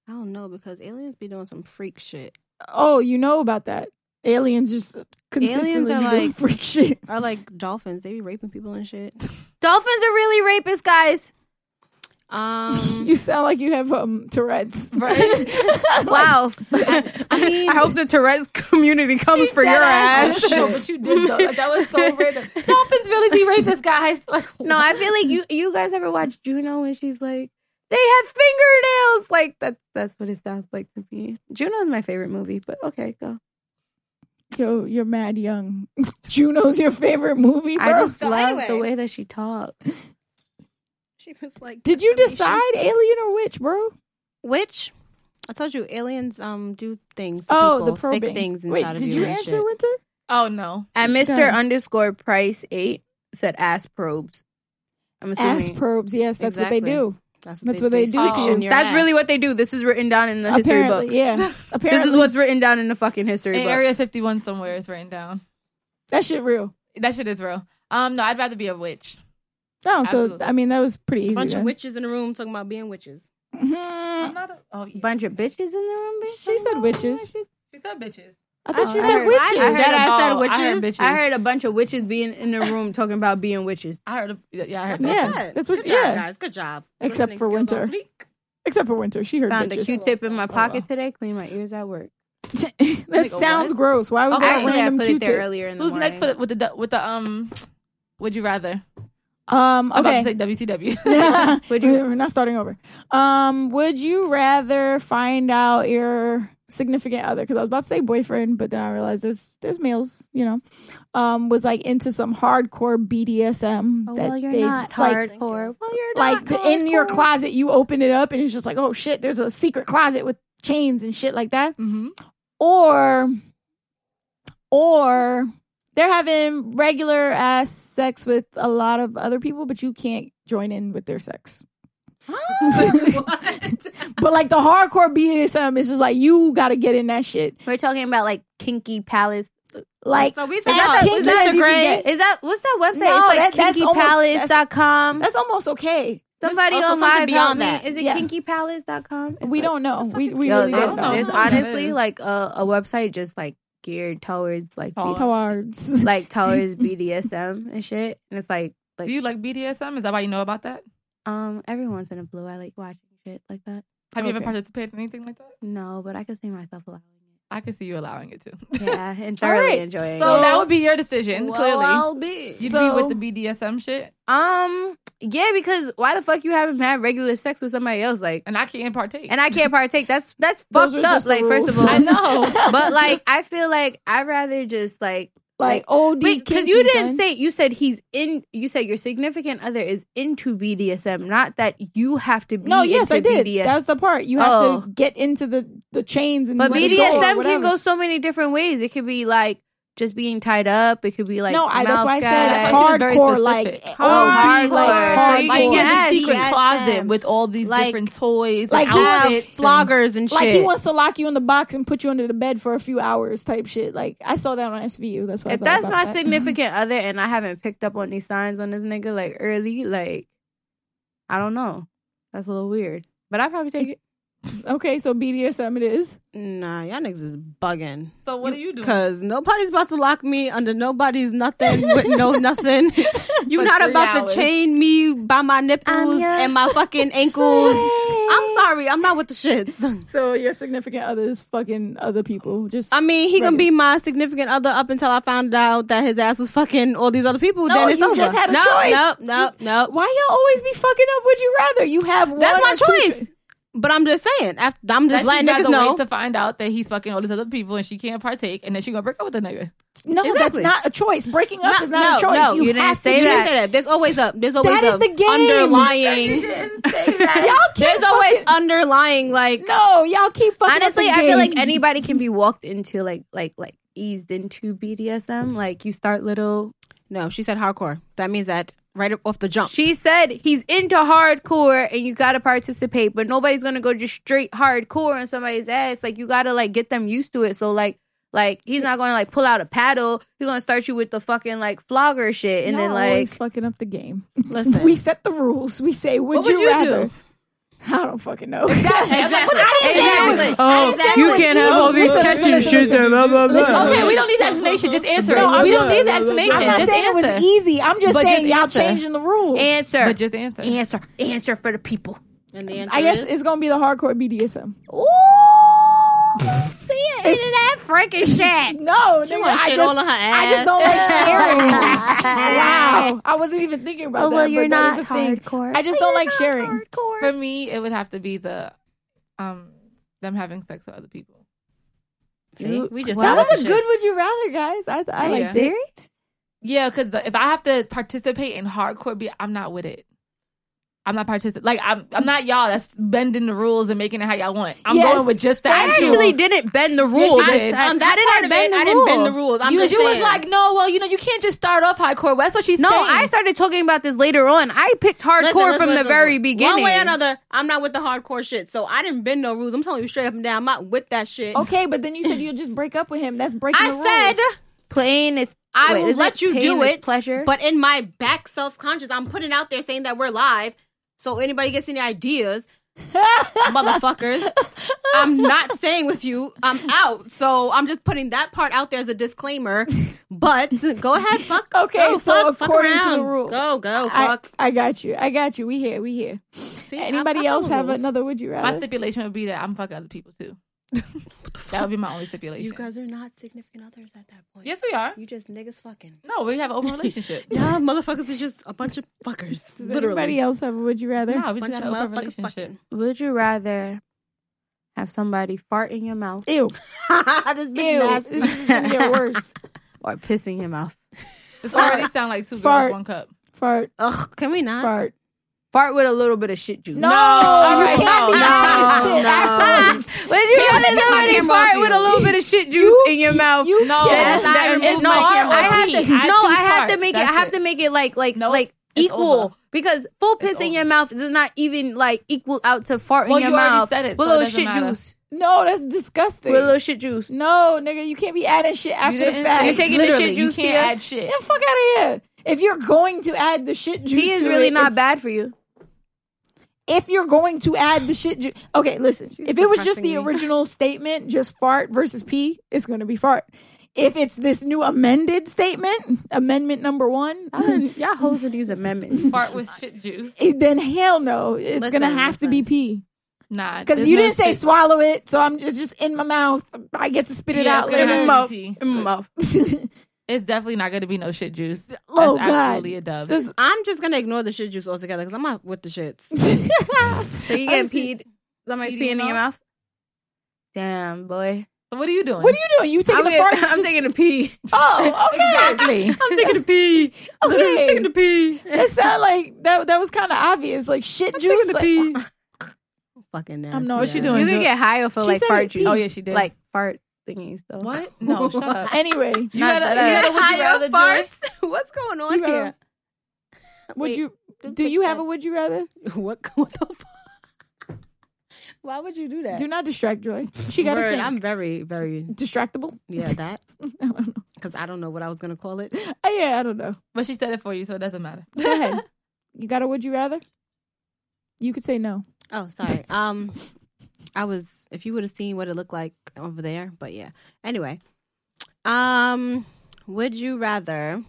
S4: I don't know because aliens be doing some freak shit.
S2: Oh, you know about that. Aliens just consistently
S4: Aliens are
S2: doing
S4: like-
S2: freak shit.
S4: Or like dolphins, they be raping people and shit.
S3: dolphins are really rapists, guys.
S4: Um,
S2: you sound like you have um Tourette's.
S3: Wow.
S4: I, I mean,
S3: the Tourette's community comes
S1: She said I- No, but you did though. Like, that was so random. Dolphins really be racist, guys. Like,
S3: No, I feel like you you guys ever watched Juno when she's like, they have fingernails. Like that that's what it sounds like to me. Juno's my favorite movie, but okay, go.
S2: Yo, you're mad young. Juno's your favorite movie, bro.
S3: I just
S4: so
S3: love the
S4: anyway.
S3: way that she talks.
S4: she was like,
S2: Did you
S4: defamation.
S2: decide alien or witch, bro?
S4: Which I told you, aliens um do things. to
S2: Oh, the
S4: people, stick
S2: probing.
S4: things
S2: Wait,
S4: inside of
S2: did
S4: you.
S2: you
S4: and
S2: answer
S4: shit.
S2: Winter?
S1: oh no.
S3: At Mr.
S2: Done.
S3: underscore price eight said ass probes. I'm
S2: Ass
S3: assuming.
S2: probes. Yes, that's what they
S4: Exactly.
S2: do. That's what they do
S4: stick
S1: to
S4: shit in
S1: you.
S4: your
S3: That's
S4: ass.
S3: really what they do. This is written down in the history
S2: Apparently,
S3: books.
S2: yeah.
S3: This
S2: Apparently,
S3: is what's written down in the fucking history
S1: In
S3: books.
S1: Area 51 somewhere is written down.
S2: that shit real.
S1: That shit is real. Um, no, I'd rather be a witch.
S2: No, so
S1: Absolutely.
S2: I mean that was pretty easy.
S4: bunch of
S2: then.
S4: witches in the room talking about being witches.
S1: I'm
S2: Mhm.
S1: not a. Oh, yeah.
S3: Bunch of bitches in the room. bitch?
S2: She said witches.
S1: She said bitches.
S2: I thought
S3: Oh,
S2: you
S3: I
S2: said
S3: heard-
S2: witches.
S3: I heard,
S1: That
S3: I said
S1: about-
S3: witches.
S1: I
S3: I
S1: heard
S3: heard,
S1: bitches.
S3: a bunch of witches being in the room talking about being witches.
S1: I heard. A, yeah, I
S4: That's
S1: heard. that.
S4: what I
S2: Yeah,
S4: said.
S2: that's what-
S4: Good
S2: yeah.
S4: job, guys. Good job.
S2: Except for
S4: skills on
S2: winter.
S4: fleek.
S2: Except for winter, she heard
S3: Found a
S2: bitches.
S3: Q-tip in my
S1: Oh, well.
S3: pocket today. Clean my ears at work.
S2: that
S1: Nigga,
S2: sounds
S1: what?
S2: gross. Why was
S1: Okay,
S2: that
S1: yeah,
S2: a random
S3: put it
S2: Q-tip?
S3: there earlier in the
S1: Who's next for the,
S3: morning.
S1: with the du- with the um? Would you rather?
S2: Um,
S1: I'm
S2: okay.
S1: about to say WCW.
S2: would
S3: Would
S2: you?
S3: you-
S2: We're not starting over. Um, would you rather find out your significant other? Because I was about to say boyfriend, but then I realized there's there's males, you know. Um, was like into some hardcore BDSM.
S3: Oh,
S2: that
S3: well, you're
S2: they-
S3: not
S2: like,
S3: hardcore. Well, you're
S2: Like
S3: not
S2: the, in your
S3: hardcore.
S2: closet, you open it up and it's just like, oh shit, there's a secret closet with chains and shit like that.
S1: hmm
S2: or or they're having regular ass sex with a lot of other people but you can't join in with their sex but like the hardcore BDSM is just like you got to get in that shit
S3: We're talking about like kinky palace.
S2: like
S4: So we said
S2: as
S4: that-
S2: kinky
S4: was that
S2: as you can get.
S3: oh, Is that what's that website?
S2: No, that-
S3: it's like
S2: that's almost-
S3: kinkypalace.com.
S2: that's almost okay
S3: Somebody
S4: also
S3: on
S4: something
S3: live help
S4: beyond
S3: me.
S4: that.
S3: Is it
S2: Yeah.
S3: kinkypalace.com? It's
S2: we
S3: like-
S2: don't know we, we
S3: Yo,
S2: really
S3: there's,
S2: don't
S1: know.
S3: there's
S1: It
S3: honestly
S1: is.
S3: like a, a website just like geared towards like
S1: Towards.
S2: towards
S3: like towards BDSM and shit. And it's like like
S1: Do you like BDSM? Is that why you know about that?
S3: um every once in a blue I like watching shit like that.
S1: Have you ever
S2: Okay.
S1: participated in anything like that?
S3: No, but I could see myself allowing it.
S1: I could see you allowing it too.
S3: Yeah, and
S1: All
S3: thoroughly
S1: right.
S3: enjoying
S1: so
S3: it.
S1: that would be your decision,
S2: Well,
S1: clearly.
S2: I'll be.
S1: You'd
S3: So-
S1: be with the BDSM shit,
S3: Um, yeah, because why the fuck you haven't had regular sex with somebody else? Like,
S1: and I can't partake.
S3: and I can't partake. That's that's
S2: Those
S3: fucked
S2: were
S3: up.
S2: just the
S3: Like, first of
S2: rules.
S3: all,
S1: I know.
S3: but like, I feel like I'd rather just like
S2: like OD.
S3: wait because you
S2: kinky,
S3: didn't
S2: son.
S3: say you said he's in. You said your significant other is into BDSM, not that you have to be.
S2: No, yes,
S3: into
S2: I did.
S3: BDSM.
S2: That's the part you have
S3: Oh.
S2: to get into the the chains and
S3: but
S2: where to go or
S3: BDSM can
S2: whatever.
S3: go so many different ways. It could be like just being tied up. It could be like
S2: no, I, that's
S3: mouth
S2: why I
S3: guys.
S2: said
S1: That's very
S2: hardcore, like
S1: specific.
S2: OD,
S3: Oh, hardcore.
S2: like
S3: So you
S1: like
S3: can
S1: you
S3: get
S2: hardcore.
S1: have a secret
S4: Yes,
S1: closet
S4: um,
S1: with all these
S4: like-
S1: different toys, and
S2: like he was-
S1: outfits, and-
S4: Floggers and shit.
S2: Like he wants to lock you in the box and put you under the bed for a few hours, type shit. Like I saw that on SVU. That's what.
S3: if
S2: I thought
S3: that's
S2: about
S3: my
S2: that.
S3: significant other and I haven't picked up on these signs on this nigga like early, like I don't know. That's a little weird. But I probably take it.
S2: Okay, so BDSM it is.
S4: Nah, y'all niggas is bugging.
S1: So what do you do?
S4: Cause nobody's about to lock me under nobody's nothing with no nothing. You're
S1: For
S4: not
S1: three
S4: about
S1: hours.
S4: to chain me by my nipples
S3: your
S4: and my fucking ankles. I'm sorry, I'm not with the shits.
S2: So your significant other is fucking other people.
S3: Uh,
S2: Just
S4: I mean, he
S2: Right.
S4: can be my significant other up until I found out that his ass was fucking all these other people.
S2: No,
S4: then it's
S2: you
S4: over.
S2: just had a
S4: no,
S2: choice.
S4: no, no, no.
S2: why y'all always be fucking up? Would you rather you have
S4: That's
S2: one
S4: my
S2: or two
S4: choice. But I'm just saying, after, I'm just
S1: That
S4: letting
S1: she's
S4: niggas
S1: to
S4: know.
S1: wait to find out that he's fucking all these other people and she can't partake, and then she gonna break up with the nigga.
S2: No,
S3: Exactly.
S2: that's not a choice. Breaking up
S3: No,
S2: is not a
S3: no,
S2: choice.
S3: no,
S2: you,
S3: you didn't
S2: have to
S3: say
S4: You
S3: that.
S4: didn't say that. There's always a there's always
S2: That
S4: a
S2: is the game.
S4: underlying.
S2: Y'all
S4: There's
S2: keep
S4: always
S2: fucking-
S4: underlying like
S2: No, y'all keep fucking. up
S3: Honestly,
S2: the
S3: I feel like
S2: game.
S3: anybody can be walked into like like like eased into BDSM. Like you start little
S4: No, she said hardcore. That means that right off the jump.
S3: She said he's into hardcore and you gotta participate, but nobody's gonna go just straight hardcore on somebody's ass. Like you gotta like get them used to it. So like like he's not gonna like pull out a paddle. He's gonna start you with the fucking like flogger shit and then
S2: Y'all always
S3: like
S2: fucking up the game.
S3: listen.
S2: We set the rules. We say, would,
S1: What would you
S2: rather?
S1: do?
S2: I don't fucking know.
S1: Exactly.
S3: Exactly.
S2: Oh, you can't have all these catching shit and blah blah blah.
S1: Okay, we don't need the explanation. Just answer
S2: No,
S1: it.
S2: I'm
S1: We don't
S2: not-
S1: need the explanation.
S2: I'm not
S1: just
S2: saying
S1: answer.
S2: it was easy. I'm just
S1: But
S2: saying
S1: just
S2: y'all
S1: answer.
S2: changing the rules.
S3: answer.
S1: But just answer.
S3: answer. Answer for the people.
S4: And the answer
S2: I guess it's gonna be the hardcore BDSM.
S3: Ooh see it
S2: It's-
S3: that freaking shit.
S2: No, nigga,
S4: wanna
S2: I
S4: shit
S2: just
S4: all on her
S2: I just don't like sharing. wow, I wasn't even thinking about
S3: Oh,
S2: that.
S3: well, you're
S2: but that is
S3: not
S2: a thing.
S3: hardcore.
S2: I just don't
S3: Well, you're
S2: like
S3: not
S2: sharing.
S3: hardcore.
S1: For me, it would have to be the um them having sex with other people.
S4: See? we just
S2: That
S3: Wow.
S2: was
S4: that's
S2: a
S4: the
S2: good.
S4: shit.
S2: Would you rather, guys? I I
S1: Yeah.
S2: like it.
S3: Serious?
S1: Yeah, because if I have to participate in hardcore, be I'm not with it. I'm not participating. Like I'm, I'm not y'all. That's bending the rules and making it how y'all want. I'm
S2: Yes.
S1: going with just the
S3: I
S1: actual.
S3: actually didn't bend the rules.
S1: you
S3: I-
S1: did.
S3: I-
S4: On
S3: I
S4: that
S3: didn't
S4: part of
S3: bend
S4: it,
S3: the
S4: I didn't bend
S3: rules.
S4: the rules. I'm
S1: you,
S4: just
S1: you
S4: saying.
S1: was like, no, well, you know, you can't just start off hardcore. That's what she's
S3: No,
S1: saying.
S3: I started talking about this later on. I picked hardcore
S4: Listen, listen,
S3: from the
S4: listen,
S3: very
S4: listen.
S3: beginning.
S4: One way or another, I'm not with the hardcore shit. So I didn't bend no rules. I'm telling you straight up and down. I'm not with that shit.
S3: Oh,
S2: Okay, but then you said you'll just break up with him. That's breaking. the rules.
S4: I said
S3: Plain is
S4: I
S3: wait,
S4: will
S3: is
S4: let you
S3: pain
S4: do
S3: is
S4: it,
S3: Pleasure,
S4: but in my back self conscious, I'm putting out there saying that we're live. So anybody gets any ideas, motherfuckers, I'm not staying with you. I'm out. So I'm just putting that part out there as a disclaimer. But go ahead, fuck.
S2: Okay,
S4: go,
S2: so
S4: fuck, fuck
S2: according to the
S4: around.
S2: rules.
S4: go, go,
S2: I,
S4: fuck.
S2: I got you. I got you. We here. We here.
S4: See, I-
S2: Anybody
S4: I follow
S2: else have
S4: rules.
S2: another? Would you
S1: my
S2: rather?
S1: stipulation would be that I'm fucking other people too. that would be my only stipulation.
S4: You guys are not significant others at that point.
S1: yes, we are.
S4: You just niggas fucking.
S1: No, we have an open relationship.
S4: Yeah, motherfuckers is just a bunch of fuckers.
S2: Does
S4: Literally.
S2: anybody else have a would you rather?
S1: no, we just
S4: bunch
S1: got
S4: of
S1: an open
S4: motherfuckers
S1: relationship.
S4: fucking.
S3: would you rather have somebody fart in your mouth
S2: Ew.
S4: this
S2: Ew. This is just gonna get worse.
S3: or piss in your mouth?
S1: This already sound like two
S2: Fart.
S1: girls, one cup.
S2: Fart.
S4: Ugh, can we not?
S2: Fart.
S3: Fart with a little bit of shit juice.
S2: No,
S1: all
S2: you
S1: right,
S2: can't be
S1: no, no,
S2: having shit
S4: no.
S2: afterwards.
S3: would you
S1: Can I
S3: rather
S1: take my
S3: somebody
S1: camera off
S3: fart
S1: you?
S3: with a little bit of shit juice in your mouth?
S2: You
S1: No,
S2: can't.
S1: that's not-
S3: that
S1: I remove
S3: no,
S1: my camera.
S3: I have to,
S1: Pee. I
S3: no,
S1: choose
S3: I have to
S1: fart.
S3: make it. I
S1: That's
S3: have
S1: it.
S3: to make it like like
S1: Nope.
S3: like
S1: It's
S3: equal
S1: over.
S3: because full piss in
S1: over.
S3: your mouth does not even like equal out to fart
S1: Well,
S3: in your
S1: you already
S3: mouth.
S1: said it,
S3: with
S1: so it
S3: a little
S1: doesn't
S3: shit
S1: matter.
S3: juice.
S2: No, that's disgusting.
S3: With a little shit juice.
S2: No, nigga, you can't be adding shit
S1: You
S2: after the
S1: didn't
S2: fact.
S1: say-
S3: You're taking the
S1: literally,
S3: shit
S1: You
S3: juice to
S1: can't
S3: your-
S1: add shit.
S2: Get the fuck out of here. If you're going to add the shit juice,
S3: Pee is
S2: to
S3: really
S2: it,
S3: not
S2: it's-
S3: bad for you.
S2: If you're going to add the shit juice, okay, listen. if it was
S4: depressing
S2: just the
S4: me.
S2: original statement, just fart versus pee, it's gonna be fart. If it's this new amended statement, amendment number one,
S3: Y'all hoes with these amendments.
S1: Fart with shit juice.
S2: then hell no, it's
S4: Listen,
S2: gonna have to be
S4: listen.
S2: pee.
S1: Nah,
S2: Because you didn't say swallow it, so I'm it's just in my mouth. I get to spit it
S1: Yeah,
S2: out
S1: it's gonna
S2: later.
S1: have
S2: Mo-
S1: to be pee.
S3: In my mouth.
S1: It's definitely not going to be no shit juice. That's
S2: oh God!
S1: absolutely a dub.
S2: This-
S4: I'm just gonna ignore the shit juice altogether because I'm not with the shits.
S3: So you
S2: I'm
S3: get peed. Somebody's
S1: Peed in
S3: peeing in
S1: your
S3: your mouth. Damn, boy.
S1: So what are you doing?
S2: what are you doing? You taking
S3: I'm,
S2: a
S3: getting-
S2: fart?
S3: I'm
S2: Just-
S3: taking a pee.
S2: Oh, okay.
S1: exactly?
S3: I'm taking a pee.
S2: Okay.
S3: I'm taking a pee.
S2: It sounded like that. That was kind of obvious. Like shit juice.
S3: Taking a
S2: like-
S3: pee.
S4: Fucking nasty.
S2: I'm not-
S4: ass.
S1: she
S3: You
S1: doing?
S3: can get high off of
S2: She
S3: like
S2: said
S3: fart
S2: it,
S3: juice.
S1: oh yeah, she did.
S3: Like fart thingies though.
S1: what? No, shut up.
S2: Anyway,
S1: You
S3: Not
S1: gotta, you
S3: that I-
S1: gotta would you rather do it?
S4: What's going on
S2: You gotta-
S4: here?
S2: would
S4: Wait,
S2: you?
S4: just
S2: Do
S4: fix
S2: you have
S4: that.
S2: a would you rather?
S4: What? What the fuck? Why would you do that?
S2: Do not distract Joy. She got
S4: Word,
S2: a
S4: I'm
S2: thing.
S4: very, very
S2: Distractible.
S4: yeah that
S2: I don't know.
S4: because I don't know what I was gonna call it.
S2: Oh, yeah, I don't know.
S1: But she said it for you, so it doesn't matter.
S2: Go ahead. You got a would you rather? You could say no.
S4: Oh, sorry. Um, I was if you would have seen what it looked like over there, but yeah. Anyway, um, would you rather?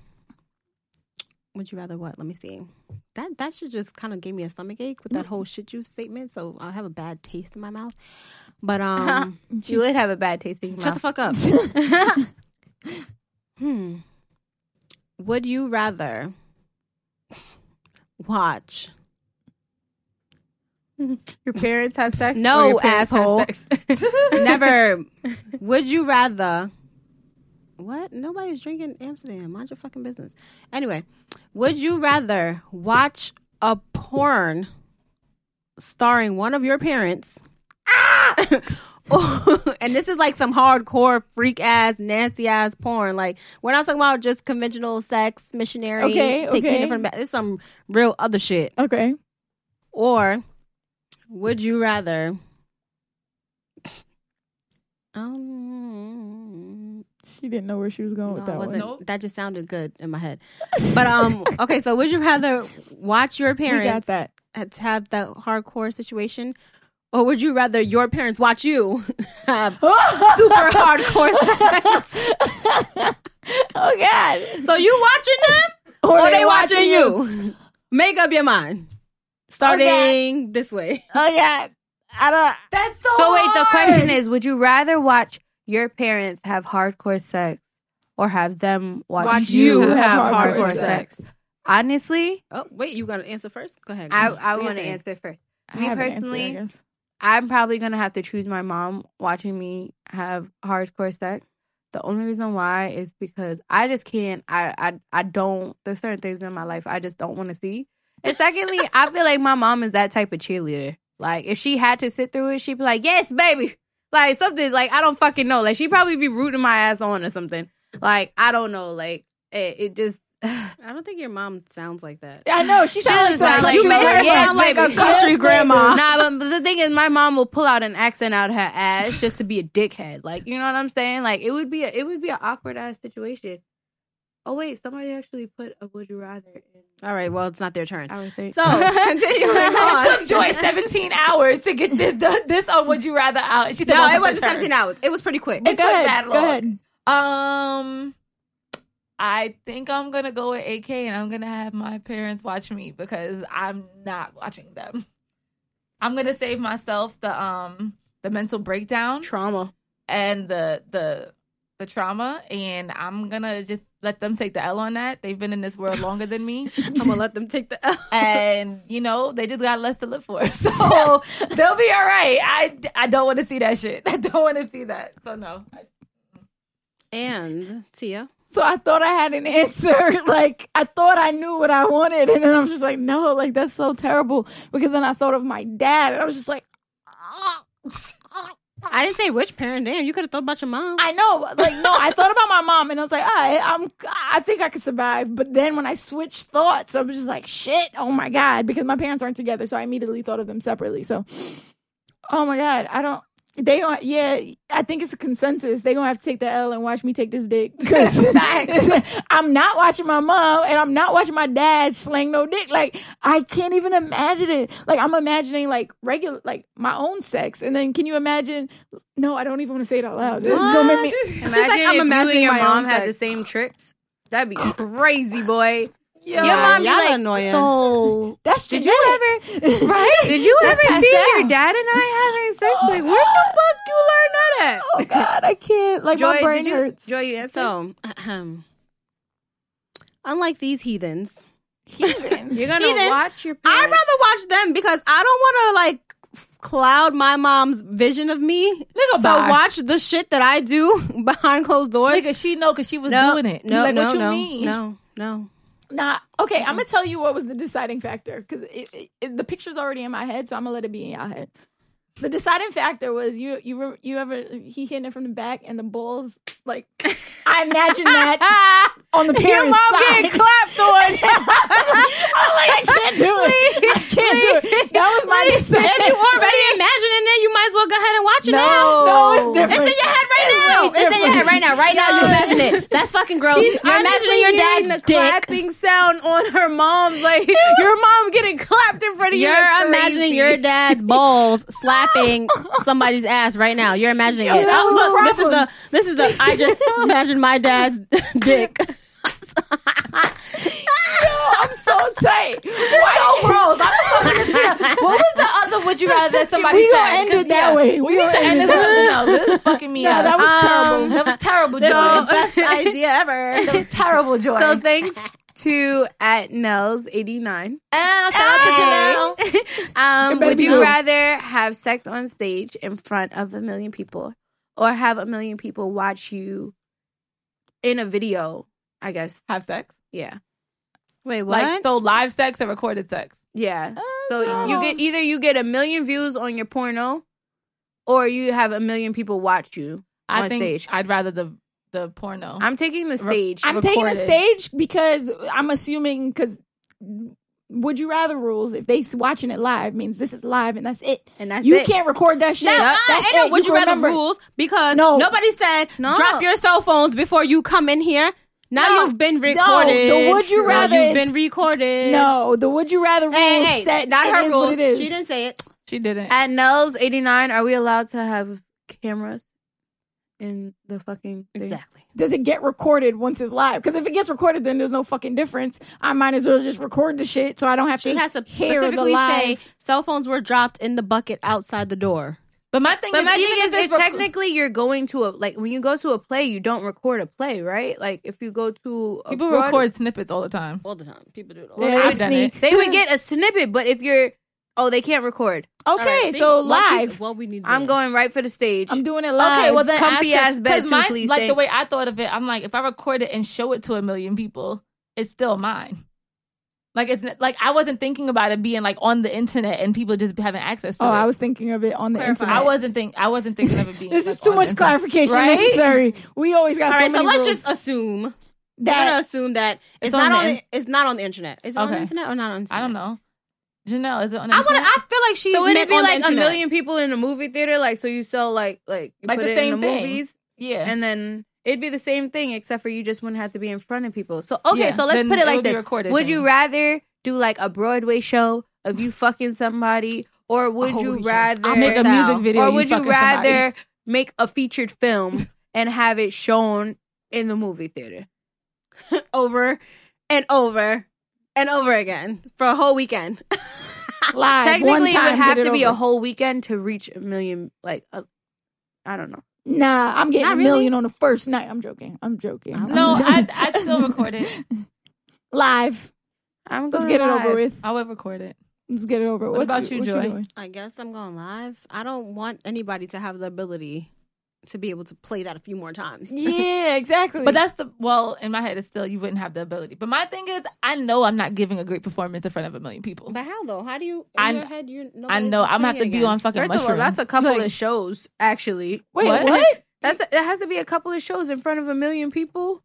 S4: Would you rather what? Let me see. That that should just kind of gave me a stomach ache with that whole shit juice statement. So I'll have a bad taste in my mouth. But um,
S3: You would have a bad taste in your
S4: shut the
S3: mouth.
S4: fuck up. hmm. Would you rather watch?
S3: Your parents have sex? or
S4: No,
S3: your parents have
S4: asshole.
S3: sex?
S4: Never. Would you rather? What? Nobody's drinking Amsterdam. Mind your fucking business. Anyway, would you rather watch a porn starring one of your parents? Ah! and this is like some hardcore freak ass, nasty ass porn. Like we're not talking about just conventional sex, missionary,
S2: Okay,
S4: take
S2: okay.
S4: peanut from the back. It's some real other shit.
S2: Okay.
S4: Or would you rather? Um,
S2: She didn't know where she was going
S4: no,
S2: with
S4: I
S2: that
S4: wasn't.
S2: one.
S1: Nope.
S4: That just sounded good in my head. But um, okay. So would you rather watch your
S2: We got
S4: parents
S2: that.
S4: have that hardcore situation, or would you rather your parents watch you have super hardcore? sex?
S2: Oh God!
S4: so you watching them,
S2: Or
S4: or they watching you? Make up your mind. Starting this way.
S2: Oh God! I don't.
S1: That's so.
S3: So wait, the question is, would you rather watch your parents have hardcore sex or have them watch,
S4: Watch you
S2: have hardcore
S3: Honestly,
S4: Oh wait, you gotta answer first. Go ahead.
S3: I,
S4: Do
S3: I
S4: your
S3: want to
S4: thing.
S3: answer first.
S2: I
S3: Me
S2: have an answer,
S3: personally,
S2: I guess.
S3: I'm probably gonna have to choose my mom watching me have hardcore sex. The only reason why is because I just can't. I I I don't. There's certain things in my life I just don't want to see. And secondly, I feel like my mom is that type of cheerleader. Like if she had to sit through it, she'd be like, "Yes, baby." Like something like I don't fucking know. Like she'd probably be rooting my ass on or something. Like I don't know. Like it, it just.
S4: I don't think your mom sounds like that.
S2: I know she sounds
S3: doesn't
S2: like,
S3: sound like
S2: you
S3: she
S2: made
S3: was
S2: her
S3: like, yes,
S2: sound like a
S3: baby.
S2: country
S4: Yes,
S2: grandma.
S3: Nah, but- but the thing is, my mom will pull out an accent out her ass just to be a dickhead. Like, you know what I'm saying? Like, it would be a, it would be an awkward ass situation. Oh wait, somebody actually put a would you rather in
S4: All right, well, it's not their turn.
S3: our thing.
S4: So, continuing on.
S1: It took Joy 17 hours to get this done- this on Would You Rather out. And She said,
S4: No,
S1: "Well,
S4: it wasn't
S1: it's her."
S4: 17 hours. It was pretty quick.
S1: It
S2: Go
S1: took
S2: ahead.
S1: that
S2: Go
S1: long.
S2: ahead.
S1: Um, I think I'm gonna go with AK, and I'm gonna have my parents watch me because I'm not watching them. I'm gonna save myself the um the mental breakdown
S3: trauma.
S1: and the the the trauma, and I'm gonna just let them take the L on that. They've been in this world longer than me,
S4: I'm going to let them take the L.
S1: and you know they just got less to live for, so they'll be all right. I I don't want to see that shit. I don't want to see that. So no,
S4: And Tia.
S2: So I thought I had an answer. Like I thought I knew what I wanted, and then I'm just like, no, like that's so terrible. Because then I thought of my dad, and I was just like,
S4: I didn't say which parent. Damn, you could have thought about your mom.
S2: I know, like no, I thought about my mom, and I was like, I, I'm, I think I could survive. But then when I switched thoughts, I was just like, shit, oh my god, because my parents aren't together, so I immediately thought of them separately. So, oh my god, I don't. They are, yeah. I think it's a consensus. They gonna have to take the L and watch me take this dick because I'm not watching my mom and I'm not watching my dad slang no dick. Like I can't even imagine it. Like I'm imagining like regular, like my own sex, and then can you imagine? No, I don't even want to say it out loud. This is gonna make me.
S3: Imagine
S4: I'm
S3: if you and
S4: imagining
S3: your
S4: my
S3: mom
S4: own
S3: had the
S4: sex.
S3: same tricks. That'd be crazy, boy.
S1: Yo,
S3: Your mom be
S4: y'all
S3: like,
S4: annoying.
S3: so
S2: That's
S3: did you ever right? Did you
S2: That's
S3: ever see
S2: passed
S3: your
S2: down.
S3: dad and I having sex?
S2: Oh,
S3: like, where the
S2: God.
S3: fuck you learn that at?
S2: Oh God, I can't. Like
S3: Joy,
S2: my
S3: did
S2: brain
S3: you-
S2: hurts.
S3: Joy, you answer.
S4: So, unlike these heathens,
S3: You're gonna
S4: Heathens.
S3: watch your.
S4: I'd
S3: parents-
S4: rather watch them because I don't want to like cloud my mom's vision of me.
S1: Nigga,
S4: So
S1: bye.
S4: watch the shit that I do behind closed doors.
S1: Nigga, she know because she was
S4: no,
S1: doing it.
S4: No,
S1: like,
S4: no,
S1: what you
S4: no,
S1: mean?
S4: no, no.
S2: Nah, okay, I'm
S1: Mm-hmm.
S2: gonna tell you what was the deciding factor because it, it, it, the picture's already in my head, so I'm gonna let it be in your head. The deciding factor was you, you, were, you ever he hitting it from the back and the balls like I imagine
S4: Ah,
S2: that on the parents' side.
S1: clapped on.
S2: I'm like I can't do it. I can't do it. That was my deciding.
S4: If you already imagining it, you might as well go ahead and watch it now.
S2: No, it's different.
S4: It's in your head right now.
S2: way
S4: It's in your head
S2: different.
S4: right now. Right now, you imagine it. That's fucking gross. You're imagining your
S3: hearing
S4: dad's
S3: the
S4: dick.
S3: clapping sound on her mom's like your mom getting clapped in front of you.
S4: You're
S3: It's
S4: imagining
S3: crazy.
S4: your dad's balls slapping somebody's ass right now. You're imagining it.
S2: that
S4: Oh,
S2: was the
S4: look, this is the
S2: problem.
S4: this is the I just imagined my dad's dick.
S2: Yo, I'm so tight. Why so gross?
S1: what was the other would you rather that somebody
S2: we gonna
S1: said?
S2: end
S1: 'Cause,
S2: it that
S1: yeah,
S2: way. We,
S1: We need
S2: gonna
S1: to end
S2: end it
S1: this with something
S2: that
S1: else. This is fucking me
S2: No,
S1: up.
S2: that was terrible.
S1: That was terrible, Joy.
S3: was-
S1: Best idea ever. That was terrible, Joy.
S3: So thanks to at Nels eighty nine.
S1: and shout out to Janelle.
S3: um,
S2: It better
S3: would
S2: be
S3: you
S2: yours.
S3: rather have sex on stage in front of a million people or have a million people watch you in a video? I guess.
S1: Have sex.
S3: Yeah.
S4: Wait,
S1: Like so live sex and recorded sex.
S3: Yeah. So
S2: way. Oh,
S3: you get either you get a million views on your porno or you have a million people watch you.
S1: I
S3: On
S1: think
S3: stage.
S1: I'd rather the the porno.
S3: I'm taking the
S1: Re-
S3: stage.
S2: I'm taking the
S1: recorded.
S2: stage because I'm assuming because would you rather rules if they s- watching it live means this is live and that's it.
S3: and that's
S2: you
S3: it.
S2: can't record that shit.
S4: Now,
S2: that's
S4: I ain't no
S2: it.
S4: would you
S2: can
S4: rather
S2: remember.
S4: rules because
S2: No.
S4: nobody said
S3: No.
S4: drop your cell phones before you come in here. Now
S2: No.
S4: you've been
S2: No, the
S4: recorded.
S2: would you
S4: No,
S2: rather
S4: You've
S2: is-
S4: been recorded.
S2: No, the would you rather rules
S3: Hey, hey,
S2: set
S3: not
S2: it
S3: her
S2: is
S3: rules.
S2: what it is.
S3: She didn't say it.
S1: she didn't.
S3: At Nels eighty nine, are we allowed to have cameras in the fucking thing?
S4: Exactly.
S2: Does it get recorded once it's live? Because if it gets recorded, then there's no fucking difference. I might as well just record the shit so I don't have
S4: She
S2: to
S4: has to
S2: hear the
S4: specifically say
S2: live.
S4: cell phones were dropped in the bucket outside the door.
S1: But my thing
S3: But
S1: is,
S3: my
S1: even
S3: thing
S1: if
S3: is,
S1: it's
S3: it
S1: rec-
S3: technically you're going to a like when you go to a play, you don't record a play, right? Like if you go to a
S1: people
S3: broad-
S1: record snippets all the time.
S4: All the time. People do it all
S2: Yeah,
S1: I've
S2: they
S1: done it.
S2: uh, sneak.
S3: they would get a snippet. But if you're oh, they can't record.
S2: okay. so live,
S4: What we need
S3: I'm going right for the stage.
S2: I'm doing it live.
S1: Okay, well then
S3: Comfy
S1: ask her-
S3: ass bed
S1: 'cause
S3: too,
S1: mine-
S3: please,
S1: Like the
S3: thanks.
S1: way I thought of it, I'm like, if I record it and show it to a million people, it's still mine. Like it's n- like I wasn't thinking about it being like on the internet and people just having access to
S2: oh,
S1: it.
S2: I was thinking of it on the
S1: Clarify.
S2: internet.
S1: I wasn't think I wasn't thinking of it being.
S2: This
S1: like,
S2: is too
S1: on
S2: much
S1: the internet.
S2: clarification
S1: Right?
S2: necessary. We always got
S4: All
S2: so
S4: right, so
S2: many
S4: let's
S2: rules.
S4: just assume. We're
S2: that
S4: gonna assume that it's,
S1: It's
S4: not
S1: on
S4: on.
S1: the
S4: The, it's not on the internet. Is it on the
S1: Okay.
S4: internet or not on? The internet?
S1: I don't know. Janelle, is it on? the
S4: I want.
S1: internet?
S4: I feel like she.
S3: so it'd
S4: meant
S3: be
S4: on the
S3: like a
S4: internet.
S3: million people in a movie theater, like so you sell like like you
S1: Like
S3: put
S1: the
S3: it in
S1: same
S3: the
S1: thing.
S3: movies,
S1: Yeah.
S3: and then it'd be the same thing except for you just wouldn't have to be in front of people. So okay,
S1: Yeah,
S3: so let's
S1: then
S3: put
S1: it
S3: it like
S1: would be
S3: this:
S1: recorded
S3: Would
S1: then.
S3: you rather do like a Broadway show of you fucking somebody, or would
S2: Oh,
S3: you
S2: yes.
S3: rather
S2: I'll
S1: make a music
S3: style,
S1: video
S3: or
S1: you
S3: would you,
S1: fucking somebody.
S3: rather make a featured film and have it shown in the movie theater?
S4: over and over and over again for a whole weekend.
S2: live one
S3: Technically, it
S2: time,
S3: would have
S2: get it
S3: to be a
S2: over.
S3: whole weekend to reach a million. Like, I I don't know.
S2: Nah, I'm getting
S3: Not
S2: a
S3: really.
S2: million on the first night. I'm joking. I'm joking. I'm
S1: no,
S2: joking.
S1: I'd, I'd still record it.
S2: live.
S3: I'm
S2: Let's
S3: going
S2: get it
S3: live.
S2: over with.
S1: I would record it.
S2: Let's get it over. with.
S1: What about you,
S2: what
S1: Joy?
S2: doing?
S4: I guess I'm going live. I don't want anybody to have the ability to be able to play that a few more times.
S2: yeah, exactly.
S1: But that's the well in my head is still you wouldn't have the ability. But my thing is, I know I'm not giving a great performance in front of a million people.
S4: But how though? How do you? In
S1: I-
S4: your head, you.
S1: I know I'm gonna have to be on fucking
S3: First
S1: mushrooms.
S3: of all, that's a couple
S1: Like,
S3: of shows actually.
S2: wait,
S1: what?
S2: what?
S3: That's that has to be a couple of shows in front of a million people.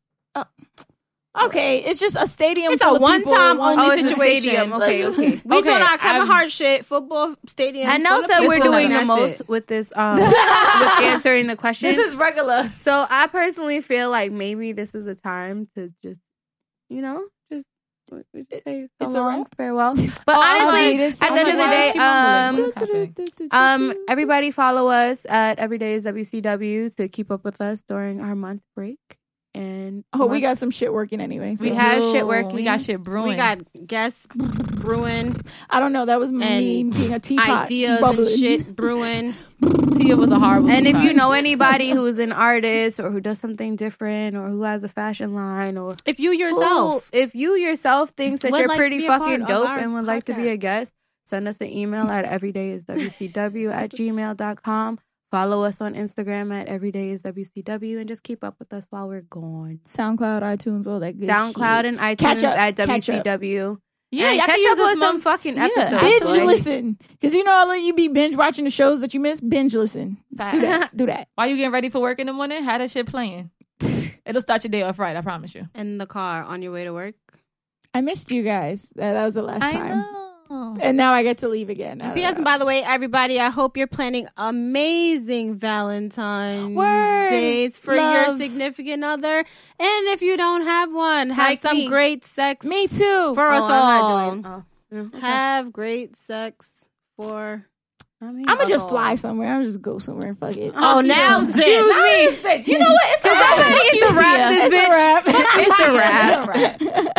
S2: Okay, it's just a stadium.
S4: It's a
S2: full of people,
S4: one-time
S2: one-
S4: only
S3: Oh, it's a
S4: situation.
S3: stadium.
S4: Let's
S3: Okay,
S4: just-
S3: okay.
S4: We
S1: Okay,
S4: doing our Kevin
S1: I'm-
S4: Hart shit. Football stadium.
S3: I know
S4: full of
S3: that we're
S1: people
S3: doing
S1: like
S3: the
S4: that.
S3: most with this um with answering the
S1: this
S3: question.
S1: is regular.
S3: So I personally feel like maybe this is a time to just you know just we should say so
S2: It's a
S3: long,
S2: wrap.
S3: farewell. But
S1: Oh, I'm
S3: honestly,
S1: like-
S3: at the end of the day, um, Um, everybody follow us at Everyday is WCW to keep up with us during our month break. and
S2: Oh, we got some shit working anyway. So.
S1: We
S3: We
S1: have
S3: do.
S1: shit working.
S3: We
S1: We got shit brewing.
S4: We got guests brewing,
S2: I don't know. That was me
S4: And
S2: being a teapot.
S4: ideas
S2: bubbling.
S4: and shit brewing.
S1: Tia was a horrible.
S3: And if you
S1: surprise.
S3: know anybody who's an artist or who does something different or who has a fashion line or
S4: If you yourself,
S3: Who, if you yourself thinks that
S4: Would
S3: you're
S4: like to
S3: pretty
S4: be a part
S3: fucking
S4: of
S3: dope
S4: our
S3: and would like to be
S4: podcast.
S3: a guest, send us an email at everydayiswcw at gmail.com. Follow us on Instagram at everydayiswcw and just keep up with us while we're gone.
S2: SoundCloud, iTunes, all that good
S3: SoundCloud and iTunes
S2: Catch up,
S3: at
S2: catch up.
S3: WCW.
S1: yeah,
S3: and
S1: y'all
S3: catch
S1: can
S3: up on
S1: use us
S3: some
S1: some.
S3: fucking
S1: yeah.
S3: episodes.
S2: Binge
S3: like-
S2: listen. Because you know I'll let you be binge watching the shows that you miss. Binge listen. Do
S1: Fact.
S2: that. Do that.
S1: While you getting ready for work in the morning, have that shit playing. It'll start your day off right. I promise you.
S4: in the car on your way to work.
S2: I missed you guys. Uh, That, that was the last time.
S1: know.
S2: And now I get to leave again. I don't
S4: P.S.
S2: know.
S4: By the way, everybody, I hope you're planning amazing Valentine's
S2: Word.
S4: days for your
S2: Love.
S4: significant other, and if you don't have one, have
S3: Like
S4: some
S3: me.
S4: great sex
S2: Me too.
S4: for us
S3: Oh, I'm
S4: all.
S3: not doing it. Oh, yeah.
S4: Have great sex for.
S3: I mean,
S2: I'm gonna just
S4: Oh.
S2: fly somewhere. I'm just go somewhere. and Fuck it.
S4: Oh, now
S1: Excuse
S4: this.
S1: me. You know what? It's a wrap.
S3: It's a wrap,
S1: It's
S3: this bitch.
S1: It's a wrap.
S2: It's a wrap.